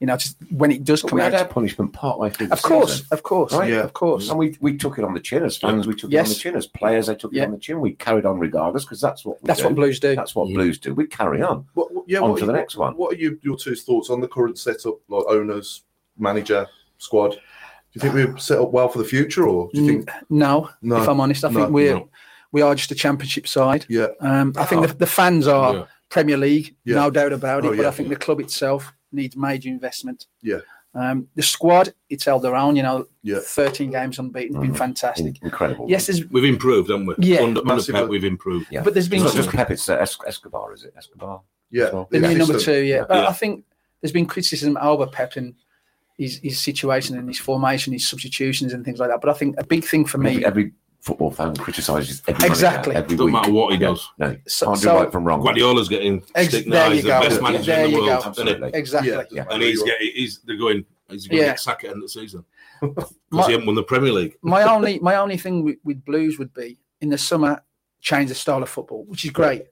C: you know, just when it does
B: But
C: come
B: we had our
C: out.
B: punishment part way through. The
C: Of course,
B: season,
C: of course,
B: Right?
D: Yeah.
C: of course.
B: And we, we took it on the chin as fans. We took it on
C: Yes.
B: the chin as players. They took
C: Yeah.
B: it on the chin. We carried on regardless because that's what we
C: That's
B: do.
C: what Blues do.
B: That's what
E: Yeah.
B: Blues do. We carry on.
D: What, what- yeah,
B: On
D: what
B: to
D: are
B: the
D: you-
B: next one.
D: What are you, your two thoughts on the current setup, like owners, manager, squad? Do you think we're set up well for the future, or do you
C: Mm.
D: think?
C: No,
D: No,
C: if I'm honest, I
D: no,
C: think we're
E: no.
C: we are just a championship side.
D: Yeah, Uh,
C: Um, I think the, the fans are
E: Yeah.
C: Premier League,
D: Yeah.
C: no doubt about it.
D: Oh,
C: But
D: yeah.
C: I think the club itself needs major investment.
D: Yeah.
C: Um, the squad, it's held their own. You know,
D: Yeah.
C: 13 games unbeaten, been fantastic.
B: Mm-hmm. In- Incredible.
C: Yes, there's,
E: We've improved, haven't we?
C: Yeah.
E: Under, under
D: Massively.
E: Pep, we've improved.
B: Yeah.
C: but there's
B: It's
C: been
B: not
C: some,
B: just Pep, it's uh, Es- Escobar, is it? Escobar.
D: yeah.
B: Well,
C: the new number
D: system.
C: two. Yeah, Uh, but
E: Yeah.
C: I think there's been criticism over Pep and his, his situation and his formation, his substitutions and things like that. But I think a big thing for me,
B: Every, every football fan criticises every manager
C: Exactly.
B: every
E: Doesn't
B: week.
E: matter what he does.
B: No,
C: So-
B: can't do
C: so-
B: right from wrong.
E: Guardiola's getting
C: Ex-
E: stick
C: there
E: now. He's
C: you
E: the
C: go.
E: best
C: Yeah.
E: manager
C: There
E: in the
C: you go.
E: world. isn't he?
B: Absolutely.
C: exactly.
D: Yeah,
B: Yeah.
E: And he's getting, he's, they're going, he's going
C: Yeah.
E: to get sacked at the end of the season.
C: My-
E: Because he hasn't won the Premier League.
C: my only my only thing with, with blues would be in the summer change the style of football, which is great,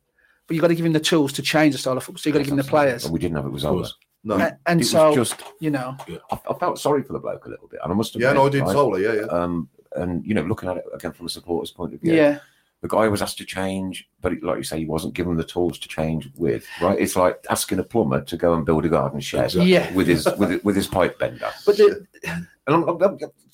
C: but you've got to give him the tools to change the style of football. So you've got to give him the players,
B: And we didn't have it was
E: Of
B: over.
E: course.
D: No.
C: and, and
B: It
C: so
B: was just,
C: you know,
B: I, I felt sorry for the bloke a little bit, and I must have.
D: Yeah, no, I did
B: right?
D: totally. Yeah, yeah.
B: Um, and you know, looking at it again from a supporter's point of
C: yeah,
B: view, the guy was asked to change, but it, like you say, he wasn't given the tools to change with. Right? It's like asking a plumber to go and build a garden shed
E: Exactly.
C: Yeah.
B: with his with, his- with his pipe bender.
C: but the,
B: And I'm, I'm,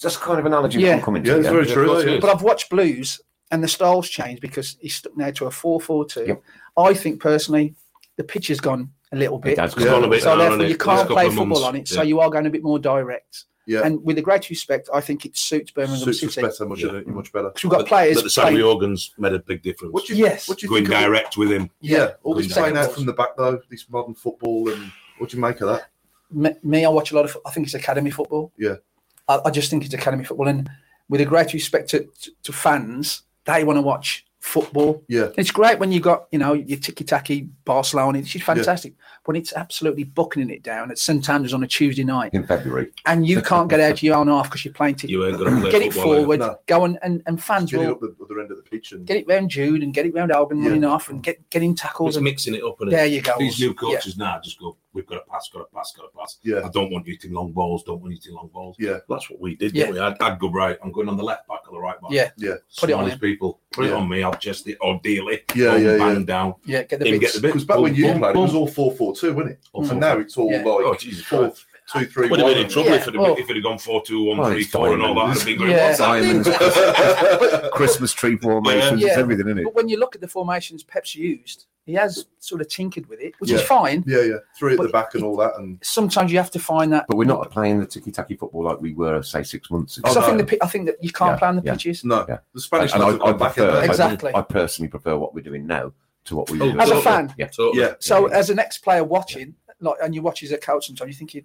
B: that's the kind of analogy
C: Yeah.
B: I'm coming
D: Yeah,
B: to.
D: it's very true.
E: Of course
D: yeah,
E: it
D: yeah.
E: is.
C: but I've watched blues and the styles change because he's stuck now to a four four two.
B: Yep.
C: I think personally, the pitch has gone a little bit.
B: Dad's
D: Yeah.
B: gone.
D: a bit
C: So
E: now,
C: therefore,
E: hasn't
C: you
E: it? Last
C: can't
E: couple
C: play
E: of
C: football
E: months.
C: on it. So
E: Yeah.
C: you are going a bit more direct.
D: Yeah.
C: And with the greatest respect, I think it suits Birmingham
D: Suits us
C: City
D: better, much,
E: Yeah.
D: much better.
C: because we've got
E: But-
C: players.
E: But the Sammy
C: playing-
E: Organs made a big difference.
D: What do you,
C: Yes.
D: What do you
E: going
D: think of-
E: direct with him.
D: Yeah, all this
E: Going
D: playing
C: direct.
D: out from the back though, this modern football, and what do you make of that?
C: me, me, I watch a lot of. I think it's academy football.
D: Yeah.
C: I, I just think it's academy football, and with a great respect to, to, to fans, they want to watch football.
D: Yeah.
C: It's great when you got, you know, your ticky tacky Barcelona. She's fantastic. When it's absolutely bucketing it down at St Andrews on a Tuesday night
B: in February.
C: and you can't get out of your own half because you're playing ticky
E: You ain't going to play
C: Get it
E: football, eh? are you?
C: forward,
D: No.
C: go and, and, and fans
D: Get it
C: will
D: up the other end of the pitch and
C: get it round Jude and get it round Albion
D: Yeah.
C: running off and get, get in tackles.
E: It's
C: And,
E: mixing it up. And
C: There you go.
E: These new
C: Yeah.
E: coaches now just go, we've got to pass, got to pass, got to pass.
D: Yeah.
E: I don't want you hitting long balls. Don't want you hitting long balls.
D: Yeah.
E: That's what we did,
C: Yeah.
E: didn't we? I'd, I'd go right. I'm going on the left back or the right back.
C: yeah,
E: Put it on
C: him.
E: these people. Put it
D: Yeah.
E: on me. I'll chest it or deal it.
D: Yeah,
E: Boom,
D: yeah,
E: bang
D: yeah.
E: down.
C: yeah, get the
E: Him get
C: bits.
E: the bit.
D: because back when you
E: Boom,
D: played, it
E: boom,
D: was all four four two, wasn't it?
E: boom.
D: And now it's all
C: Yeah.
D: like
E: Oh, Jesus
D: four,
E: Christ.
D: two, three,
E: We'd have been in
D: one.
E: trouble
C: Yeah,
E: if, it had,
C: well-
E: if it had gone 4 2, 1
B: Oh,
E: 3
B: it's
E: 4 and all that. I'd
B: diamonds.
E: have been going,
C: Yeah.
E: what's happening?
B: Diamonds, Christmas tree formations,
C: Yeah.
B: it's everything in it.
C: But when you look at the formations Pep's used, he has sort of tinkered with it, which is
D: Yeah.
C: fine.
D: Yeah, yeah, three at the
C: But
D: back and all that, and
C: Sometimes you have to find that.
B: But we're not playing the ticky tacky football like we were, say, six months ago.
C: Because I
D: Oh,
C: think
D: no.
C: the, pi- I think that you can't
B: Yeah,
C: play on the
B: yeah.
C: pitches.
D: no,
B: Yeah.
D: the Spanish
B: and I,
D: lads have
B: I
D: gone back in
B: prefer,
D: there.
B: I-
C: Exactly.
B: I, personally prefer what we're doing now to what we
E: Oh,
B: were doing.
C: As a
E: totally.
C: fan.
B: Yeah.
E: Totally.
D: Yeah.
C: So
B: Yeah.
C: as an ex-player watching, like, and you watch as a coach sometimes, you're thinking,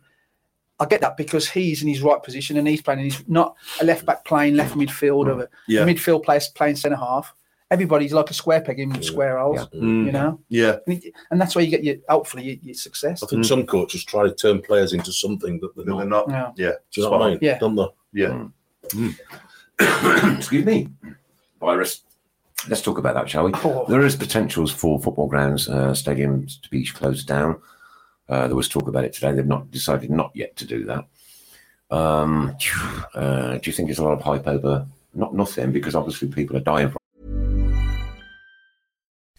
C: I get that because he's in his right position and he's playing, and he's not a left back playing left midfield
B: Mm.
C: or a
D: Yeah.
C: midfield player playing centre half. Everybody's like a square peg in square holes,
B: Mm.
C: you know,
D: Yeah,
C: and, it- and that's where you get your hopefully your, your success.
E: I think
B: Mm.
E: some coaches try to turn players into something that they're
D: No,
E: not.
D: they're not.
C: No.
D: Yeah.
E: Do you know what I mean?
C: Yeah.
E: Don't they? Hmm.
D: Yeah.
B: Excuse me. Virus. Let's talk about that, shall we?
C: Oh.
B: There is potentials for football grounds, uh, stadiums to be closed down. Uh, there was talk about it today. They've not decided not yet to do that. Um, uh, do you think there's a lot of hype over not nothing? Because obviously people are dying for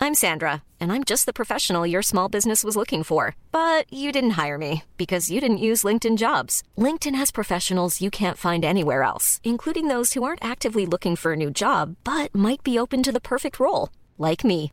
I: I'm Sandra, and I'm just the professional your small business was looking for. But you didn't hire me because you didn't use LinkedIn jobs. LinkedIn has professionals you can't find anywhere else, including those who aren't actively looking for a new job but might be open to the perfect role, like me.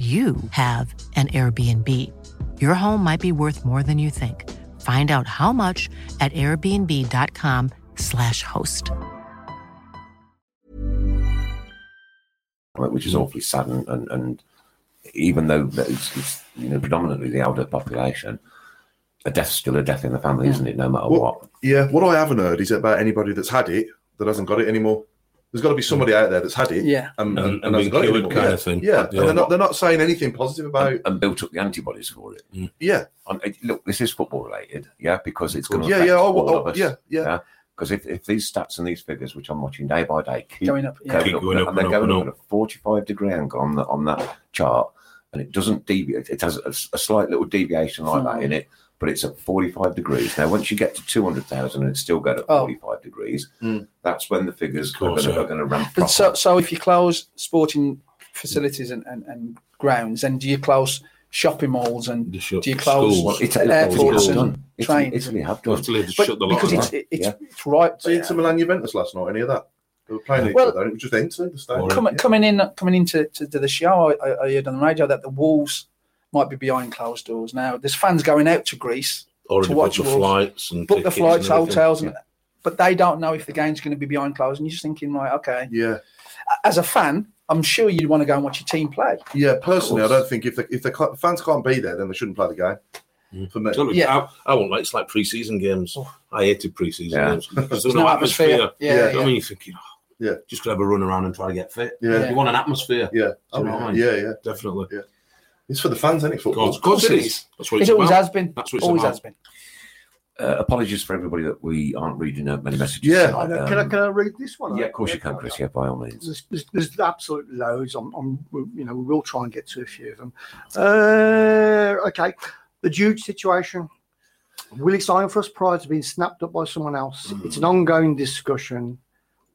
J: you have an Airbnb. Your home might be worth more than you think. Find out how much at airbnb.com/slash host.
B: it, which is awfully sad. And, and, and even though that it's, it's you know predominantly the elder population, a death's still a death in the family, isn't it? No matter
D: Well,
B: what.
D: Yeah, what I haven't heard is about anybody that's had it that hasn't got it anymore. There's got to be somebody out there that's had it,
C: Yeah.
D: and,
E: And-
D: and,
E: and
D: and hasn't
E: been
D: got it
E: cured
D: anymore.
E: kind
D: yeah.
E: of thing.
D: Yeah,
E: Yeah.
D: and they're not, they're not saying anything positive about.
B: and, and built up the antibodies for it.
D: yeah,
B: And it- look, this is football related, yeah, because it's going to
D: Yeah,
B: affect
D: yeah, oh,
B: all
D: oh,
B: of us,
D: yeah, yeah.
B: Because if, if these stats and these figures, which I'm watching day by day, keep
C: Going up, yeah.
E: Keep going up
B: and they're
E: and up
B: going
E: and
B: up at
E: up.
B: a 45 degree angle on that on that chart, and it doesn't deviate. It has a, s- a slight little deviation like that in it, but it's at 45 degrees. Now, once you get to 200,000 and it's still going at
C: Oh.
B: 45 degrees,
D: Mm.
B: that's when the figures are
E: course,
B: going
E: yeah.
B: to ramp
C: But
B: up.
C: so, so if you close sporting facilities and, and, and grounds, then do you close shopping malls and
E: The shop-
C: do you close
E: schools.
B: Well, Italy, Italy
C: airports
B: have
E: schools.
C: and
B: done. Italy,
C: trains?
B: Italy have done.
E: Italy have
C: But-
E: shut the lot
C: because
E: down.
C: it's, it- it's,
B: Yeah.
C: it's right.
D: so Inter Milan Juventus last night, any of that? They were playing each
C: Well-
D: other, and it was just Inter. The stadium.
C: coming coming in coming into to, to the show, I, I- I heard on the radio that the Wolves might be behind closed doors now. There's fans going out to Greece
E: Already
C: to
E: booked
C: watch
E: the
C: Wolves,
E: flights and
C: book the
E: tickets and
C: flights,
E: everything.
C: hotels, and, but they don't know if the game's going to be behind closed. And you're just thinking, right, okay.
D: Yeah,
C: As a fan, I'm sure you'd want to go and watch your team play.
D: yeah. Personally, I
B: course.
D: don't think if the if the cl- fans can't be there, then they shouldn't play the game. For me,
E: Mm. Totally.
C: Yeah.
E: I, I won't like it's like pre-season games. I hated pre-season
B: Yeah.
E: games because there was
C: There's
E: no atmosphere.
C: Yeah, yeah.
D: Yeah.
E: You know what I mean, you're thinking, oh,
D: Yeah.
E: just gonna have a run around and try to get fit.
D: Yeah.
E: you want an atmosphere.
D: yeah,
E: Do you know what I mean?
D: yeah, yeah.
E: Definitely.
D: Yeah. It's for the fans, isn't it?
E: Of course,
D: Football.
E: of course it
C: it
E: is. That's what it's
C: It always
E: about.
C: has been.
E: That's what it's
C: always
E: about.
C: has been.
B: Uh, apologies for everybody that we aren't reading out many messages.
D: Yeah,
B: tonight.
F: Can I,
B: Um,
F: can, I, can I read this one?
B: yeah, of course you can, Chris. Yeah, by all means.
F: There's, there's, there's absolutely loads. I'm, I'm, you know, we will try and get to a few of them. Uh, okay, the Jude situation.
B: Hmm.
F: Will he sign for us prior to being snapped up by someone else? It's an ongoing discussion.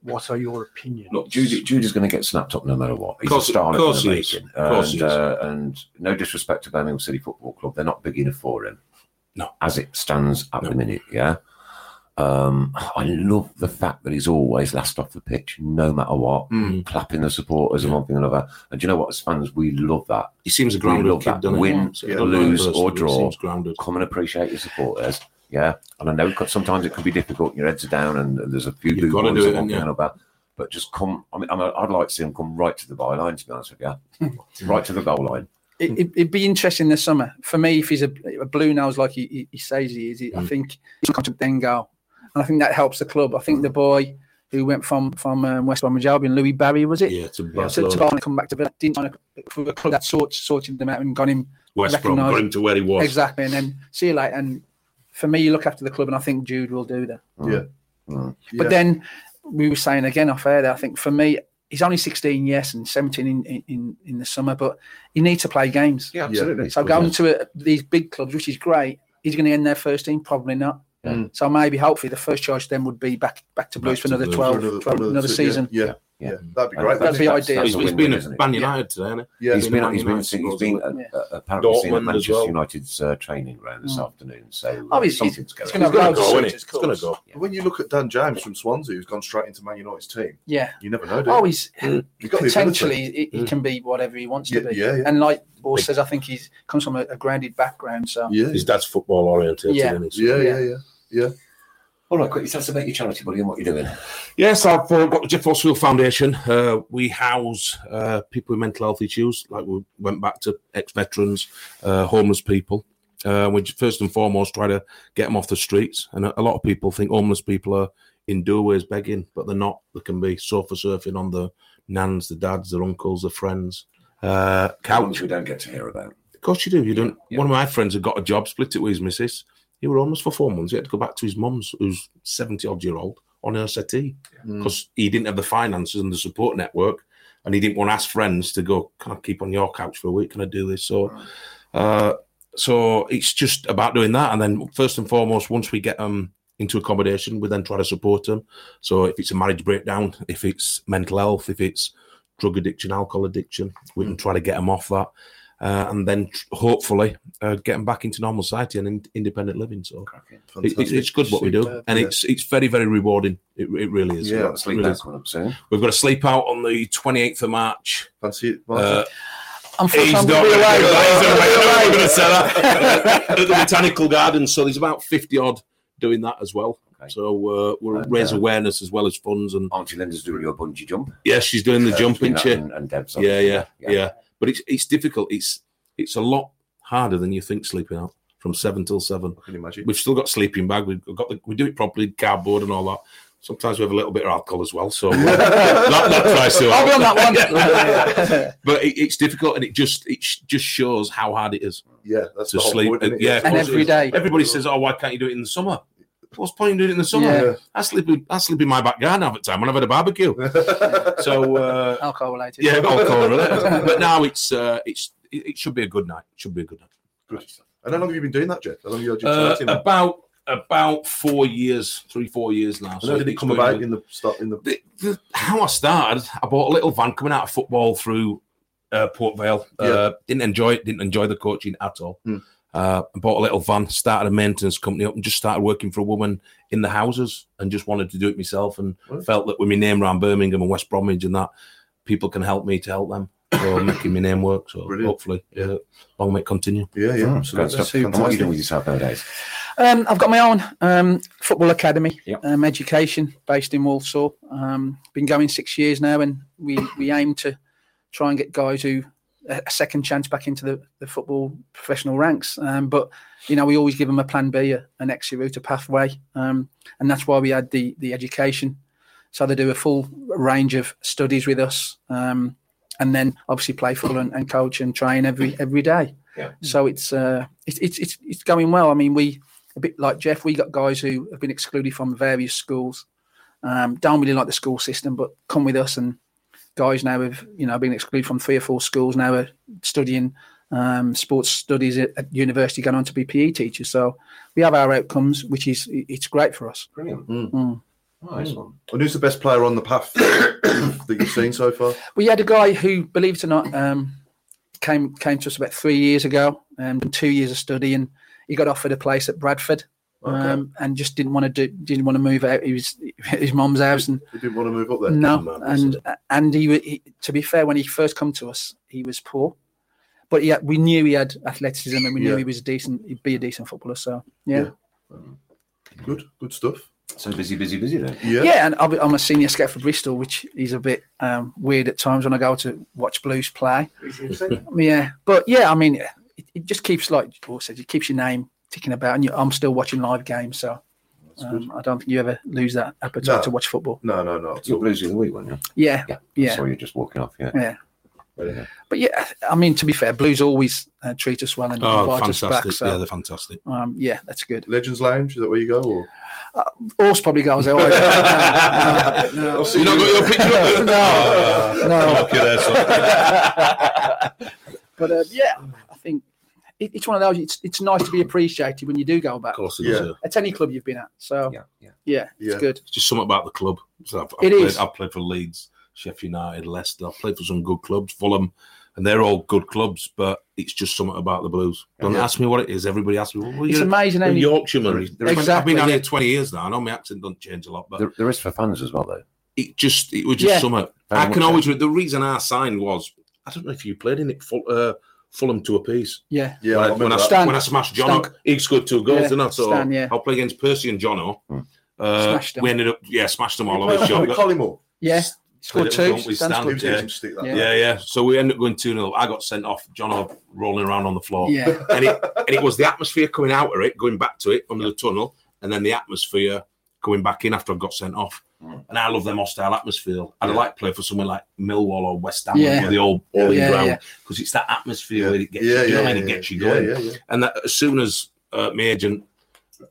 F: What are your opinions?
K: Look, Judy, Judy's going to get snapped up no matter what. He's
E: Course-
K: a star in
E: course
K: the
E: he is.
K: making.
E: Course he
K: And,
E: is.
K: uh, and no disrespect to Birmingham City Football Club, they're not big enough for him.
E: No.
K: As it stands at the minute, yeah. Um, I love the fact that he's always last off the pitch, no matter what,
E: Hmm.
K: clapping the supporters and one thing or another. And do you know what? As fans, we love that.
E: He seems a
K: We
E: grounded
K: love
E: kid,
K: that.
E: doesn't he?
K: Win,
E: So I don't know
K: lose,
E: personally,
K: or
E: but he
K: draw.
E: Seems grounded.
K: Come and appreciate your supporters. Yeah, and I know it could- sometimes it can be difficult. Your head's down, and there's a few
E: You've
K: loose
E: gotta
K: ones
E: do
K: and
E: it,
K: one thing
E: haven't you?
K: and another. But just come. I mean, I'm a, I'd like to see him come right to the byline. To be honest with you, right to the goal line.
C: It, it, it'd be interesting this summer for me if he's a, a blue nose like he, he, he says he is. He,
E: Mm.
C: I think he's come to Bengal, and I think that helps the club. I think the boy who went from from um, West Bromwich Albion, Louis Barry, was it?
E: Yeah, to
C: To, to
E: Barcelona.
C: Barcelona, come back to Villa, didn't sign a, for a club that sort, sorted them out and got him
E: West Brom
C: recognised.
E: got him to where he was.
C: exactly. And then see you later. And for me, you look after the club, and I think Jude will do that.
D: Yeah.
C: But then we were saying again off air that I think for me, he's only 16, yes, and 17 in, in- in, in the summer, but he needs to play games.
K: Yeah,
D: absolutely.
C: So going to a, these big clubs, which is great, he's going to end their first team? Probably not.
D: Mm.
C: So maybe, hopefully, the first choice then would be back back to Blues for
E: to
C: another
E: Blues
C: 12,
D: For
C: 12 another,
D: yeah,
C: season.
D: Yeah, yeah,
K: Yeah.
D: that'd be great.
C: That'd be
K: That's-
C: ideal.
K: that's
E: He's,
K: a
E: he's
K: win-win,
E: been
K: isn't
E: at
K: it?
E: Man United today, hasn't he?
D: Yeah.
K: He's been,
E: at
K: he's been,
E: United
K: he's
E: goals,
K: been
E: hasn't
K: uh, uh, apparently seen
E: Dortmund
K: at
E: as
K: Manchester
E: well.
K: United's uh, training ground this afternoon. So uh,
C: Mm. Oh, he's- he's-
K: something's
C: he's
K: going
C: gonna
K: on.
C: have
E: Gonna
C: Well,
E: go,
C: so
E: innit?
C: it's
E: It's gonna go.
D: But When you look at Dan James from Swansea, who's gone straight into Man United's team,
C: Yeah.
D: you never know. Do you?
C: Oh, he's
D: You've got the ability.
C: potentially he,
E: Mm.
C: he can be whatever he wants
D: Yeah,
C: to be.
D: yeah, yeah.
C: And like Ball says, I think he's comes from a, a grounded background. So
D: Yeah,
E: His dad's football oriented.
C: Yeah.
D: yeah, yeah, yeah, yeah.
K: All right, quick, you tell us about your charity, buddy, and what you're doing.
E: Yes, I've uh, got the Jeff Horsfield Foundation. Uh, we house uh, people with mental health issues, like we went back to ex veterans, uh, homeless people. Uh, we j- first and foremost try to get them off the streets. And a, a lot of people think homeless people are in doorways begging, but they're not. They can be sofa surfing on the nans, the dads, their uncles, their friends. Uh, couch.
K: Ones we don't get to hear about.
E: Of course you do. You don't.
K: Yeah.
E: One of my friends had got a job, split it with his missus. He were homeless for four months. He had to go back to his mum's, who's seventy odd year old, on her settee
D: Mm.
B: Mm.
E: because he didn't have the finances and the support network, and he didn't want to ask friends to go. Can I keep on your couch for a week? Can I do this? So, uh, so it's just about doing that. And then first and foremost, once we get them into accommodation, we then try to support them. So if it's a marriage breakdown, if it's mental health, if it's drug addiction, alcohol addiction, we can try to get them off that. Uh, and then tr- hopefully uh, get them back into normal society and in- independent living. So it, it's, it's good what we do,
D: Superb,
E: and
D: yeah.
E: it's it's very very rewarding. It, it really is.
D: Yeah,
E: It
K: Got a sleep
E: really
K: now
E: is.
K: coming up soon.
E: We've got a sleep out on the 28th of March.
D: Fancy it.
E: Uh,
C: Unfortunately,
E: he's not
C: I'm
E: going
C: gonna be away.
E: to sell that. At the Botanical Gardens. So there's about 50 odd doing that as well.
K: Okay.
E: So uh, we'll
K: And,
E: raise
K: uh,
E: awareness as well as funds. And
K: Auntie Linda's doing your bungee jump.
E: yeah, she's doing the
K: Uh,
E: jump
K: between
E: jumping
K: that
E: chair.
K: And, and Deb's
E: Yeah,
K: obviously,
E: yeah, yeah, But it's it's difficult. It's it's a lot harder than you think sleeping out from seven till seven.
D: can you imagine?
E: We've still got sleeping bag. We've got the, we do it properly, cardboard and all that. Sometimes we have a little bit of alcohol as well, so uh, that, that tries to.
C: I'll be on
E: help.
C: that one.
E: but it, it's difficult, and it just it sh- just shows how hard it is
D: Yeah, that's
E: to
D: the whole
E: sleep.
D: Point, isn't it?
E: yeah, of
C: And
E: course it
C: every
E: is.
C: day.
E: Everybody says, "Oh, why can't you do it in the summer?" What's the point in doing it in the summer?
C: Yeah.
E: I sleep in, I sleep in my back garden half the time when I've had a barbecue. so uh,
C: Alcohol related.
E: yeah, alcohol related. But now it's uh, it's it, it should be a good night. It should be a good night.
D: Good. And how long have you been doing that, Jeff? How long have you had your
E: Uh,
D: charity now?
E: about about four years, three four years now.
D: And how did it
E: it's
D: come
E: going
D: about
E: good.
D: in the start in the?
E: the, the, how I started, I bought a little van coming out of football through uh, Port Vale.
D: Yeah.
E: Uh, didn't enjoy it. Didn't enjoy the coaching at all.
D: Hmm.
E: Uh, I bought a little van, started a maintenance company up, and just started working for a woman in the houses, and just wanted to do it myself, and
D: Right.
E: felt that with my name around Birmingham and West Bromwich and that, people can help me to help them. So I'm making my name work. So
D: Brilliant.
E: hopefully, yeah, long may it continue.
D: Yeah, yeah,
K: Mm, Great
D: absolutely.
K: stuff.
D: Fantastic.
K: And what are you doing with yourself nowadays?
C: Um, I've got my own um, football academy,
K: Yep.
C: um, education based in Walsall. Um, been going six years now, and we, we aim to try and get guys who a a second chance back into the, the football professional ranks. Um, but you know, we always give them a plan B, a, an exit route, a pathway, um, and that's why we had the the education. So they do a full range of studies with us, um, and then obviously play full and, and coach and train every every day.
K: Yeah.
C: So it's uh, it's it's it's it's going well. I mean, we a bit like Jeff, we got guys who have been excluded from various schools. Um, don't really like the school system, but come with us and guys now have you know been excluded from three or four schools now are studying um, sports studies at, at university, going E on to be PE teachers. So we have our outcomes, which is it's great for us.
K: Brilliant.
D: Mm.
K: Nice one.
D: And who's the best player on the path that you've seen so far?
C: We had a guy who, believe it or not, um, came came to us about three years ago um, and done two years of study, and he got offered a place at Bradford, um, and just didn't want to do, didn't want to move out. He was his mum's house, and
D: He didn't want to move up there.
C: no, and and he, wa- he, to be fair, when he first come to us, he was poor, but yeah, we knew he had athleticism, and we
D: Yeah.
C: knew he was decent. He'd be a decent footballer, so yeah.
D: Good, good stuff.
K: So busy, busy, busy then.
D: Yeah.
C: Yeah, and I'm I'm a senior scout for Bristol, which is a bit um, weird at times when I go to watch Blues play. Yeah, but yeah, I mean, it, it just keeps like Paul said, it keeps your name ticking about, and you, I'm still watching live games, so um, I don't think you ever lose that appetite
D: No.
C: to watch football.
D: No, no, no.
K: It's your blues of the week, weren't you?
C: Yeah, yeah,
K: I saw
C: yeah.
K: you just walking off. Yeah.
C: But yeah, I mean, to be fair, Blues always uh, treat us well and
E: Oh,
C: invite us back.
E: fantastic! Yeah,
C: So
E: they're fantastic.
C: um, yeah, that's good.
D: Legends Lounge, is that where you go? Or?
C: Horse probably goes there. always.
E: You not got your picture up?
C: no, no.
E: Look at there, son.
C: But uh, yeah, I think it, it's one of those. It's it's nice to be appreciated when you do go back
E: Of course, it
D: Yeah.
E: is, yeah.
C: at any club you've been at. So yeah,
K: Yeah. Yeah.
C: it's
D: Yeah.
C: good.
E: It's just something about the club. So I've, I've
C: It
E: played,
C: is.
E: I've played for Leeds, Sheffield United, Leicester. I've played for some good clubs, Fulham, and they're all good clubs. But it's just something about the Blues. Don't ask me what it is. Everybody asks me. Well,
C: It's
E: you're-
C: amazing,
E: you're
C: ain't it?
E: Yorkshireman.
K: There is-
E: I've been
C: Exactly,
E: out
C: yeah.
E: here twenty years now. I know my accent doesn't change a lot, but
K: There, there is for fans as well, though.
E: it just it was just
C: Yeah.
E: something.
K: Very
E: I
K: much
E: can
K: so.
E: always. re- The reason I signed was I don't know if you played in it. Full, uh, Fulham to a piece.
C: Yeah,
D: Yeah,
E: when,
D: I
E: I,
D: remember
E: when, I,
D: that.
C: Stan.
E: when I smashed Jono, he scored two goals,
C: Yeah,
E: didn't I? So
C: Stan, yeah.
E: I'll play against Percy and Jono. Uh,
C: Smashed 'em.
E: we ended up, yeah, smashed them all
D: Well,
E: over the
D: Colin
E: shop.
D: Collymore.
C: yeah.
E: S-
C: Scored
E: Played it
C: two.
E: with
C: Stan
E: Dunkley, Stan.
C: scored
D: He was
C: two.
E: Yeah.
D: using stick that.
C: Yeah.
E: Yeah, yeah. So we ended up going 2 0. I got sent off, Jono rolling around on the floor.
C: Yeah.
E: And, it, and it was the atmosphere coming out of it, going back to it under the tunnel, and then the atmosphere going back in after I got sent off.
K: Mm.
E: And I love them hostile atmosphere. I'd
D: Yeah.
E: like to play for somewhere like Millwall or West Ham,
C: Yeah.
E: where the old all
C: Yeah,
E: in ground,
C: yeah.
E: because it's that atmosphere
D: Yeah.
E: where it gets
D: Yeah,
E: you, do you know
D: yeah,
E: what I mean?
D: yeah,
E: it gets you
D: yeah,
E: going.
D: yeah, yeah.
E: And that as soon as uh, my agent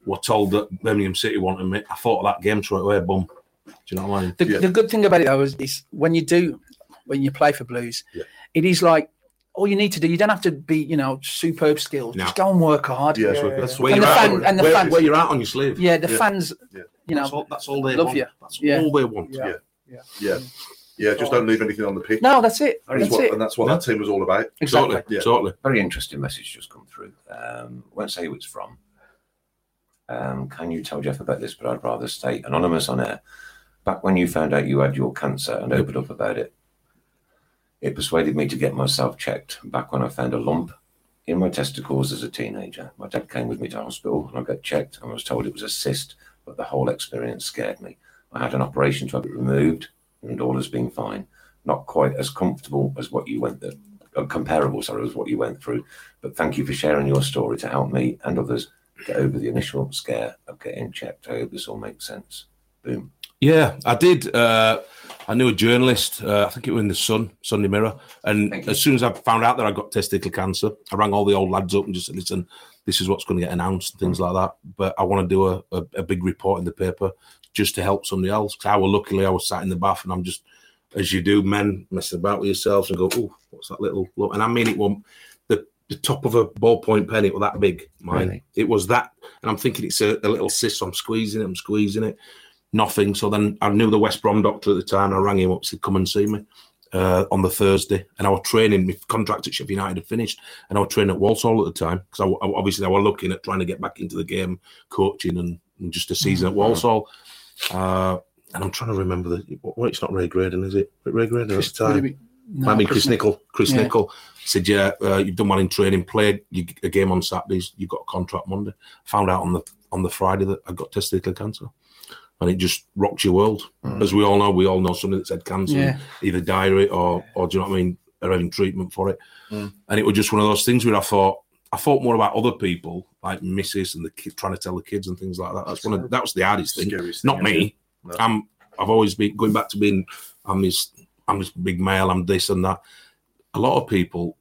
E: were told that Birmingham City wanted me, I thought of that game straight away. Boom. Do you know what I mean?
C: The,
D: Yeah.
C: the good thing about it though is, is when you do, when you play for Blues,
E: Yeah.
C: it is like all you need to do. You don't have to be, you know, superb skilled.
E: No.
C: Just go and work hard.
D: Yeah, that's
C: yeah,
D: what- that's
E: Where
D: what-
C: And
E: you're
C: the
E: at,
C: fan- and the
E: where,
C: fan-
E: where you're out on your sleeve.
C: the
D: Yeah.
C: fans,
D: Yeah.
C: you know,
E: that's all, that's all they
C: love
E: want.
C: you.
E: That's
C: Yeah.
E: all they want.
C: Yeah.
D: Yeah. Yeah, just don't leave anything on the pitch.
C: no, that's it.
D: And,
C: That's
D: it's what,
C: it.
D: and that's what that team was all about.
C: Exactly.
E: Totally,
D: Yeah.
E: totally.
K: Very interesting message just come through. Um, won't say who it's from. Um, can you tell Jeff about this? But I'd rather stay anonymous on air. Back when you found out you had your cancer and opened up about it, it persuaded me to get myself checked. Back when I found a lump in my testicles as a teenager, my dad came with me to hospital and I got checked and was told it was a cyst, but the whole experience scared me. I had an operation to have it removed and all has been fine. Not quite as comfortable as what you went through, uh, comparable, sorry, as what you went through. But thank you for sharing your story to help me and others get over the initial scare of getting checked. I hope this all makes sense. Boom.
E: Yeah, I did. Uh, I knew a journalist. Uh, I think it was in the Sun, Sunday Mirror. And
K: Thank you.
E: as soon as I found out that I got testicular cancer, I rang all the old lads up and just said, "Listen, this is what's going to get announced and
K: Mm.
E: things like that." But I want to do a, a, a big report in the paper just to help somebody else. Because I was luckily I was sat in the bath and I'm just, as you do, men messing about with yourselves and go, "Oh, what's that little?" Look? And I mean, it was the the top of a ballpoint pen. It was that big. Mine.
K: Really?
E: It was that. And I'm thinking it's a, a little cyst. So I'm squeezing it. I'm squeezing it nothing. So then I knew the West Brom doctor at the time. I rang him up, said, "Come and see me." Uh, on the Thursday, and I was training. My contract at Sheffield United had finished, and I was training at Walsall at the time because I, wa- I- obviously I was looking at trying to get back into the game, coaching, and, and just a season
C: Mm-hmm.
E: at Walsall. Uh, and I'm trying to remember the. Well, it's not Ray Graden, is it? Ray Graden at the time.
C: No,
E: I mean, Chris
C: Nick-
E: Nickel. Chris
C: Yeah.
E: Nichol said, "Yeah, uh, you've done well in training. Played you, a game on Saturdays. You got a contract Monday. Found out on the on the Friday that I got testicular cancer, and it just rocks your world. As we all know, we all know somebody that's had cancer,
C: Yeah.
E: either diary or or do you know what I mean? Are having treatment for it, and it was just one of those things where I thought." I thought more about other people, like Mrs. and the kid trying to tell the kids and things like that. That's one of that was the hardest thing.
D: Scariest
E: Not
D: thing,
E: me. I'm. I've always been going back to being. I'm this. I'm this big male. I'm this and that a lot of people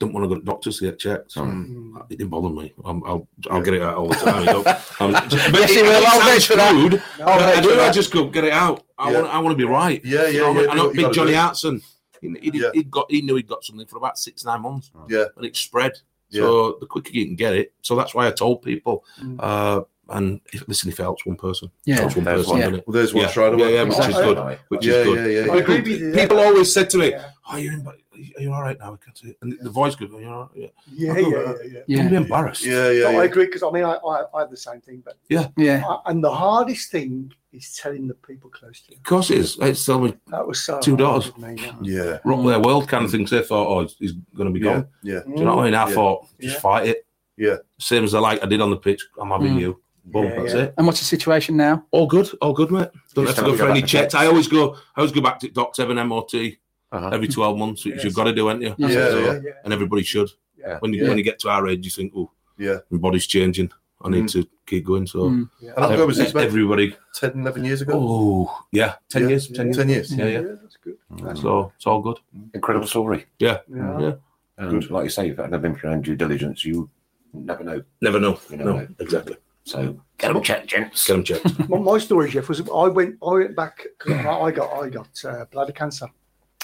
E: don't want to go to doctors to get checked. Mm. It didn't bother me. I'm, I'll I'll get it out all the time. I don't- I'm, but
C: Yes, you will.
E: it
C: I'll
E: sounds
C: vouch for that.
E: rude,
C: I'll
E: but I
C: vouch
E: do.
C: for
E: I
C: that.
E: just go get it out. I
D: Yeah.
E: want I want to be right.
D: Yeah,
E: You
D: yeah,
E: know what I
D: yeah,
E: mean? I
D: do
E: know
D: what you
E: big
D: gotta
E: Johnny
D: do.
E: Hartson. He, he,
D: Yeah. Hmm.
E: he got he knew he got something for about six nine months
D: Yeah.
E: and it spread.
D: Yeah.
F: Mm.
E: So the quicker you can get it, so that's why I told people. Uh, And if, listen, if it helps one person,
C: Yeah.
E: it helps one
B: There's
E: person.
B: one.
E: doesn't it?
D: Well, there's one
E: yeah.
D: straight away.
E: Yeah, yeah, which is
C: Exactly.
E: good. Which
D: Yeah,
E: is good.
D: yeah, yeah.
E: But
D: I
F: agree
E: people-
F: with you.
E: People always said to me,
F: Yeah.
E: "Are you in, are you all right now?" I can't see it. And the voice goes, "Are you all right?" Yeah.
F: Yeah, yeah,
E: Don't be-
F: yeah. yeah.
E: Don't
C: Yeah.
E: be embarrassed.
D: Yeah, yeah,
F: No,
D: yeah.
F: I agree because I mean I, I I had the same thing, but
C: Yeah.
F: I, and the hardest thing is telling the people close to you.
E: Of course it is. It's still me
F: That was so
E: Two
F: hard
E: daughters.
F: with me, yeah.
D: Yeah.
E: rock their world kind of thing. 'cause They thought, "Oh, he's- he's going to be
D: Yeah.
E: gone."
D: Yeah.
E: Do you know what I mean? I
D: Yeah.
E: thought, just
F: Yeah.
E: fight it.
D: Yeah.
E: Same as I like I did on the pitch. I'm having
C: Mm.
E: you. Boom.
F: Yeah,
E: that's
F: yeah.
E: it.
C: And what's the situation now?
E: All good. All good, mate. Don't
B: Just
E: have to
B: have
E: go
B: to go
E: for any
B: back to
E: checks.
B: checks.
E: I always go. I always go back to Doc Seven MOT
B: Uh-huh.
E: every twelve months, which
F: Yes.
E: you've got to do, ain't you?
C: Yeah,
E: So-
D: yeah.
E: And everybody should.
F: Yeah.
E: When you
D: Yeah.
E: when you get to our age, you think, oh,
D: Yeah. Mm.
E: my body's changing. I need to keep going. So
C: Mm.
D: And that guy was this, mate,
E: everybody,
D: 10, 11 years ago.
E: oh yeah, ten
D: Yeah,
E: years, ten years,
D: 10 years.
E: yeah, yeah.
F: that's good.
K: Mm.
E: So it's all good.
B: Incredible story.
E: Yeah,
F: Yeah.
E: yeah.
B: And like you say, if I'd never been through due diligence, you never know.
E: Never know.
B: You never
E: no,
B: know.
E: exactly.
B: So get them checked, gents.
E: Get them checked.
F: My, my story, Jeff, was I went I went back. 'cause I got I got uh, bladder cancer,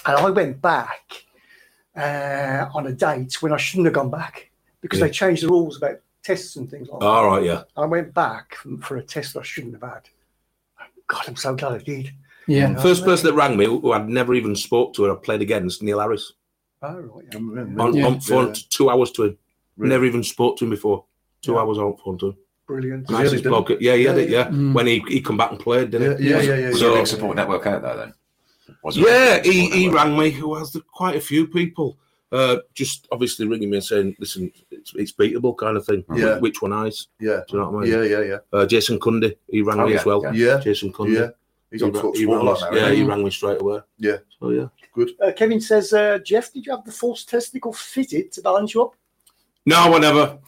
F: and I went back uh, on a date when I shouldn't have gone back because they changed the rules about tests and things like that.
E: all right, yeah.
F: I went back f- for a test I shouldn't have had. God, I'm so glad I did.
C: Yeah.
E: First person that rang me, who I'd never even spoke to, and I played against Neil Harris
F: Oh, right. Yeah.
E: on,
C: Yeah.
E: on phone,
D: Yeah.
E: two hours to him.
D: Really?
E: Never even spoke to him before. Two
F: Yeah.
E: hours on phone to him.
F: Brilliant.
D: had
E: Nicest
D: it, didn't
E: bloke. Yeah, he had
F: Yeah,
E: it. Yeah,
C: yeah. Mm.
E: when he he come back and played,
D: Yeah,
E: didn't he?
D: yeah, yeah, yeah.
B: Was
E: So-
B: it a big support network out there then? Was it a
E: Yeah,
B: big
E: he,
B: support
E: he
B: network?
E: rang me. Who has the, quite a few people, uh, just obviously ringing me and saying, "Listen, it's, it's beatable," kind of thing.
B: Mm-hmm.
D: Yeah.
E: Which one is?
D: yeah.
E: Do you know what I mean?
D: Yeah, yeah, yeah.
E: Uh, Jason Cundy, he rang
B: Oh,
E: me
B: yeah,
E: as well.
B: yeah.
D: Yeah,
E: Jason Cundy.
D: yeah. He's on
E: ra-
D: Talk
E: he
D: Sport
E: rang
D: like
E: us-
D: that,
E: yeah,
D: right?
E: he rang me straight away.
D: Yeah.
E: So yeah.
F: Uh, Kevin says, uh, Jeff, did you have the false testicle fitted to balance you up?
E: No, whatever.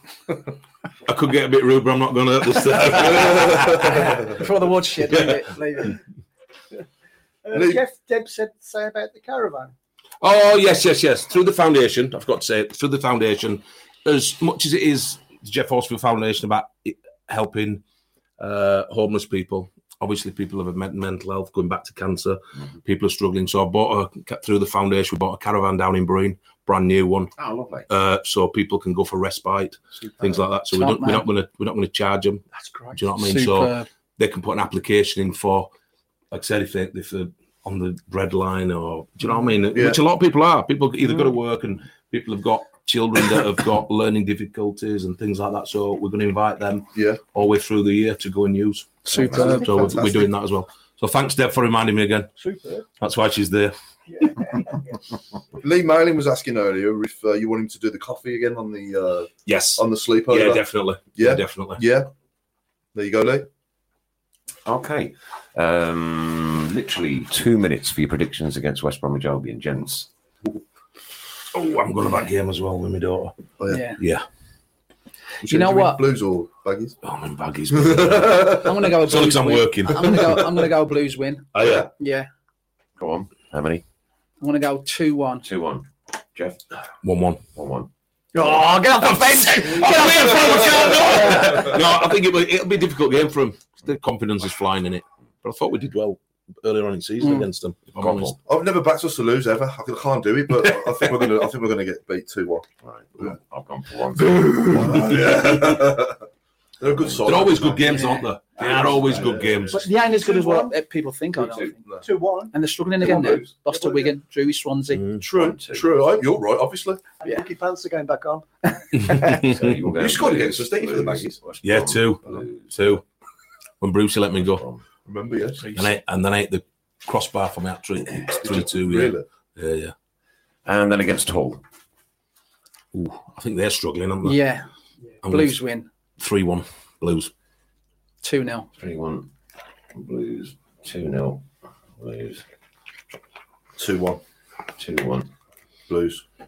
E: I could get a bit rude, but I'm not going to hurt myself.
C: Before the woodshed, leave it. Leave it.
F: Uh,
D: No.
F: Jeff, Deb said, say about the caravan.
E: Oh yes, yes, yes. Through the foundation, I've got to say, it, through the foundation, as much as it is the Jeff Horsfield Foundation about it helping uh, homeless people, obviously people have men- mental health, going back to cancer, people are struggling. So I bought a through the foundation. We bought a caravan down in Breen, brand new one,
B: Oh, lovely.
E: uh, so people can go for respite, things like that. So we
C: Top
E: don't, we're
C: man.
E: not going to we're not going to charge them.
F: That's great.
E: Do you know what I mean? So
C: Superb.
E: they can put an application in for, like I said, if, they, if they're on the red line or, do you know what I mean?
D: Yeah.
E: Which a lot of people are. People either go to work and people have got children that have got learning difficulties and things like that. So we're going to invite them
D: Yeah.
E: all the way through the year to go and use.
C: Superb.
E: So we're, we're
D: Fantastic.
E: doing that as well. So thanks, Deb, for reminding me again.
F: Super.
E: That's why she's there.
D: Lee Malin was asking earlier if uh, you want him to do the coffee again on the
E: Yes.
D: uh, on the sleepover.
E: yeah, definitely.
D: Yeah.
E: definitely.
D: Yeah. There you go, Lee.
B: Okay. Um, literally two minutes for your predictions against West Bromwich Albion, gents.
E: Oh, I'm going to that game as well with my daughter.
D: Oh, yeah.
C: Yeah.
E: Yeah.
D: Should
C: know
D: we do
C: what?
D: Blues or baggies?
E: Oh, I'm in baggies.
C: I'm gonna go.
E: It's only
C: Blues
E: 'cause I'm
C: win.
E: working.
C: I'm gonna go. I'm gonna go. Blues win.
E: Oh, yeah.
C: Yeah.
B: Go on. How many?
C: I'm gonna go two one.
B: Two one. Jeff.
E: 1 1.
B: One one.
C: Oh, get off the fence!
E: no, I think it will, it'll be a difficult game for them. Their confidence is flying in it. But I thought we did well earlier on in the season
C: Mm.
E: against them. If I'm
B: Got
E: honest.
D: I've never backed us to lose ever. I c- I can't do it, but I think we're gonna. I think we're gonna get beat two one.
B: Right. I've gone for one.
D: They're a good side.
E: They're always good games,
C: Yeah.
E: aren't they? They are always good games.
C: But they ain't as good as what uh, people think. I don't think.
F: Two one.
C: And they're struggling again now.
D: lose.
C: Lost to Wigan, drew with Swansea.
E: Mm.
D: True, true. I, you're right. Obviously,
F: Yeah. Ricky Pants are going back on.
B: So you're going
D: You scored
B: Blues,
D: against us, didn't you, for the
B: Blues,
D: Maggies?
B: West
E: Yeah,
B: Brom,
E: two.
B: Blues,
E: Two. When Brucey let me
B: West
E: go,
B: Brom.
D: Oh, remember yes.
E: and I, and then I hit the crossbar for me at three, three two. Yeah,
D: Really?
E: yeah, yeah.
B: And then against Hull.
E: Ooh, I think they're struggling, aren't they?
C: Yeah.
E: I'm
C: Blues win
E: three one. Blues.
C: two 0
B: Three one. Blues. Two 0 Blues.
D: Two one.
B: Two one.
D: Blues.
B: Uh,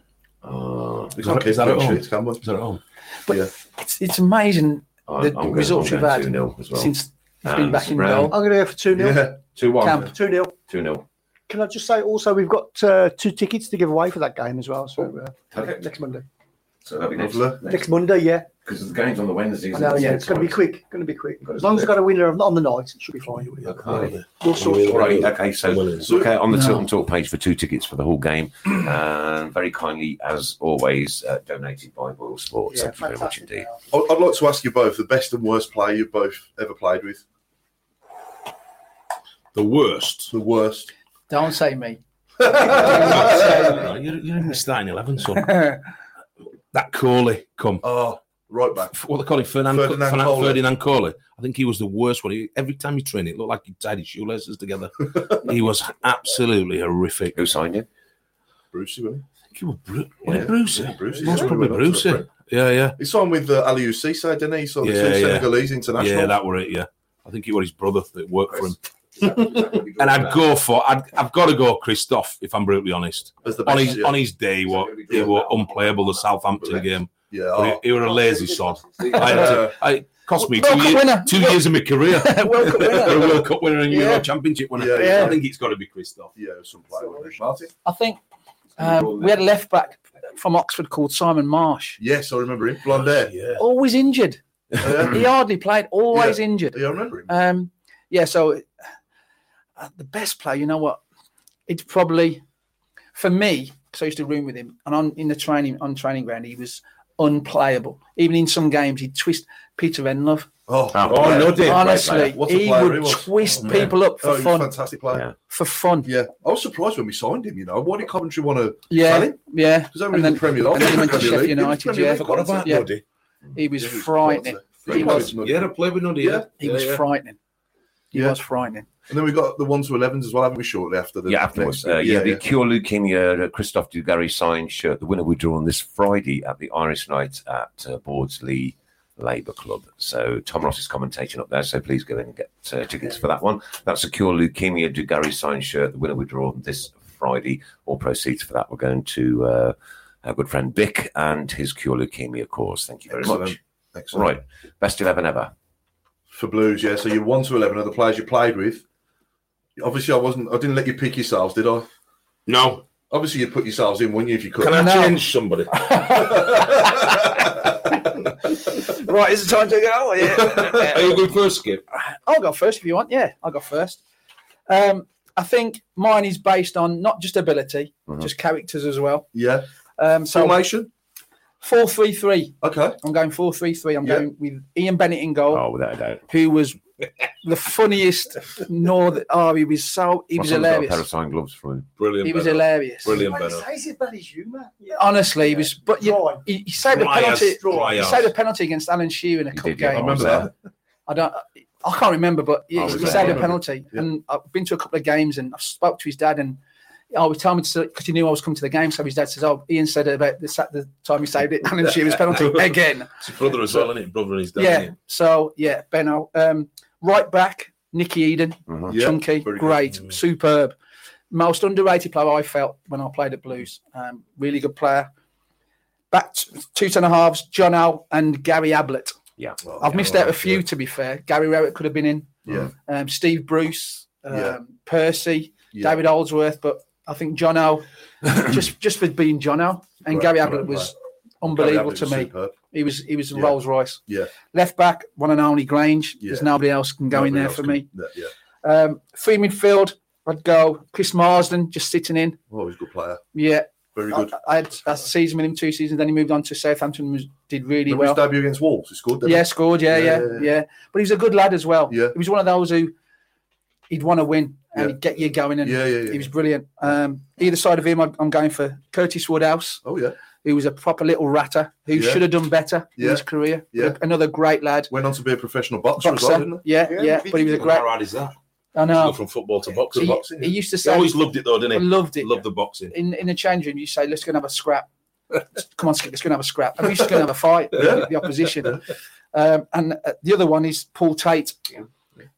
D: We
E: Is that-
D: can't
E: is
D: keep
E: that at
D: clean
E: all?
D: sheets, can we?
E: Is that at home?
C: It's it's amazing
B: I'm,
C: The
B: I'm going,
C: results
B: I'm
C: we've
B: going
C: had
B: two 0 as well.
C: since he's been
B: And
C: back in
B: Brown.
C: goal.
F: I'm going to go for two 0
D: Yeah.
B: two one.
C: Camp.
F: Two 0
B: Two 0
F: Can I just say also we've got uh, two tickets to give away for that game as well. So uh,
B: Okay.
F: next Monday.
B: So that'll be next.
D: Lovely.
F: Next Monday, yeah.
K: because the game's on the Wednesdays.
F: No,
K: isn't it?
F: yeah, it's going to be quick. Going to be quick.
K: Gotta
F: As long as
K: be
F: it's got a winner of- on the night, it should be fine.
K: Okay.
F: We'll sort it.
K: All right. Okay. So
E: Williams.
K: look out on the
F: No.
K: Tilt and Talk page for two tickets for the whole game, and very kindly, as always, uh, donated by Royal Sports.
F: Yeah,
K: Thank you very much
F: fantastic.
K: indeed.
D: I- I'd like to ask you both the best and worst player you've both ever played with.
E: The worst.
D: The worst.
C: Don't say me.
E: No, you're, you're in the starting 11, son. that Corley, come.
D: Oh, right back.
E: F- What they call him, Fernand,
D: Ferdinand
E: Ferdinand, Fernand,
D: Corley.
E: Ferdinand Corley. I think he was the worst one. He, every time he trained, it looked like he tied his shoelaces together. he was absolutely horrific.
K: Who signed you?
D: Brucey, wasn't
E: I think he was, Bru- was
K: Yeah.
E: it Brucey?
D: Yeah, Brucey.
E: Most
D: Yeah,
E: probably
D: we went up to
E: Brucey.
D: the
E: Yeah, yeah.
D: he? He signed with uh, Aliou Cisse, didn't he? He signed the
E: Yeah,
D: two
E: yeah.
D: Senegalese international.
E: Yeah, that were it, yeah. I think it was his brother that worked for him.
D: and
E: And I'd go for, I'd, I've got to go Christoph, if I'm brutally honest.
D: as the
E: On
D: best,
E: his,
D: yeah.
E: on his day, he were, he were unplayable, the Southampton game.
D: yeah.
E: But
D: oh.
E: he, he were a lazy sod. I had
D: Uh,
E: to, I, it cost me
C: World
E: two,
C: Cup
E: year-
C: winner.
E: two years of my career.
C: World Cup
E: a
C: winner.
E: World Cup winner and
C: Yeah.
E: Euro Championship winner.
D: Yeah, yeah.
E: I think it's got to be Christoph.
D: yeah, some player. wasn't it? Martin?
C: I think um, we had a left back from Oxford called Simon Marsh.
D: Yes, I remember him. Blonde hair.
E: Yeah.
C: Always injured.
D: Yeah.
C: Oh, He hardly played. Always injured.
D: yeah, I remember him.
C: Um, yeah, so uh, the best player, you know what? It's probably for me. So I used to room with him, and on in the training on training ground, he was unplayable. Even in some games, he'd twist Peter Enlove.
D: Oh,
K: Oh,
D: yeah.
K: no, Dave.
C: Honestly,
D: What a
C: he
D: player
C: would
D: he was.
C: twist people up for
D: Oh, he was a
C: fun.
D: fantastic player.
K: Yeah.
C: For fun,
D: Yeah, I was surprised when we signed him. You know, why did Coventry want to sell
C: yeah,
D: him?
C: yeah.
D: Because they were
C: And
D: in
C: then,
D: the Premier League.
C: and then he went to
D: Premier
C: Sheffield
D: League. He was
C: United.
D: Premier
C: Yeah,
D: League
E: Forgot about
C: Yeah. he
E: Noddy.
C: was
D: Yeah, he was
C: frightening.
D: quality.
C: He was,
D: Quality.
E: Yeah, I played with Noddy.
D: Yeah.
E: Yeah.
C: he was
E: yeah.
C: frightening. He
D: Yeah.
C: was frightening.
D: And then we got the one to 11s as well, haven't we? Shortly after the
K: Yeah, afterwards.
D: next-
K: Uh, yeah,
D: yeah,
K: the
D: yeah.
K: Cure Leukemia uh, Christoph Dugarry signed shirt. The winner will be drawn this Friday at the Irish Night at uh, Bordsley Labour Club. So Tom Ross is commentating up there, so please go in and get uh, tickets for that one. That's a Cure Leukemia Dugarry signed shirt. The winner will be drawn this Friday. All proceeds for that we're going to uh, our good friend Bick and his Cure Leukemia course. Thank you very
D: Excellent.
K: much.
D: Excellent.
K: Right, best eleven ever.
D: for Blues, yeah. So you're one to eleven of the players you played with. Obviously, I wasn't. I didn't let you pick yourselves, did I?
E: No.
D: Obviously, you put yourselves in, wouldn't you, if you could?
E: Can I
C: No.
E: change somebody?
C: Right, is it time to go? Oh,
E: Are you going first, Skip?
C: I'll go first if you want. Yeah, I'll go first. Um, I think mine is based on not just ability,
K: Mm-hmm.
C: just characters as well.
D: yeah.
C: Um, so
D: Formation.
C: four three three.
D: Okay.
C: I'm going four three three. I'm
D: Yeah.
C: going with Ian Bennett in goal,
K: Oh, without a doubt.
C: who was the funniest. North. Oh, he was so he
K: My
C: was
K: son's got a pair of
C: hilarious.
K: signed gloves for him.
E: Brilliant.
C: He was
E: Benno.
C: hilarious.
E: Brilliant,
F: Well,
E: Benno.
F: it's- it's as bad as you, man. Yeah.
C: Honestly, he was. But you,
F: Right.
C: he, he saved the
E: Dry as-
C: penalty.
E: dry
C: He
E: as.
C: saved a penalty against Alan Shearer in a
K: He
C: cup
K: did, yeah.
C: game.
D: I remember that.
C: I don't. I can't Oh, remember, but he,
K: I
C: he
K: was
C: saved
K: there.
C: a penalty.
D: Yeah.
C: And I've been to a couple of games, and I spoke to his dad, and I always tell him to because he knew I was coming to the game. So his dad says, "Oh, Ian said about the, sa- the time he saved it, Alan Shearer's penalty again."
E: It's his brother as well, isn't it? Brother and his dad.
C: yeah.
E: innit?
C: So yeah, Benno, um, right back, Nicky Eden,
K: Mhm.
D: Yeah,
C: chunky,
D: very good.
C: great, superb, most underrated player I felt when I played at Blues. Um, really good player. Back t- two centre halves, John Al and Gary Ablett.
K: Yeah.
C: I've missed out a few, to be fair. Gary Rowett could have been in.
D: Yeah.
C: Um, Steve Bruce, um,
D: Yeah.
C: Percy,
D: Yeah.
C: David Holdsworth, but I think John O, just just for being John O, and
D: Right,
C: Gary
D: right,
C: Ablett was
D: Gary
C: unbelievable
D: Ablett
C: to
D: was
C: me.
D: superb.
C: He was he was a
D: Yeah.
C: Rolls Royce.
D: Yeah.
C: Left back, one and only Grange. There's
D: Yeah.
C: nobody else can go in
D: Nobody
C: there
D: else
C: for
D: can-
C: me.
D: that- Yeah.
C: Um, three midfield, I'd go Chris Marsden just sitting in.
D: Oh, he's a good player.
C: Yeah,
D: Very
C: I,
D: good.
C: I had a season with him, two seasons. Then he moved on to Southampton, and was, did really
D: Remember
C: well.
D: his debut against Wolves? He scored. didn't he?
C: Yeah, scored. Yeah,
D: Yeah,
C: yeah,
D: yeah,
C: yeah, But he was a good lad as well.
D: Yeah.
C: He was one of those who he'd want to win and
D: Yeah.
C: he'd get you going. And
D: Yeah, yeah, yeah.
C: he was brilliant. Um, either side of him, I'm, I'm going for Curtis Woodhouse,
D: Oh yeah.
C: who was a proper little ratter who
D: Yeah.
C: should have done better
D: Yeah.
C: in his career.
D: Yeah.
C: Another great lad.
D: Went on to be a professional boxer, as well,
C: Boxer.
D: didn't
C: yeah, yeah,
F: Yeah,
C: But he was a
E: How
C: great.
E: hard is that?
C: I
E: To go
C: know.
E: from football to
C: He,
E: boxing. boxing.
C: he used to
E: He
C: say,
E: always loved it, though, didn't he?
C: loved it.
E: Loved the boxing.
C: in, in the change room, you say, let's go and have a scrap. Come on, Skip, let's go and have a scrap. And we're just going to have a fight with the opposition. Um, and uh, the other one is Paul Tate,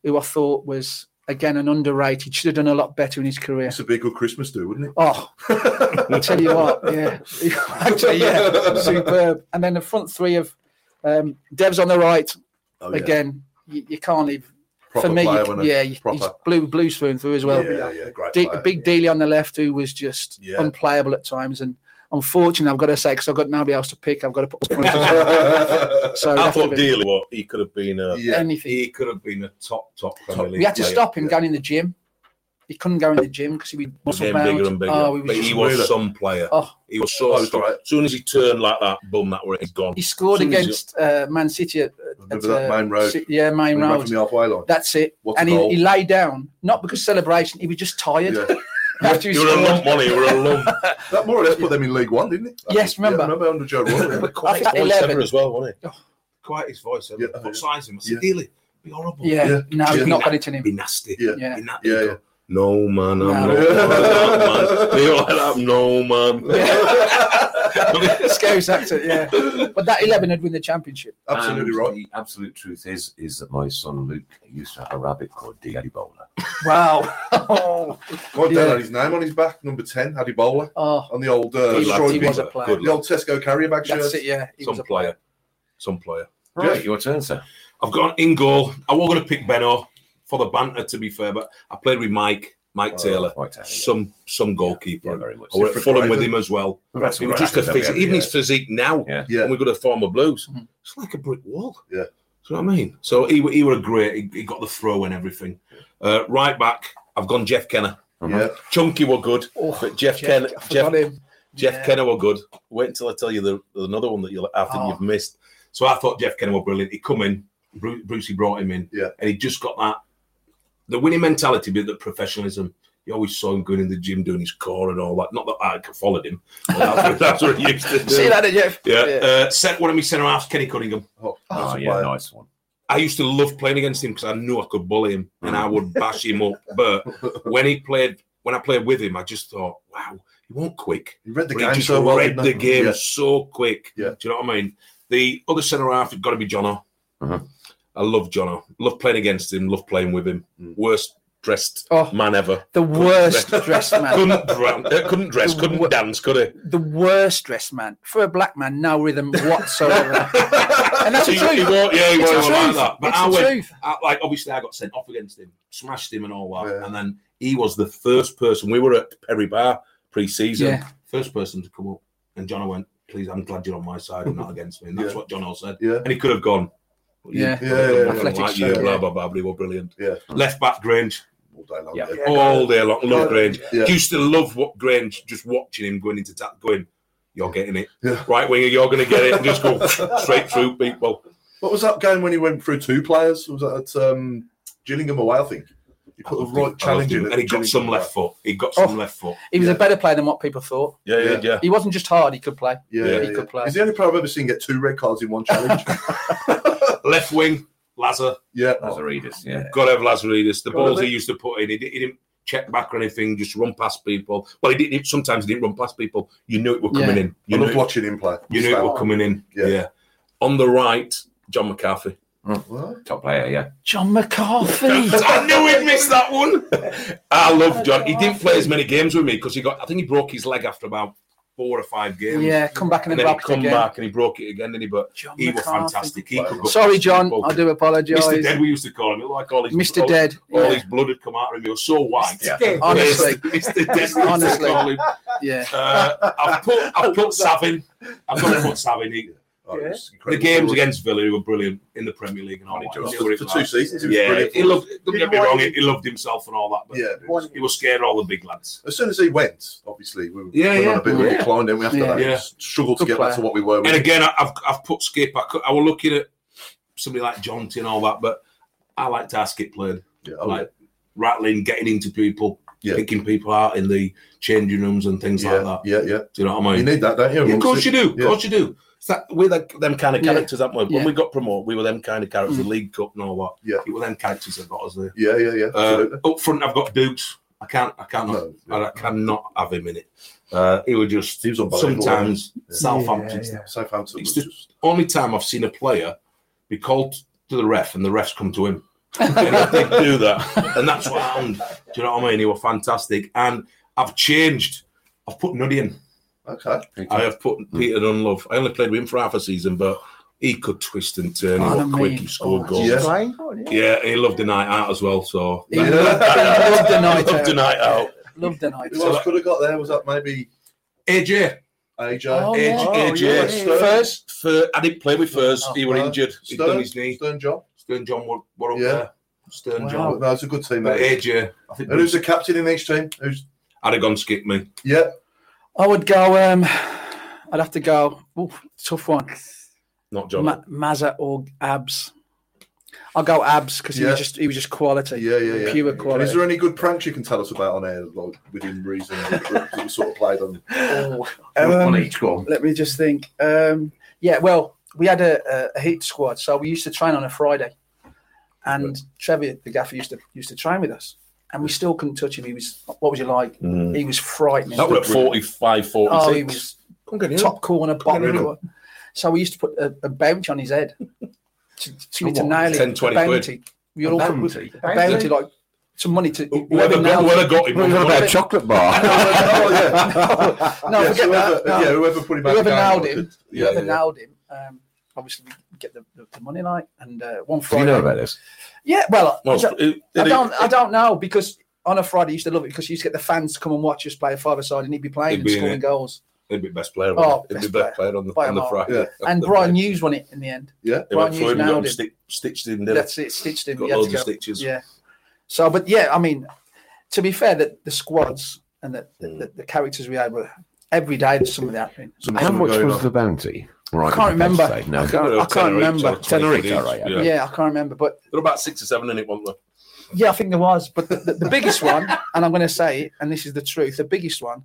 C: who I thought was, again, an underrated, should have done a lot better in his career.
D: This would be a good Christmas do, wouldn't it?
C: Oh, I tell you what, yeah. Actually, yeah, superb. And then the front three of um, Dev's on the right,
D: Oh, yeah.
C: again, you, you can't leave.
D: Proper
C: For me,
D: player,
C: you-
D: wasn't he?
C: yeah, you- he's
D: Proper.
C: blue, blue spoon through as well
D: Yeah, yeah, great
C: de-
D: player.
C: big dealie on the left who was just
D: Yeah.
C: unplayable at times and unfortunately, I've got to say because I've got nobody else to pick. I've got to put. so it'd
E: I
C: have to
E: thought
C: be-
E: dearly what he could have been a
D: Yeah.
C: Anything.
E: he could have been a top top Premier League
C: we had to
E: player.
C: stop him going in the gym. He couldn't go in the gym because he was
E: He
C: muscle
E: was getting
C: bound.
E: bigger and bigger.
C: Oh, he was
E: but
C: just-
E: he was some player.
C: Oh,
E: He was so
D: Oh,
E: strong.
D: right.
E: As soon as he turned like that, boom, that were he's gone.
C: he scored
E: As soon as he-
C: against uh, Man City at, at
D: Remember that
C: uh,
D: main road?
C: Ci- yeah,
D: He
C: main
D: ran
C: road.
D: from the halfway line.
C: That's it.
D: What a
C: and he,
D: goal.
C: he lay down, not because celebration. He was just tired
D: Yeah.
C: after he
E: You were a lump,
C: scored.
E: money. You were a lump.
D: That more or less put them in League One, didn't it?
C: Oh, Yes, remember.
D: Yeah, remember under Joe Roy.
C: I think at
E: voice ever
C: 11.
E: as well, wasn't he?
C: Oh.
E: Quite his voice ever.
D: Yeah.
E: Yeah. size him. I
D: Yeah.
E: said, Dealey, be horrible.
C: Yeah,
D: Yeah.
C: no, he's
D: Yeah.
C: not got it in
E: Be
C: him.
E: nasty.
D: Yeah.
C: Yeah.
E: Be na-
D: Yeah,
E: He'd
D: yeah.
E: go, No man, I'm
C: No.
E: not like that, man. He was like that, no man.
C: Scary actor, yeah. But that 11 had win the championship.
D: Absolutely
K: And
D: right.
K: The absolute truth is is that my son Luke used to have a rabbit called the Ebola.
C: Um, Wow.
D: My dad
C: Yeah.
D: had his name on his back, number 10, had Ebola,
C: oh,
D: on the old uh,
C: He was-
D: destroyed
C: he was a
D: bit.
C: player.
E: Good
D: the
E: luck.
D: old Tesco carrier bag shirt.
C: that's it, yeah. He
E: Some
C: was a
E: player. Some player.
K: Right, your turn, sir.
E: I've gone in goal. I was going to pick Benno for the banter, to be fair, but I played with Mike, Mike
D: Oh,
E: Taylor,
K: Mike Taylor, yeah.
E: some some goalkeeper.
K: Yeah, very much.
E: I were at
D: Different
E: Fulham with
D: rider.
E: him as well.
K: That's
E: He was just a physique, even his physique now.
K: Yeah.
D: Yeah.
E: And we got a former Blues.
C: Mhm.
E: It's like a brick wall.
D: Yeah.
E: Do you know what I mean? So he were- he were a great. He, he got the throw and everything. Uh, right back, I've gone Jeff Kenner.
D: Yeah.
E: Chunky were good,
C: Oh,
E: but Jeff,
C: Jeff-
E: Kenner,
C: I forgot
E: Jeff,
C: him.
E: Jeff
C: Yeah.
E: Kenner were good. Wait until I tell you the, there's another one that you'll I think
C: Oh.
E: you've missed. So I thought Jeff Kenner were brilliant. He come in, Bruce, Brucey brought him in,
D: Yeah.
E: and he just got that the winning mentality, but the professionalism. You always saw him going in the gym doing his core and all that. Not that I followed him. but that's, what- that's what he used to do.
C: See you later, Jeff.
E: Yeah.
C: Yeah.
E: Uh, set one of my centre halves, Kenny Cunningham.
K: Oh,
D: Oh, that's a
K: yeah,
D: player.
K: nice one.
E: I used to love playing against him because I knew I could bully him and I would bash him up. But when he played, when I played with him, I just thought, wow, he won't quick.
D: He read the
E: But
D: game
E: he just
D: so well.
E: read
D: didn't
E: the
D: he?
E: game
D: Yeah.
E: so quick.
D: Yeah.
E: Do you know what I mean? The other centre half has got to be Jono.
K: Mhm.
E: I love Jono. Love playing against him. Love playing with him.
D: Mm.
E: Worst dressed
C: Oh.
E: man ever.
C: The worst dressed man.
E: Couldn't, dra- uh, couldn't dress.
C: The
E: Couldn't
C: wor-
E: dance. Could he?
C: The worst dressed man. For a black man, no rhythm whatsoever. and that's
E: So
C: the
E: he, he
C: truth.
E: won't, yeah, he
C: It's the
E: won't like
C: truth.
E: that. But
C: It's
E: I
C: the
E: went,
C: truth.
E: I, like obviously I got sent off against him, smashed him and all that.
D: Yeah.
E: And then he was the first person. We were at Perry Bar pre-season.
C: Yeah.
E: First person to come up, and John went, "Please, I'm glad you're on my side and not against me." And that's
D: Yeah.
E: what John said.
D: Yeah.
E: And he could have gone.
C: Yeah.
E: you-
D: Yeah, yeah,
E: I
D: yeah.
E: don't like
C: Athletic
E: you,
C: side,
E: blah
C: yeah.
E: blah blah. But he was brilliant.
D: Yeah.
E: Left back Grange
D: All day long.
K: Yeah.
D: yeah.
E: all day long. Love Grange.
D: Yeah.
E: Used to love what Grange just watching him going into tap, going, "You're getting it,
D: Yeah.
E: right winger. You're going to get it." And just go straight through people.
D: What was that game when he went through two players? Was that at um, Gillingham away? I think he put the
E: I love
D: right
E: him.
D: challenge in,
E: and he
D: at
E: got some
D: Gillingham
E: left foot. He got some
C: Oh.
E: left foot.
C: He was a
D: Yeah.
C: better player than what people thought.
E: Yeah, yeah, yeah.
C: He wasn't just hard, he could play.
D: away. Yeah, yeah,
C: He
D: yeah.
C: could play.
D: He's the only player I've ever seen get two red cards in one challenge.
E: Left wing, Lazar.
D: yeah,
K: As a readers, yeah.
E: Got to have Lazaridis. The
F: Gotta
E: balls
F: be.
E: he used to put in, he, di- he didn't check back or anything. Just run past people. Well, he didn't. Sometimes he didn't run past people. You knew it were coming
C: Yeah.
E: in.
D: I
E: You
D: loved
E: knew, it-
D: watching him play.
E: you knew it were
D: Stab.
E: coming in.
D: Yeah.
E: Yeah. On the right, John McCarthy.
D: What?
K: Top player, yeah.
C: John McCarthy.
E: I knew he'd miss that one. I love John. He didn't play as many games with me because he got. I think he broke his leg after about four or five games.
C: yeah, come back in
E: And
C: the
E: then he
C: box
E: come
C: again.
E: back and he broke it again. Didn't he? But
C: John
E: he was
C: McCarthy.
E: fantastic. He could go
C: Sorry,
E: past
C: John.
E: people.
C: I do apologise.
E: Mr. Dead, we used to call him. He looked Like all his,
C: Mr.
E: all-
C: Dead,
E: all
C: yeah.
E: his blood had come out of him. He was so white.
K: Yeah.
C: Honestly,
E: Mr. Dead,
C: Honestly.
E: honestly. Call him.
C: yeah.
E: Uh, I've put I've put Savin. I've got to put Savin. He,
D: Oh, it was
E: the
D: incredible.
E: games against Villa he were brilliant in the Premier League and all
K: Oh,
E: that.
K: he
E: You
K: was
E: know
D: for,
E: what it
D: for
E: was
D: two
E: like.
D: seasons. he was
E: Yeah,
D: brilliant.
E: he loved. Don't
F: Didn't
E: get me
F: want
E: wrong. He
F: him-
E: he loved himself and all that. But
D: yeah.
F: One-
E: he was scared of all the big lads.
D: As soon as he went, obviously we were
E: Yeah,
D: we were on
E: yeah.
D: a bit of a
E: Yeah.
D: decline. Then we after
C: Yeah.
D: that we
E: Yeah.
D: struggled to
C: Good
D: get back to
C: player.
D: what we were.
E: And again, I- I've I've put Skip. I, could, I was looking at somebody like Jonty and all that, but I liked how Skip played.
D: yeah, oh,
E: like rattling, getting into people,
D: Yeah.
E: picking people out in the changing rooms and things
D: yeah,
E: like that.
D: yeah, yeah.
E: Do you know what I
D: You
E: mean?
D: need that, don't you?
E: Yeah, of course you do. Of
D: Yeah.
E: course you do. It's that, we're like them kind of
C: Yeah.
E: characters, aren't we? When
C: Yeah.
E: we got promoted, we were them kind of characters, League Cup and all that.
D: Mm. Yeah.
E: It were them characters that got us there.
D: Yeah, yeah, yeah.
E: Uh,
D: Absolutely.
E: up front, I've got Dukes. I can't, I cannot,
D: No, yeah.
E: I, cannot have him in it. Uh, he was just
D: He was unbelievable,
E: sometimes Southampton.
F: Yeah,
D: Southampton was
E: It's the-
D: just
E: Only time I've seen a player be called to the ref and the refs come to him. and I did do that, and that's what happened. Do you know what I mean? He was fantastic, and I've changed. I've put Nuddy in.
D: okay.
E: I have put Peter Dunlove. I only played with him for half a season, but he could twist and turn.
C: Oh,
E: He
C: I
E: was quick.
C: mean,
E: He scored
D: oh,
E: goals.
D: yeah.
E: Yeah.
F: Playing for it, yeah.
E: he loved the night out as well. So
C: He loved, he loved the night
E: Loved the
C: out.
E: night out.
C: Loved the night
D: Who
C: out.
D: else could have got there? Was that maybe
E: AJ,
D: AJ.
C: Oh,
E: AJ,
C: wow.
E: AJ.
D: yeah, Stern.
E: Furs, Fur, I didn't
C: Oh,
E: play with Furs. He were
D: No.
E: injured. He'd
D: Stern.
E: done his knee.
D: Stern job.
E: Stern John were, were up
D: Yeah.
E: there. Stern
C: Wow.
E: John.
D: No, it's a good team.
E: But
D: that is.
E: AJ, I think
D: And who's the captain in each team? Who's
E: I'd have gone skip me.
D: yeah?
C: I would go. Um, I'd have to go. oof, tough one.
E: Not John.
C: Ma- Mazza or Abs. I'll go Abs because he
D: Yeah.
C: was just he was just quality.
D: Yeah, yeah, yeah.
C: Pure
D: And
C: quality.
D: is there any good pranks you can tell us about on air, like within reason, that we sort of played on?
K: one
C: Um,
K: each one.
C: let me just think. Um, yeah, well, we had a, a, a heat squad, so we used to train on a Friday, and Trevor, the gaffer, used to used to train with us, and we still couldn't touch him. He was what was you like?
K: Mm.
C: He was frightening.
E: That were at 45, 46.
C: oh, he was
E: Come get in.
C: top corner, bottom
D: rid of
C: corner. So we used to put a, a bounty on his head to, to, to
K: what?
C: nail it.
E: 10,
C: a
E: 20
C: bounty. We all put-
K: bounty?
C: a bounty, like some money to
E: Whoever got,
C: nailed it.
E: whoever got him.
K: What about a chocolate bar?
D: oh, yeah.
A: Uh,
C: No,
D: Yes,
C: forget
D: whoever,
C: that. No.
D: Yeah, whoever put him out.
C: whoever
D: of the game,
C: nailed
D: like,
C: him,
E: Yeah,
C: whoever
E: yeah.
C: nailed him, um, obviously we get the, the, the money night and uh, one
K: Do
C: Friday.
K: you know about this?
C: Yeah, well,
E: Well,
C: I don't,
E: it-
C: I
E: it-
C: don't, I don't know because on a Friday I used to love it because you used to get the fans to come and watch us play a five side and he'd be playing
E: He'd
C: and
E: be in
C: scoring
E: it.
C: goals.
E: He'd be best player.
C: Oh,
E: Oh, He'd be
C: best
E: best player on the,
C: By a
E: on the
C: mile.
E: Friday.
D: Yeah.
C: And Brian Hughes won it in the end.
D: Yeah.
E: He
C: Brian
E: went
C: Hughes
E: for him, he got
C: nailed
E: him
C: him.
E: stick, stitched in there.
C: That's it, stitched him.
E: Got
C: he had to
E: loads of
C: go.
E: stitches.
C: Yeah. So, but yeah, I mean, to be fair, that the squads and the, the, the, the characters we had were every day there's something happening.
D: some-
K: How
D: some
K: much
D: going
K: was
D: on.
K: the bounty? Right,
C: I can't remember.
K: say,
C: I
K: No.
C: can't, I can't remember.
K: Tenerife,
E: Tenerife,
K: all right, yeah.
E: yeah.
C: Yeah. I can't remember, but
E: There were about six or seven in it, weren't there?
C: yeah, I think there was. But the, the, the biggest one, and I'm going to say it, and this is the truth, the biggest one,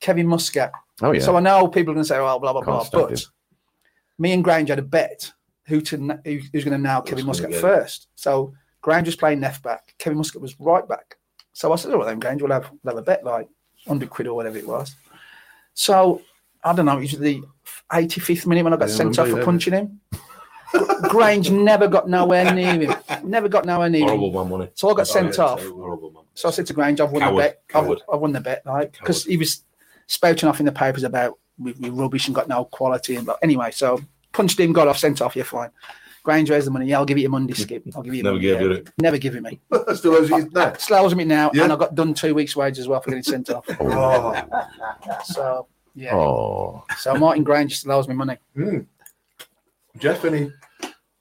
C: Kevin Muscat.
K: Oh yeah.
C: So I know people are going to say, "Oh, blah blah
K: Can't
C: blah,"
K: stand
C: but
K: him.
C: me and Grange had a bet who to kn- who, who's going to nail Kevin
E: gonna
C: Muscat
E: get it?
C: first. So Grange was playing left back, Kevin Muscat was right back. So I said, "All right, then Grange, we'll have we'll have a bet like hundred quid or whatever it was." So I don't know. It was the 85th minute when I got
D: Yeah, I
C: sent
D: remember
C: off for
D: that.
C: punching him. Gr- Grange never got nowhere near him. Never got nowhere near him.
E: Horrible man, wasn't it? Oh,
C: So I got sent
E: yeah,
C: off.
E: terrible, Horrible man.
C: So I said to Grange, I've won
E: Coward,
C: the bet. I've,
E: coward.
C: I've won the bet, like because
E: Coward.
C: he was spouting off in the papers about we, we rubbish and got no quality. And but anyway, so punched him, got off, sent off. You're fine. Grange raised the money. Yeah, I'll give it you Monday, Skip. I'll give you.
E: Never
C: Monday,
E: gave
C: yeah.
E: you it.
C: Never give it me.
D: Still owes you his name.
C: Slows me now,
D: Yeah.
C: and I got done two weeks' wage as well for getting sent off.
D: Oh,
C: So yeah,
K: Oh,
C: so Martin Grange still owes me money.
D: Hmm. Jeff, any?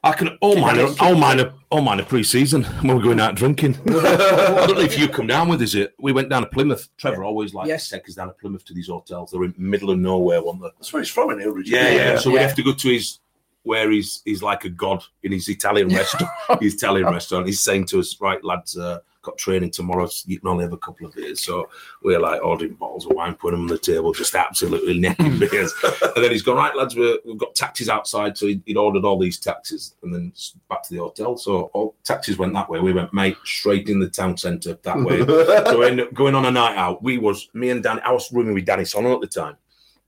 E: I can all mine are all mine are all mine are pre-season when we're going out drinking. I don't know if you come down with is it. We went down to Plymouth. Trevor always likes
C: Yes.
E: to take us down to Plymouth to these hotels. They're in middle of nowhere, weren't they?
D: That's where he's from, in here, originally.
E: Yeah, yeah. So we
C: Yeah.
E: have to go to his where he's he's like a god in his Italian restaurant. his Italian restaurant. He's saying to us, right, lads, uh, got training tomorrow. so You can only have a couple of beers. So we're like ordering bottles of wine, putting them on the table, just absolutely necking beers. And then he's gone, right, lads, we're, we've got taxis outside. So he'd, he'd ordered all these taxis and then s- back to the hotel. So all taxis went that way. We went, mate, straight in the town centre that way. so we ended up going on a night out. We was, me and Danny, I was rooming with Danny Sonner at the time.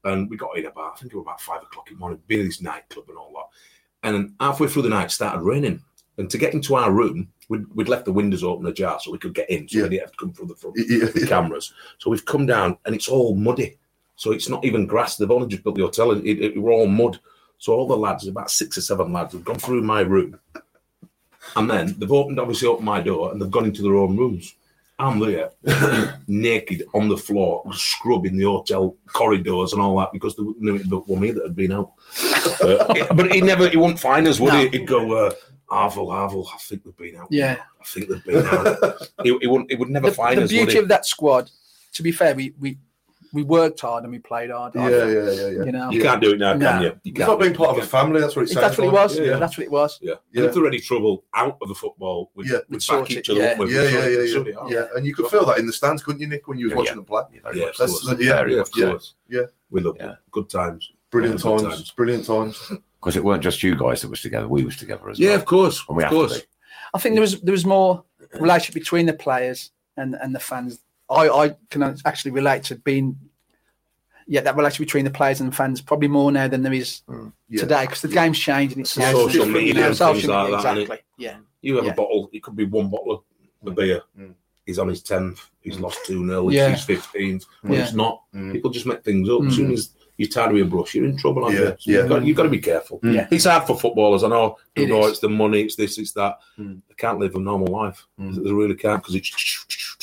E: And we got in about, I think it was about five o'clock in the morning, been in this nightclub and all that. And then halfway through the night, it started raining. And to get into our room, we'd, we'd left the windows open ajar so we could get in. So
D: Yeah.
E: we didn't have to come through the front
D: Yeah,
E: the
D: yeah.
E: cameras. So we've come down and it's all muddy. So it's not even grass. They've only just built the hotel and it, it, we're all mud. So all the lads, about six or seven lads, have gone through my room. And then they've opened, obviously, opened my door and they've gone into their own rooms. I'm there, naked on the floor, scrubbing the hotel corridors and all that because there wasn't but one me that had been out. Uh, but he never, he wouldn't find us, would he?
C: No.
E: He'd go, uh, Arvel, Arvel, I think they've been out.
C: Yeah.
E: I think they've been out. he, he, wouldn't, he would never
C: The,
E: find
C: the
E: us. would
C: beauty
E: he?
C: of that squad, to be fair, we we we worked hard and we played hard.
D: yeah, yeah, yeah, yeah.
C: You know,
E: You can't do it now,
C: Nah.
E: can you? you
D: He's
E: can't
D: not
E: do
D: being
E: it.
D: part of
E: You
D: a
E: can't.
D: family. That's what it
C: If
D: sounds
C: that's what it
D: like.
C: was.
D: Yeah,
C: Yeah, that's what it was.
E: Yeah.
D: Yeah.
E: And if there are any trouble out of the football, we
D: Yeah.
E: yeah.
C: We'd
E: would
C: sort
E: back
C: it,
E: each other
C: yeah.
E: up. we'd
D: yeah, yeah,
E: sort
D: yeah,
E: it,
D: yeah,
E: sort it out.
D: yeah. And you could feel that in the stands, couldn't you, Nick, when you was
K: Yeah.
D: watching them play?
E: Yeah,
D: That's
E: of course.
D: yeah,
E: Yeah, of
D: yeah.
E: course.
D: Yeah.
E: We love
K: Yeah.
E: good times.
D: Brilliant
E: Yeah, good
D: times, brilliant times.
K: because it weren't just you guys that was together; we was together as
E: Yeah,
K: well.
E: of course.
K: And we
E: Of
K: have to
E: course.
C: I think there was there was more relationship between the players and and the fans. I I can actually relate to being yeah that relationship between the players and the fans probably more now than there is
D: Mm. Yeah.
C: today because the game's changed and it's
E: Yeah, social
C: different,
E: media
C: you know,
E: and
C: social
E: things like
C: media,
E: that, innit?
C: exactly yeah
E: You have
C: Yeah.
E: a bottle, it could be one bottle of beer.
D: Mm.
E: He's on his 10th. He's lost 2 0.
C: Yeah.
E: It's his 15th. But
C: Yeah.
E: it's not.
D: Mm.
E: People just make things up.
C: Mm.
E: As soon as you tie with a brush, you're in trouble, aren't
D: Yeah,
E: you? So
D: yeah.
E: You've, got, you've got to be careful.
D: Mm.
C: Yeah.
E: It's hard for footballers. I know.
C: It
E: People go,
C: is.
E: it's the money, it's this, it's that.
D: Mm.
E: They can't live a normal life.
D: Mm.
E: They really can't because it's.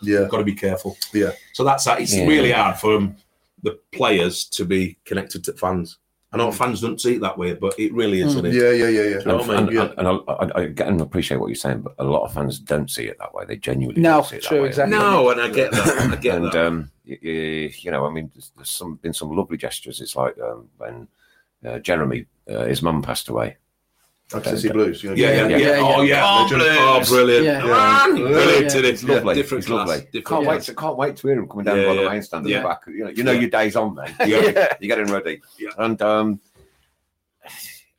D: Yeah,
E: Got to be careful.
D: Yeah.
E: So that's that. It's
K: Yeah.
E: really hard for them the players to be connected to fans. I know fans don't see it that way, but it really is, isn't
K: Mm.
E: it?
D: Mm. Yeah,
E: Oh,
D: yeah, yeah, yeah.
E: Do you know what I
D: Mm. And-
E: mean?
D: yeah.
B: And, and I, I, I get and appreciate what you're saying, but a lot of fans don't see it that way. They genuinely
C: No,
B: don't see it
C: true,
B: that way.
C: exactly.
E: No, and I get that. I get
B: and
E: that.
B: um, y- y- you know, I mean, there's, there's some been some lovely gestures. It's like um, when uh, Jeremy, uh, his mum passed away. uh,
D: Accessy Blues. You know,
E: yeah, yeah, yeah,
B: yeah,
C: yeah.
E: Oh, yeah. Oh,
D: Legend.
E: brilliant. brilliant.
C: Yeah.
E: Ah, brilliant.
C: Yeah.
E: It is
B: It's lovely.
E: Different
B: It's
E: class.
B: lovely.
E: Different
B: Can't wait!
E: class.
B: To, can't wait to hear him coming down
E: Yeah,
B: by
E: yeah.
B: the main stand in
E: Yeah.
B: the back. You know, you know your day's on then. You you're getting ready.
E: Yeah.
B: And um,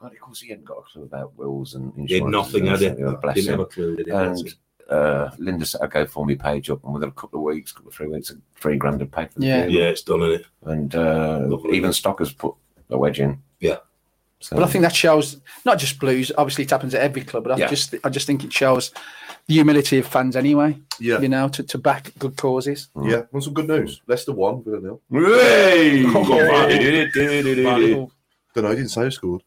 B: well, of course, he hadn't got a clue about wills and insurance.
E: He had nothing, had he?
B: and everything. Bless
E: Didn't
B: him
E: have a clue. Did he?
B: and uh, Linda set a GoFundMe page up, and within a couple of weeks, couple of three weeks, three grand had paid for the
C: Yeah.
B: game.
E: yeah, it's done, isn't it?
B: And uh,
E: Lovely.
B: even Stockers put a wedge in.
E: Yeah.
B: So,
C: But I think that shows not just Blues. Obviously, it happens at every club, but I
B: Yeah.
C: just I just think it shows the humility of fans anyway.
D: Yeah. Mm.
C: You know, to, to back good causes.
D: Yeah, want some good news. Leicester won, Villa nil.
B: Hey!
E: Oh,
D: Don't know. He didn't say who scored.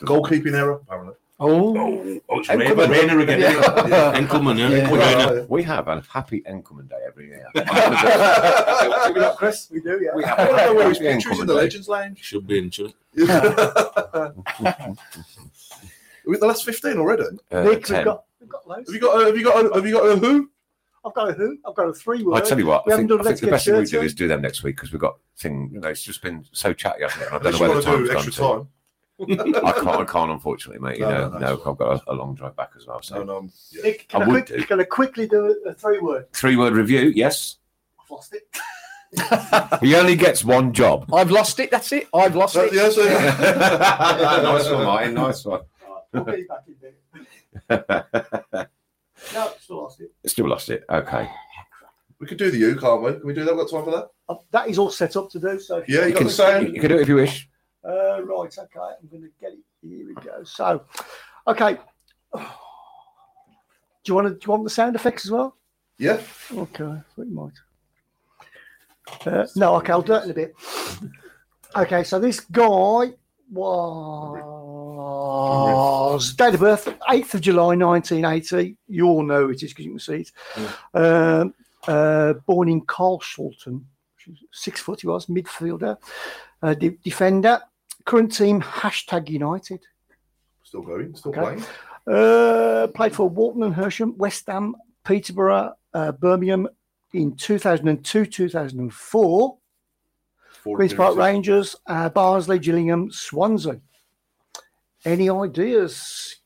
D: Goalkeeping error, apparently.
C: Oh,
E: oh, it's Rainer Rainer again. Enkelman, yeah.
C: Yeah.
E: Rainer.
B: We have a happy Enkelman Day every year. Do we not, Chris?
F: We do, yeah.
B: We have
D: I
B: a
D: don't know where his
B: happy
D: picture is in
B: Enkelman
D: the
B: Day.
D: Legends Lounge.
E: Should be in, should it?
D: With the last fifteen already.
B: Uh,
F: Nick, we've
B: 10.
F: got, we've got loads.
D: Have you got? A, have you got? A, have you got a who?
F: I've got a who? I've got a three word.
B: I tell you what,
F: we
B: I
F: haven't
B: think,
F: done
B: I
F: Let's
B: think
F: Get
B: the best thing we do
F: Shirty.
B: is do them next week because we've got thing. You know, it's just been so chatty. hasn't it? And I don't
D: Unless
B: know where the
D: you want
B: time's
D: to do
B: gone
D: extra
B: to.
D: time.
B: I can't. I can't. Unfortunately, mate. You
D: No,
B: know,
D: no,
B: no,
D: that's
B: I've got a, a long drive back as well. So,
D: And, um, yeah.
F: Nick, can
B: I
F: I,
B: would
F: quick,
B: do.
F: can I quickly do a, a three word?
B: three-word review. Yes,
F: I've lost it.
B: he only gets one job.
C: I've lost it. That's it. I've lost
D: That-
C: it.
D: yeah, so-
C: Ah,
B: nice one, Martin. Nice one.
F: All right, we'll get you back in there. No, still lost it.
B: Still lost it. Okay.
D: we could do the U, can't we? Can we do that? We've got time for that?
F: Uh, That is all set up to do. So if you-
D: Yeah, you
B: You
D: got
B: can,
D: the sound.
B: you can do it if you wish.
F: Uh, right, okay, I'm going to get it. Here we go. So, okay. Do you want to, do you want the sound effects as well?
D: Yeah.
F: Okay, I thought you might. Uh, no, okay, I'll do it in a bit. Okay, so this guy was Oh, date of birth eighth of July nineteen eighty. You all know it is because you can see it. Um, uh, born in Carlshalton, six foot he was, midfielder, uh, de- defender. Current team hashtag United.
D: Still going. Still
F: Okay.
D: playing.
F: Uh, played for Walton and Hersham, West Ham, Peterborough, uh, Birmingham in 2002 2004,
D: Four
F: Queen's Park
D: appearances.
F: Rangers, uh, Barnsley, Gillingham, Swansea. Any ideas?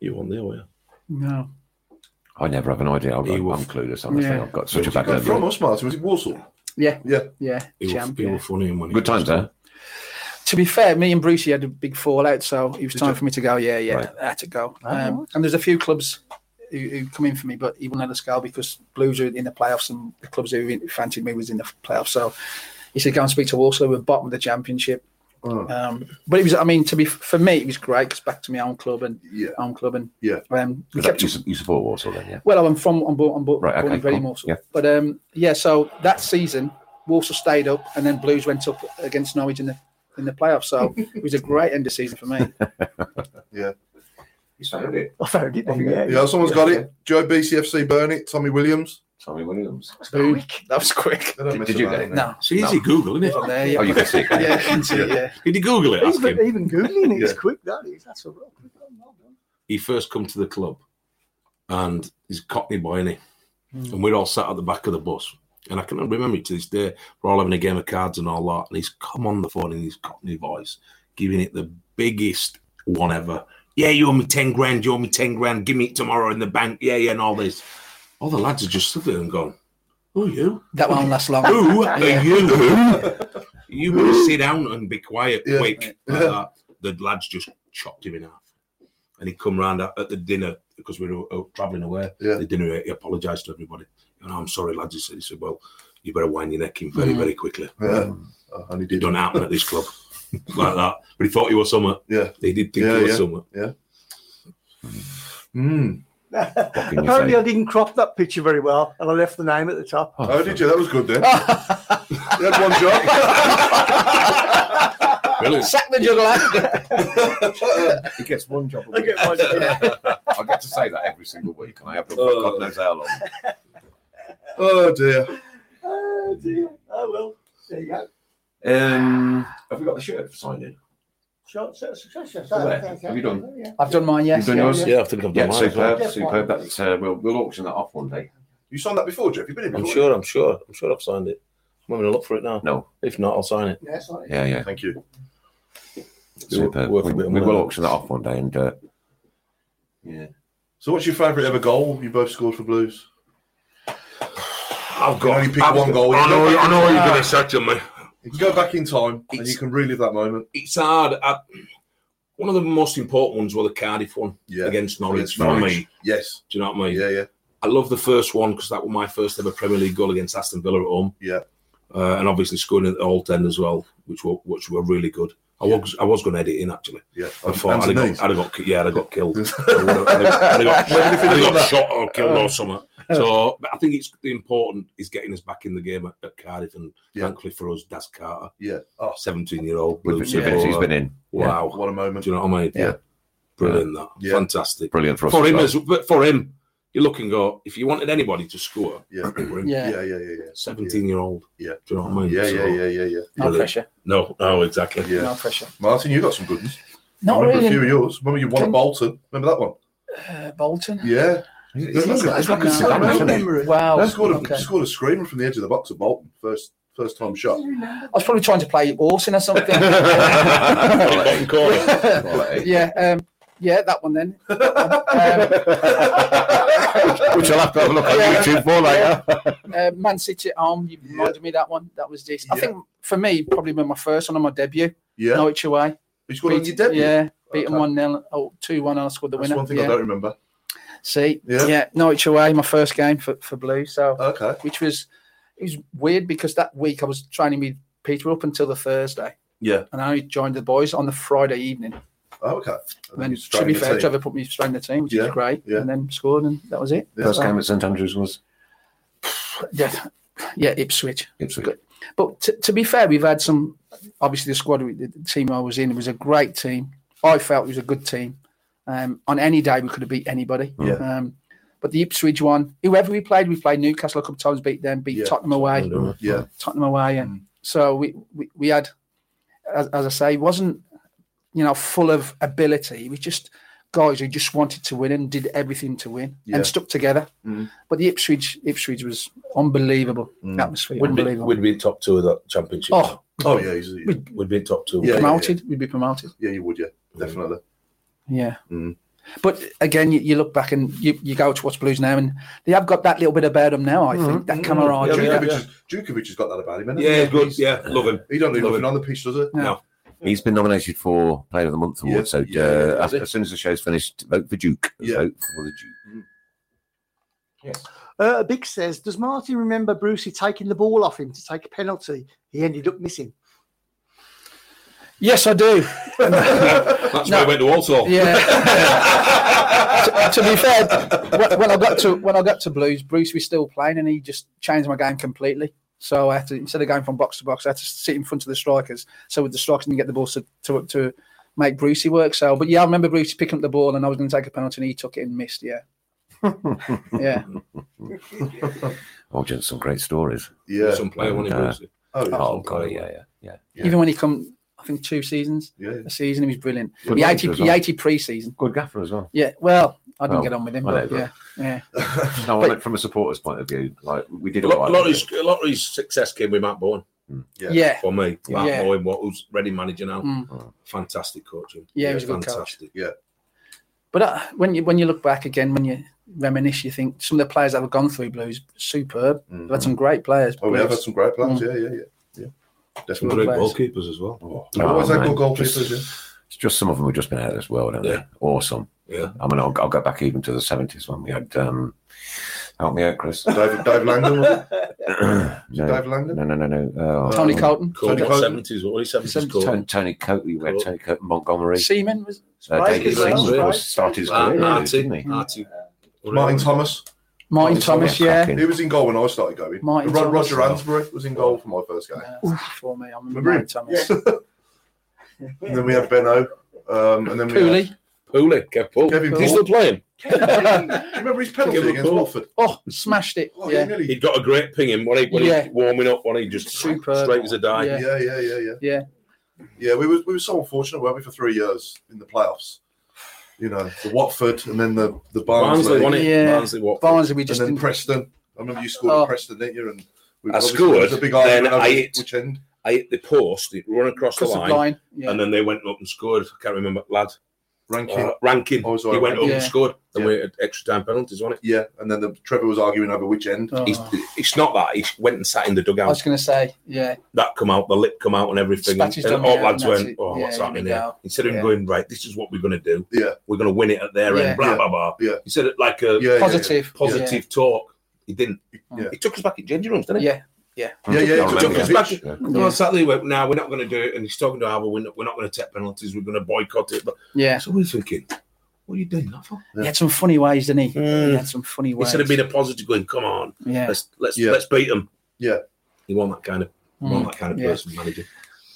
E: You won there, were
C: No.
B: I never have an idea. I've,
E: He
B: I'm
E: will-
B: clueless. Honestly,
C: Yeah.
B: I've got such a
D: Where
B: bad
D: did you go From
B: memory.
D: us, Martin. Was it Warsaw?
C: Yeah.
D: Yeah. eh?
C: Yeah.
E: you? He were,
C: Champ,
E: he
C: yeah.
E: were funny in when he
B: Good
E: was-
B: times, huh?
C: To be fair, me and Brucey had a big fallout, so it was time for me to go. Yeah, yeah,
B: Right.
C: I had to go.
F: Oh,
C: Um,
F: right.
C: And there's a few clubs who, who come in for me, but he wouldn't let us go because Blues are in the playoffs, and the clubs who fancied me was in the playoffs. So he said, "Go and speak to Walsall. We're bottom of the championship."
D: Oh.
C: Um, but it was, I mean, to be for me, it was great because back to my own club and
D: Yeah.
C: home club and
D: Yeah.
C: Um, we
B: Is that-
C: kept
B: you, su- you support Warsaw then, yeah?
C: Well, I'm from on board, on board,
B: Right, okay,
C: very
B: cool.
C: much.
B: Yeah.
C: But um, yeah, so that season, Walsall stayed up, and then Blues went up against Norwich in the in the playoffs. So it was a great end of season for me.
B: You found it.
F: I found it then, yeah.
D: Yeah, someone's got it. Joe BCFC burn it. Tommy Williams.
B: Tommy Williams.
C: Boom. That was quick.
D: They don't
B: Did-
D: mess
B: did you
D: about,
B: get it?
D: do they?
C: No,
E: It's easy Google, isn't
C: on
E: it?
C: there. Yeah,
B: Oh, you can see it.
C: yeah, I can see it, yeah.
E: Did he Google it? Ask him.
F: Even, even Googling it is
D: Yeah.
F: quick, that is. That's a real quick one. well done.
E: he first come to the club and he's a cockney boy, is
L: Hmm.
E: And we're all sat at the back of the bus. And I can remember it to this day. We're all having a game of cards and all that. And he's come on the phone in his cockney voice, giving it the biggest one ever. Yeah, you owe me 10 grand. You owe me 10 grand. Give me it tomorrow in the bank. Yeah, yeah, and all this. All the lads are just stood there and gone, Who are you?
C: That won't last long.
E: Who are you? you better sit down and be quiet,
D: Yeah.
E: quick. Like that. The lads just chopped him in half. And he come round at, at the dinner because we were out travelling away.
D: Yeah.
E: The dinner, he apologised to everybody. You know, I'm sorry, lads. He said, he said, well, you better wind your neck in very, very quickly.
D: Mm. Yeah. Oh, and he
E: It
D: did.
E: don't happen at this club like that. But he thought he was somewhere.
D: Yeah.
E: He did think
D: Yeah,
E: he was
D: yeah.
E: somewhere.
D: Mm.
B: What can you
F: Apparently,
B: say?
F: I didn't crop that picture very well, and I left the name at the top.
D: Oh, did you? That was good then. you had one job.
E: Brilliant.
C: Sack the juggler.
B: He gets one job.
F: I get my-
B: I get to say that every single week, and I have oh. God knows how long.
D: Oh dear.
F: Oh dear. Oh well. There you go.
K: Um, have we got the shirt for signing?
M: Sure, sure, sure, sure,
K: Oh,
M: sure.
K: there. Have you done?
M: Yeah.
C: I've done mine. Yes.
K: You've done
C: yeah,
K: yours?
C: yeah.
E: Yeah, I think I've done
K: Yeah,
E: mine. as well.
K: superb, superb. That's uh, we'll we'll auction that off one day.
D: You signed that before, Jeff. You've been in
E: I'm
D: before.
E: sure, I'm sure, I'm sure I've signed it. I'm having a look for it now.
K: No,
E: If not, I'll sign it.
M: Yeah, sorry.
K: yeah, yeah.
D: Thank you.
K: Superb.
E: worth a
K: We,
E: bit of
K: we
E: money.
K: will auction that off one day and. Uh, yeah.
D: So, what's your favourite ever goal you both scored for Blues? I've got. You can only pick one goal. You
E: I
D: can
E: know,
D: go back
E: I know
D: in
E: you're
D: time.
E: going to say to me.
D: You can go back in time and
E: It's-
D: you can relive that moment.
E: It's hard. I, one of the most important ones was the Cardiff one
D: Yeah.
E: against Norwich
D: Against
E: for
D: Norwich.
E: me.
D: Yes.
E: Do you know what I mean?
D: Yeah, yeah.
E: I love the first one because that was my first ever Premier League goal against Aston Villa at home.
D: Yeah.
E: Uh, and obviously scoring at the alt end as well, which were which were really good. I was I was going to edit in actually.
D: Yeah.
E: I thought I'd have,
D: Anthony's.
E: got, I'd have got ki- yeah, I'd have got killed. I would have- I'd have- I'd have got, I'd have got shot or killed
D: Uh,
E: or something. So, but I think it's the important is getting us back in the game at, at Cardiff, and
D: Yeah.
E: thankfully for us, Daz Carter,
D: Yeah. Oh,
E: seventeen-year-old
K: We've,
E: Blues
K: been-
E: supporter.
K: He's been in.
E: Wow,
D: what a moment.
E: do you know what I mean?
D: Yeah.
E: brilliant that,
D: Yeah.
E: fantastic
K: Brilliant for us.
E: for
K: as
E: him
K: well.
E: as but for him. You look and go. If you wanted anybody to score,
D: Yeah.
E: it were him.
C: Yeah.
D: Yeah, yeah, yeah, yeah.
E: Seventeen-year-old.
D: Yeah.
E: do you know what I mean?
D: Yeah,
E: So-
D: yeah, yeah, yeah, yeah.
C: No
E: Brilliant.
C: pressure.
E: No, no, exactly.
D: Yeah.
C: No pressure.
D: Martin, you got some good ones. I
C: Not
D: remember
C: really.
D: a few of yours. Remember you won at
C: Can-
D: Bolton? Remember that one?
C: Uh, Bolton.
D: Yeah.
K: He's
D: Look
K: like-
D: at-
K: he's like
C: No,
K: a Sam,
C: no
K: isn't he?
C: memory. Wow.
D: I scored a,
C: okay.
D: scored a screamer from the edge of the box at Bolton. First first time shot.
C: I was probably trying to play Orson or something.
E: Bottom corner.
K: Right.
C: yeah. Um, yeah, that one then. Um,
K: Which I'll have to have a look on
C: Yeah.
K: YouTube for later.
C: uh, Man City at home. You reminded me of that one. That was this. I
D: Yeah.
C: think for me, probably when my first one on my debut,
D: Yeah.
C: Norwich away.
D: you scored on
C: Beat-
D: your debut.
C: Yeah, beat
D: Okay.
C: them 1 0, oh, 2 1, and I scored the
D: That's
C: winner.
D: one thing I
C: yeah.
D: don't remember.
C: See,
D: Yeah.
C: yeah. Norwich away, my first game for, for Blue. So,
D: Okay.
C: which was, it was weird because that week I was training with Peter up until the Thursday.
D: Yeah.
C: And I only joined the boys on the Friday evening.
D: Oh, okay.
C: And then, to be fair, Trevor put me straight in the team, which
D: Yeah,
C: was great.
D: yeah.
C: And then scored, and that was it.
K: First game at St Andrews was
C: Yeah, yeah, Ipswich.
K: Ipswich.
C: Good. But t- to be fair, we've had some. Obviously, the squad, we- the team I was in, was a great team. I felt it was a good team. Um, on any day, we could have beat anybody.
D: Yeah.
C: Um, but the Ipswich one, whoever we played, we played Newcastle a couple of times, beat them, beat
D: Yeah.
C: Tottenham away,
D: Yeah. Mm.
C: Tottenham away, and so we, we we had, as, as I say, it wasn't you know full of ability. It was just guys who just wanted to win and did everything to win
D: Yeah.
C: and stuck together.
D: Mm.
C: But the Ipswich Ipswich was unbelievable atmosphere,
E: We'd be,
C: unbelievable.
E: we'd be top two of that championship.
C: oh,
D: Oh, yeah. He's, yeah,
E: we'd be top two.
D: Yeah, yeah,
C: promoted, we'd be promoted.
D: you would, yeah.
C: Mm.
D: Definitely.
C: Yeah.
D: Mm.
C: But again, you, you look back and you, you go to what's Blues now, and they have got that little bit about them now. I think
D: Mm-hmm.
C: that camaraderie.
E: Yeah,
D: Djokovic,
C: that-
E: yeah.
D: Has, Djokovic has got that about him, hasn't
E: Yeah,
D: he?
E: good.
D: He's-
E: Yeah, love him.
D: He don't do
E: Love
D: nothing
E: it.
D: on the pitch, does he?
C: No.
E: No.
K: He's been nominated for Player of the Month award.
D: Yeah,
K: so
D: yeah,
K: uh,
D: yeah,
K: as, as soon as the show's finished, vote for Duke.
D: Yeah.
K: Vote for the Duke.
F: Uh, Big says, does Marty remember Brucey taking the ball off him to take a penalty? He ended up missing.
C: Yes, I do.
E: That's why I went to Walsall.
C: Yeah. to, to be fair, when, when I got to when I got to Blues, Bruce was still playing, and he just changed my game completely. So I had to instead of going from box to box, I had to sit in front of the strikers. So with the strikers, didn't get the ball to to, to make Brucey work. So, but yeah, I remember Bruce picking up the ball, and I was going to take a penalty, and he took it and missed. Yeah, yeah.
K: Oh, just some great stories.
D: Yeah.
E: Some player when he
K: Uh,
E: moves it.
D: Oh, yeah.
K: Oh, God, yeah, yeah, yeah.
C: Even when he come, I think two seasons,
D: Yeah. yeah.
C: a season, he was brilliant.
K: Good
C: he
K: manager
C: eighty,
K: as
C: he
K: well.
C: eighty pre-season.
K: Good gaffer as well.
C: Yeah. Well, I didn't
K: Well,
C: get on with him,
K: I
C: but
K: know,
C: yeah, yeah.
K: No, I
C: But-
K: meant from a supporter's point of view, like we did a
E: A lot,
K: lot.
E: a lot of his, a lot of his success came with Matt Bourne
D: Yeah.
C: yeah, yeah,
E: for me. Matt
C: Yeah.
E: Bourne, what who's Reading manager now?
C: Mm.
D: Oh.
E: Fantastic coaching.
C: Yeah, he was a good coach.
E: fantastic.
C: But uh, when you when you look back again, when you reminisce, you think some of the players that have gone through Blues superb. They've had some great players.
D: Mm-hmm. Oh, we have had
C: Blues.
D: some great plans.
C: Mm.
D: Yeah, yeah, yeah. Yeah.
E: Some
D: Definitely.
E: great
C: players.
E: goalkeepers as well.
D: Oh,
K: Oh,
D: always had
K: man.
D: good goalkeepers,
K: Just-
D: yeah.
K: It's just some of them have just been out of this world, haven't
E: Yeah.
K: they? Awesome.
E: Yeah.
K: I mean, I'll, I'll go back even to the seventies when we had. Um, help me out, Chris.
D: Dave, Dave Langdon, was it?
K: no, no,
D: Dave Langdon?
K: no, no, no. Oh,
C: Tony Colton,
E: Coach
D: Tony Colton.
E: seventies, what was he seventies
K: Tony,
E: called?
K: Tony Coatley, where
E: Cool.
K: Tony Coatley Montgomery.
C: Seaman was
K: Uh,
F: Right,
K: David
F: as well,
K: Seaman
F: right.
K: was started his
E: Ah,
K: career, really,
E: Artie.
K: didn't he?
E: Artie.
D: Martin Thomas.
C: Martin Thomas. Yeah,
K: cracking.
D: He was in goal when I started going.
C: Martin
D: Rod,
C: Thomas.
D: Roger Ansbury was in goal for my first game.
C: Yeah, for me, I remember
D: Remember him?
C: Martin Thomas.
D: And then we had Benno. Um, and then we
C: Cooley,
E: Pooley, Kev Pooley.
D: Kevin
E: He's still playing.
D: remember his penalty
E: Kevin
D: against
E: Poole.
D: Watford?
C: Oh, smashed it.
D: Oh,
C: yeah.
D: he nearly-
E: He got a great ping in when he when
C: Yeah.
E: he's warming up, when he just
C: Superb.
E: straight as a die.
C: Yeah.
D: yeah, yeah, yeah, yeah.
C: Yeah.
D: Yeah, we were we were so unfortunate, weren't we, for three years in the playoffs? You know, the Watford and then the the Barnsley,
E: Barnsley won it.
C: Yeah.
E: Barnsley what?
C: Barnsley, we
D: and
C: just
D: then
C: didn't.
D: Preston. I remember you scored
C: Oh.
D: at Preston, didn't you? And we
E: I
D: obviously-
E: scored,
D: there was a big argument
E: then
D: over
E: I hit-
D: which end.
E: I hit the post, it run across the
C: Because of
E: line,
C: line. Yeah.
E: and then they went up and scored. I can't remember lad.
D: Ranking.
E: Uh, ranking.
D: Oh, sorry,
E: he went up
C: Rankin.
E: and
C: Yeah.
E: scored. Then
D: Yeah.
E: we had extra time penalties on it.
D: yeah, and then the Trevor was arguing over which end.
C: Oh,
E: He's, it's not that. He went and sat in the
C: I
E: dugout.
C: was going to say, yeah,
E: that come out, the lip come out, and everything.
C: Spat
E: And,
C: his
E: and
C: tongue
E: all
C: out,
E: lads
C: and that's
E: went,
C: it.
E: "Oh,
C: Yeah,
E: what's
C: here
E: happening
C: we
E: here?"
C: go.
E: Instead of
C: Yeah.
E: going right, this is what we're going to do.
D: Yeah,
E: We're going to win it at their
C: Yeah.
E: end. Blah
D: Yeah.
E: blah blah.
D: Yeah.
E: He said it like a
D: yeah,
C: positive.
E: positive talk. He didn't.
D: Yeah.
E: He took us back in ginger rooms,
C: Yeah.
E: didn't he?
C: yeah.
D: Yeah, yeah,
B: I
D: yeah.
B: remember
D: Took us
B: that.
D: back-
B: Yeah.
E: No, Saturday he went, no, we're not going to do it. And he's talking to Alba, we're not, we're not going to take penalties, we're going to boycott it. But
C: Yeah.
E: So we're thinking, what are you doing that for?
C: He had some funny ways, didn't he?
E: Mm.
C: He had some funny ways.
E: Instead of being a positive going, come on,
C: yeah.
E: let's let's
D: Yeah.
E: let's beat them.
D: Yeah.
E: He want that kind of he want that kind of
C: Mm. Yeah.
E: person manager.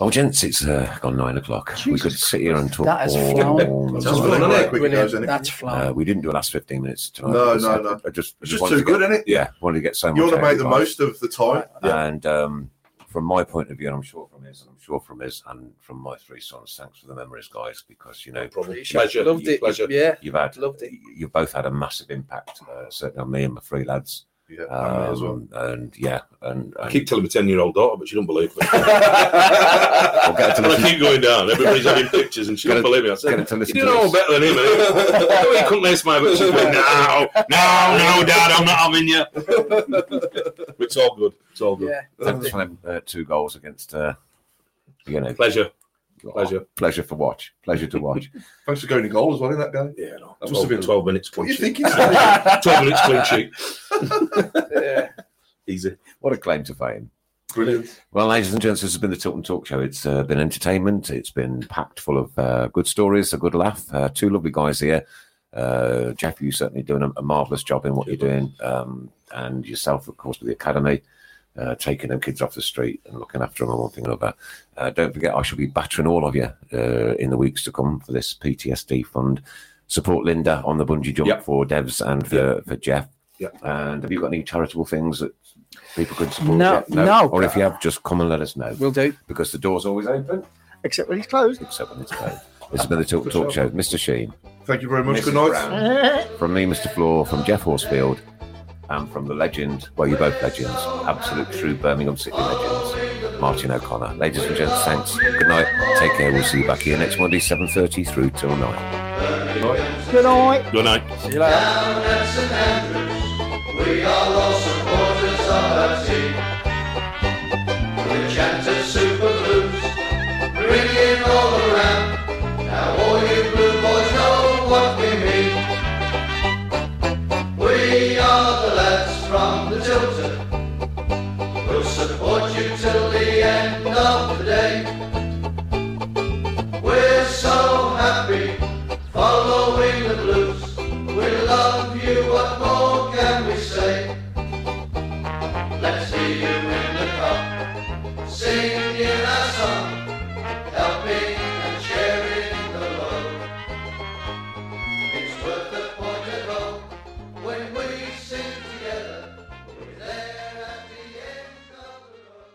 B: Oh, gents, it's uh, gone nine o'clock. we could sit here and talk.
C: That has flown.
B: night.
D: That's
E: That's brilliant,
D: really
E: isn't it?
D: quick it goes,
C: Brilliant.
D: isn't it?
C: That's flying.
B: Uh, we didn't do the last 15 minutes tonight.
D: No,
B: because
D: no,
B: I-
D: no.
B: I just, I
D: It's
B: just
D: just
B: wanted
D: too
B: to
D: good, isn't it?
B: Get, yeah, wanted to get so much.
D: You want to
B: out of
D: make the
B: you guys.
D: most of the time.
B: And um, from my point of view, and I'm sure from his, and I'm sure from his, and from my three sons, thanks for the memories, guys, because, you know,
E: Probably.
B: you-
E: Pleasure.
C: Loved it.
E: Pleasure.
C: Yeah.
B: you've had,
C: Loved it.
B: you've both had a massive impact, uh, certainly on me and my three lads.
D: Yeah,
B: Um,
D: as well.
B: And yeah, and,
E: I
B: and
E: keep telling my 10 year old daughter, but she don't believe me.
B: I'll get her to
E: And I
B: listen.
E: keep going down. Everybody's having pictures, and she
B: Get
E: don't
B: her-
E: believe me. I
B: get
E: said,
B: her to
E: "You
B: listen
E: do
B: to
E: know
B: this."
E: better than him." innit?" no, you couldn't lace my boots. She's going, "No, no, no, Dad, I'm not having you." it's all good. It's all good.
C: Yeah.
B: Thanks for them uh, two goals against, uh, you know,
E: Pleasure. Pleasure.
B: pleasure for watch, pleasure to watch.
D: Thanks for going to goal as well in that game.
E: Yeah, no.
D: That must have
E: 12,
D: been-
E: 12 minutes
D: What
E: clean
D: are you
E: sheet.
D: thinking? Sally?
E: 12 minutes clean sheet.
C: Yeah.
E: Easy.
B: what a claim to fame.
D: Brilliant.
B: Well, ladies and gents, this has been the Tilton Talk Show. It's uh, been entertainment. It's been packed full of uh, good stories, a good laugh. Uh, two lovely guys here. Uh, Jeff, you're certainly doing a, a marvellous job in what you're doing, um, and yourself, of course, with the academy, uh, taking them kids off the street and looking after them and one thing or another. Uh, don't forget, I shall be battering all of you uh, in the weeks to come for this PTSD fund. Support Linda on the bungee jump
E: Yep.
B: for Devs and for, for Jeff.
E: Yep.
B: And have you got any charitable things that people could support?
C: No,
B: yet?
C: no.
B: Or if you have, just come and let us know
C: Will do.
B: because the door's always open
F: except when he's closed.
B: except when it's closed. This has been the Talk, Talk Show. Mr. Sheen,
D: Thank you very much.
B: Mrs.
D: Good night.
B: Brown, from me, Mr. Floor, from Jeff Horsfield, and from the legend, well, you're both legends, absolute true Birmingham City legends, Martin O'Connor. Ladies and gents, thanks. Good night. Take care. We'll see you back here next Monday, 7.30 through till 9.
F: Good night.
E: Good night.
C: See you later.
A: down at St Andrews. We are all supporters of our team. We chanted super blues, ringing all around. Now all you blue boys know what we mean. We are the lads from the Tilton. We'll support you till the end of the day. We're so happy following the blues. We love you, what more can we say? Let's see you in the cup, singing our song, helping and sharing the load. It's worth the point of all when we sing together. We're there at the end of the road.